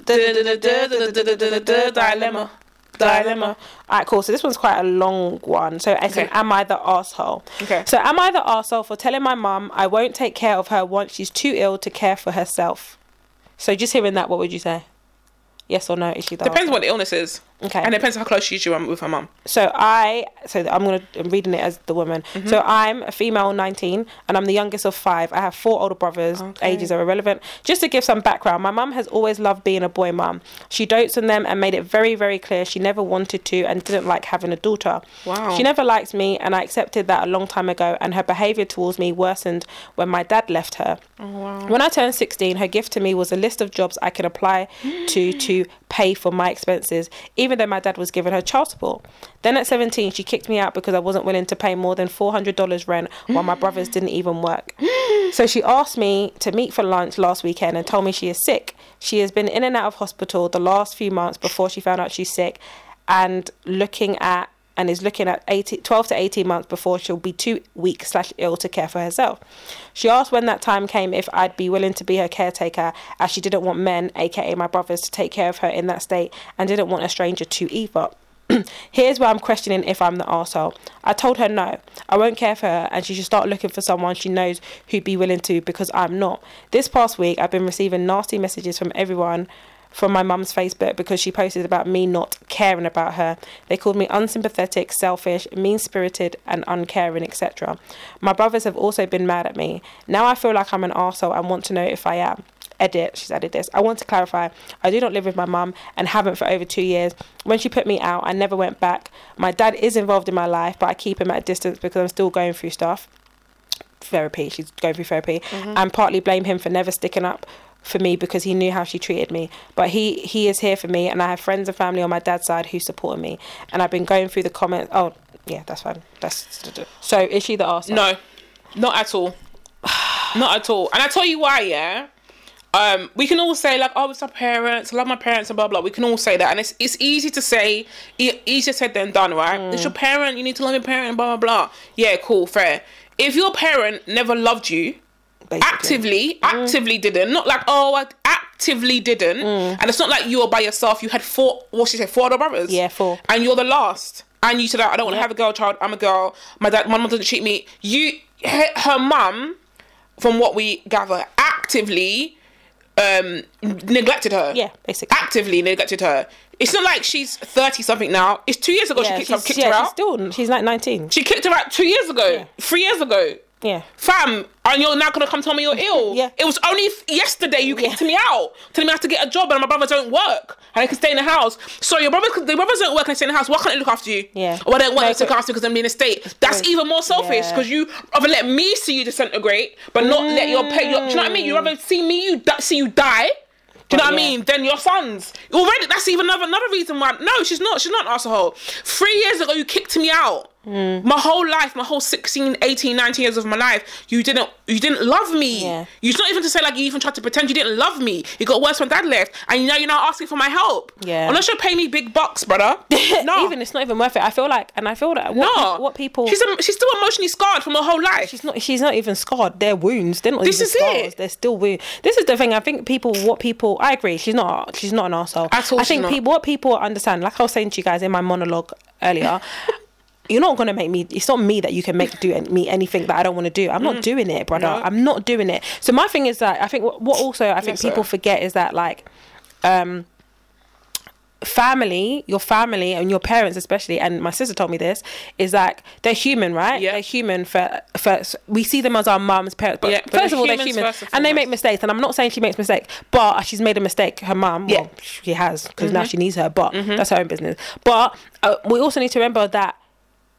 A: Dilemma. Dilemma.
B: dilemma. All right, cool. So this one's quite a long one. So I think,
A: Okay.
B: am I the asshole?
A: Okay.
B: So am I the asshole for telling my mum I won't take care of her once she's too ill to care for herself? So just hearing that, what would you say? Yes or no? Is she the
A: Depends
B: asshole?
A: what the illness is.
B: Okay.
A: And depends how close she's with her mum.
B: so I so I'm gonna I'm reading it as the woman. So I'm a female, 19, and I'm the youngest of five. I have four older brothers.
A: Okay.
B: Ages are irrelevant. Just to give some background, my mum has always loved being a boy mum. She dotes on them and made it very very clear she never wanted to and didn't like having a daughter.
A: Wow.
B: She never liked me, and I accepted that a long time ago. And her behavior towards me worsened when my dad left her. When I turned 16, her gift to me was a list of jobs I could apply to to pay for my expenses, even though my dad was giving her child support. Then at 17, she kicked me out because I wasn't willing to pay more than $400 rent while my brothers didn't even work. So she asked me to meet for lunch last weekend and told me she is sick. She has been in and out of hospital the last few months before she found out she's sick and looking at and is looking at 18, 12 to 18 months before she'll be too weak slash ill to care for herself. She asked when that time came if I'd be willing to be her caretaker as she didn't want men, aka my brothers, to take care of her in that state and didn't want a stranger to either. Here's where I'm questioning if I'm the arsehole. I told her no, I won't care for her and she should start looking for someone she knows who'd be willing to because I'm not. This past week, I've been receiving nasty messages from everyone from my mum's Facebook because she posted about me not caring about her. They called me unsympathetic, selfish, mean spirited, and uncaring, etc. My brothers have also been mad at me. Now I feel like I'm an arsehole and want to know if I am. Edit, she's added this. I want to clarify I do not live with my mum and haven't for over two years. When she put me out, I never went back. My dad is involved in my life, but I keep him at a distance because I'm still going through stuff therapy. She's going through therapy,
A: Mm-hmm.
B: and partly blame him for never sticking up for me because he knew how she treated me. But he he is here for me, and I have friends and family on my dad's side who support me. And I've been going through the comments. Oh, yeah, that's fine. That's so. Is she the arsehole?
A: No, not at all. not at all. And I tell you why, yeah. Um, we can all say like, "Oh, it's our parents. I love my parents," and blah blah. We can all say that, and it's it's easy to say, e- easier said than done, right? It's your parent. You need to love your parent, and blah blah blah. Yeah, cool, fair. If your parent never loved you,
B: basically.
A: actively,
B: Mm.
A: actively didn't. Not like oh, I actively didn't.
B: Mm.
A: And it's not like you were by yourself. You had four. What she said, four other brothers.
B: Yeah, four.
A: And you're the last. And you said, I don't want to
B: Yep.
A: have a girl child. I'm a girl. My dad, my mum doesn't treat me. You, her, her mum, from what we gather, actively um neglected her.
B: Yeah, basically.
A: Actively neglected her. It's not like she's thirty something now. It's two years ago Oh,
B: Yeah,
A: she kicked, her,
B: she's,
A: kicked
B: yeah,
A: her
B: she's
A: out.
B: still she's like nineteen.
A: she kicked her out two years ago, three years ago
B: yeah.
A: fam, and you're now gonna come tell me you're ill.
B: Yeah.
A: It was only f- yesterday you kicked
B: Yeah.
A: me out, telling me I have to get a job, and my brothers don't work, and I can stay in the house. So your brothers, the brothers don't work and stay in the house. Why can't they look after you?
B: Yeah.
A: Or they don't want
B: No,
A: you to look
B: but-
A: after because I'm in a state. That's
B: Right.
A: even more selfish
B: Yeah.
A: because you rather let me see you disintegrate, but not let your pay. Your, do you know what I mean? You rather see me, you di- see you die. Do you know
B: But
A: what
B: yeah.
A: I mean? Then your sons. Already, that's even another another reason why. No, she's not. She's not an asshole. Three years ago, you kicked me out.
B: Hmm.
A: My whole life, my whole 16, 18, 19 years of my life, you didn't you didn't love me.
B: Yeah.
A: You it's not even to say like you even tried to pretend you didn't love me. It got worse when dad left, and now you're now asking for my help.
B: Yeah.
A: Unless you're paying me big bucks, brother. No.
B: Even it's not even worth it. I feel like, and I feel that what,
A: no.
B: peop- what people
A: She's em- she's still emotionally scarred from her whole life.
B: She's not. She's not even scarred. They're wounds. They're not
A: This
B: even
A: is
B: scars.
A: it.
B: They're still wounds. This is the thing. I think people. What people. I agree. She's not. She's not an asshole.
A: At all,
B: I
A: she's
B: think
A: not.
B: people. What people understand. Like I was saying to you guys in my monologue earlier. You're not gonna make me. It's not me that you can make do an- me anything that I don't want to do. I'm not doing it, brother.
A: Mm. No.
B: I'm not doing it. So my thing is that I think what, what also I think
A: Yes, sir.
B: people forget is that like, um, family, your family and your parents especially, and my sister told me this, is like they're human, right?
A: Yeah.
B: They're human for first we see them as our mums, parents, but
A: Yeah, but
B: first
A: they're
B: of all they're
A: humans
B: human.
A: first and
B: And they
A: foremost.
B: make mistakes. And I'm not saying she makes mistakes, but she's made a mistake, her mum.
A: Yeah. Mm-hmm.
B: Well, she has, because now she needs her, but that's her own business. But uh, we also need to remember that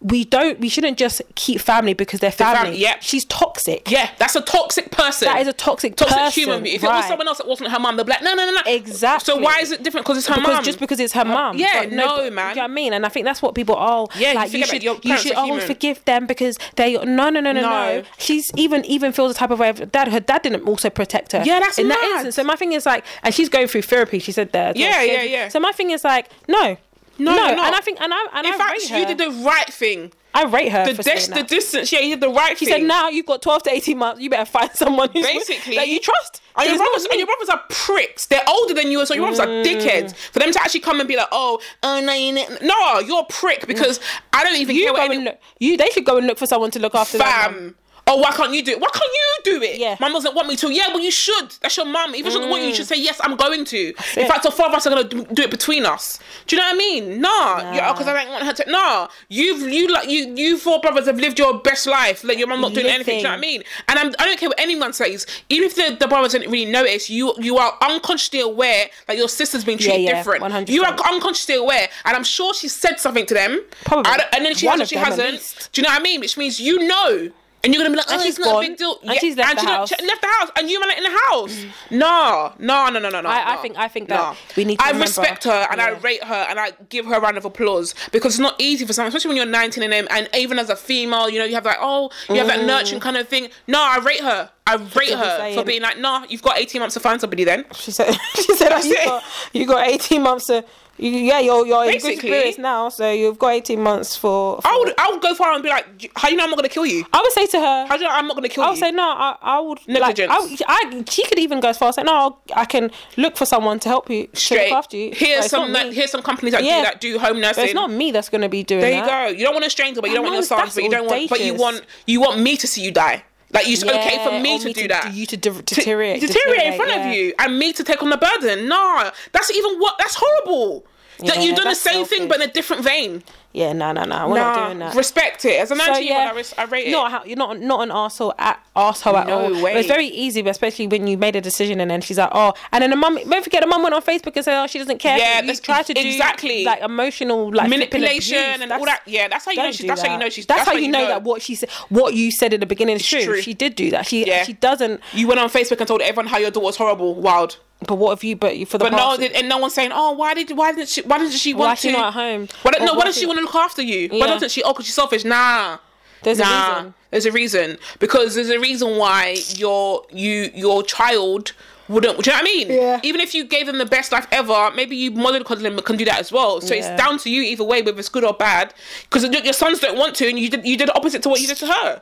B: we don't we shouldn't just keep family because they're
A: fam-
B: family.
A: yeah.
B: She's toxic.
A: yeah, that's a toxic person.
B: That is a toxic
A: toxic
B: person,
A: human being. If it was
B: right.
A: someone else that wasn't her mum, they'd be like, no, no, no, no.
B: Exactly.
A: So why is it different? Because it's her
B: because
A: mum.
B: just because it's her mum.
A: yeah,
B: But
A: no,
B: but-
A: man.
B: You know what I mean? And I think that's what people oh
A: Yeah, you
B: like you,
A: forget
B: should
A: that your
B: you
A: parents
B: should
A: are
B: oh
A: human.
B: forgive them because they no no no no no.
A: No.
B: She's even even feels the type of way of dad. Her dad didn't also protect her.
A: Yeah, that's
B: in that
A: mad.
B: instance. So my thing is like, and she's going through therapy. She said that.
A: Yeah, yeah, yeah.
B: So my thing is like, no.
A: No,
B: no,
A: you're not.
B: and I think, and I, and
A: In
B: I
A: fact,
B: rate her.
A: you did the right thing.
B: I rate her.
A: The,
B: for
A: dis-
B: saying
A: the
B: that.
A: distance, yeah, you did the right
B: She
A: thing.
B: said, "Now you've got twelve to eighteen months. You better find someone who's
A: Basically-
B: that you trust."
A: And your,
B: It's not
A: brothers, and
B: me. Mm.
A: your brothers are pricks. They're older than you, so your brothers are dickheads. For them to actually come and be like, oh, uh, no, you ne- no, you're a prick because I don't even
B: you
A: care
B: go
A: what
B: and
A: any-
B: look. You they should go and look for someone to look after them.
A: fam. Oh, why can't you do it? Why can't you do it?
B: Yeah. Mm.
A: Mum doesn't want me to. Yeah, well, you should. That's your mum. If she doesn't want you, you should say, yes, I'm going to. In
B: it.
A: fact, the four of us are going to do it between us. Do you know what I mean? Nah. Yeah, because I don't want her to. Nah. You've, you, like, you, you four brothers have lived your best life. Like, your mum not doing anything. Do you know what I mean? And I'm, I don't care what anyone says. Even if the, the brothers didn't really notice, you, you are unconsciously aware that your sister's been treated
B: yeah,
A: different.
B: 100%.
A: You are unconsciously aware. And I'm sure she said something to them.
B: Probably.
A: I don't- and then she
B: One
A: has or
B: of
A: she
B: them at
A: hasn't.
B: least.
A: Do you know what I mean? Which means you know. And you're gonna be like, oh,
B: And
A: it's
B: she's
A: not a
B: gone.
A: big deal.
B: And she's left the
A: not-
B: house. Mm.
A: she left the house, and you man in the house. No, no, no, no, no, no.
B: I- I
A: no.
B: think- I think that we need to
A: I
B: remember-
A: respect her and I
B: Yeah.
A: rate her and I give her a round of applause because it's not easy for someone, especially when you're 19 and then- and even as a female, you know, you have that oh, you have that nurturing kind of thing. No, I rate her. I rate
B: what I'm
A: her for
B: Mm. saying.
A: being like, nah, you've got 18 months to find somebody. Then
B: She said, "She said "Oh,
A: That's
B: you
A: it.
B: got you got eighteen months to you, yeah you're you're in
A: Basically.
B: good spirits now, so you've got eighteen months for." for-
A: I would, I would go far and be like, how do you know I'm not gonna kill you?
B: I would say to her,
A: How do you know I'm not gonna kill
B: I
A: you?
B: would say no. I, I would
A: Negligence.
B: Like, I, I, she could even go as far as saying, "No, I'll, I can look for someone to help you, to
A: Straight.
B: look after you." but
A: Here's
B: it's not
A: some that,
B: me.
A: here's some companies that
B: Yeah.
A: do that do home nursing.
B: But it's not me that's going to be doing
A: There
B: that.
A: you go. You don't want a stranger, but you
B: I
A: don't want
B: know,
A: yourself.
B: that's
A: But you don't want. But you
B: audacious.
A: want. You want me to see you die. Like it's okay for
B: Yeah,
A: me
B: or
A: to do that.
B: You to de- deteriorate,
A: deteriorate in front
B: yeah.
A: of you, and me to take on the burden. Nah, that's even what. That's horrible. that
B: Yeah,
A: you're doing the
B: that's
A: same thing,
B: selfish.
A: but in a different vein.
B: Yeah, no, no, no. We're
A: Nah,
B: not doing that.
A: respect it. As an
B: So
A: auntie,
B: yeah,
A: I, res- I rate it.
B: not how- you're not not an asshole at asshole at
A: No
B: all.
A: way.
B: But it's very easy, but especially when you made a decision and then she's like, oh, and then the mum. Don't forget, the mum went on Facebook and said, oh, she doesn't care.
A: Yeah,
B: you
A: that's
B: try to do
A: exactly.
B: like emotional like flipping
A: manipulation
B: abuse.
A: and
B: That's-
A: all that. Yeah, that's how you know.
B: don't
A: She's,
B: do
A: that's how you
B: that.
A: know she's.
B: That's, how you know, that what she said, what you said in the beginning is true.
A: true.
B: She did do that. She
A: Yeah.
B: she doesn't.
A: you went on Facebook and told everyone how your daughter's horrible, wild.
B: But what have you? But you- for the
A: But no,
B: past,
A: did, and no one's saying, "Oh, why did why didn't she why didn't she want
B: why is she
A: to
B: not at home?
A: Why don't,
B: Or
A: no, why
B: why
A: does
B: she-
A: she want to look after you? Why
B: Yeah.
A: doesn't she? Oh, because she's selfish. Nah,
B: there's a
A: nah.
B: reason.
A: There's a reason because there's a reason why your you your child wouldn't. Do you know what I mean?
B: Yeah.
A: Even if you gave them the best life ever, maybe you modern cuddling can do that as well. So
B: Yeah.
A: it's down to you either way, whether it's good or bad. Because your your sons don't want to, and you did you did the opposite to what you did to her.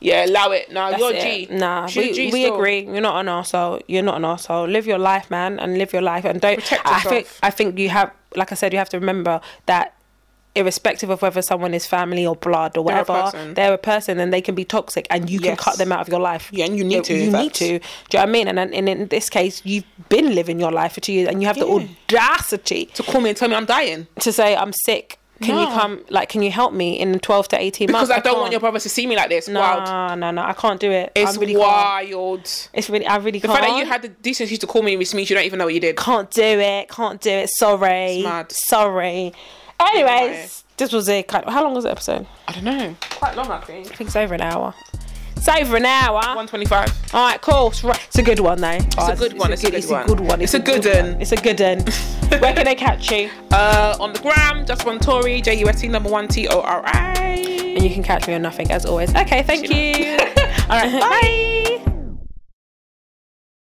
A: Yeah, allow it. Nah, you're
B: That's
A: G.
B: it. Nah,
A: She
B: we,
A: a G
B: we
A: still.
B: agree. You're not an arsehole. You're not an arsehole. Live your life, man, and live your life. And don't.
A: Protect
B: I
A: yourself.
B: think I think you have, like I said, you have to remember that. Irrespective of whether someone is family or blood or
A: a
B: whatever, they're
A: person.
B: a person, and they can be toxic, and you can
A: Yes.
B: cut them out of your life.
A: Yeah, and you need
B: Yeah,
A: to, in
B: You need
A: fact.
B: to. Do you know what I mean? And, and in this case, you've been living your life for two years, and you have
A: Yeah.
B: the audacity
A: To call me and tell me I'm dying
B: to say, "I'm sick. Can you
A: No.
B: come? Like, can you help me in 12 to 18 months?"
A: because I don't want
B: can't.
A: your brothers to see me like this. Wild.
B: Nah, no, no, I can't do it.
A: It's
B: I really can't.
A: wild.
B: It's really, I really
A: The
B: can't.
A: fact that you had the decency to call me Miss Meach, you don't even know what you did.
B: can't do it, can't do it. Sorry,
A: It's mad.
B: sorry. Anyways, this was a kind. how long was the episode?
A: I don't know. Quite long, I think.
B: I think it's over an hour. It's over an hour.
A: 125.
B: All right, cool. It's, right. it's a good one though. It's
A: a good one, it's a good
B: it's
A: one.
B: a good one.
A: It's a good un.
B: It's a good one. Where can they catch you?
A: Uh, on the gram, just one Tory, J U S T number one T O R I.
B: And you can catch me on nothing as always. Okay, thank you. All right, bye.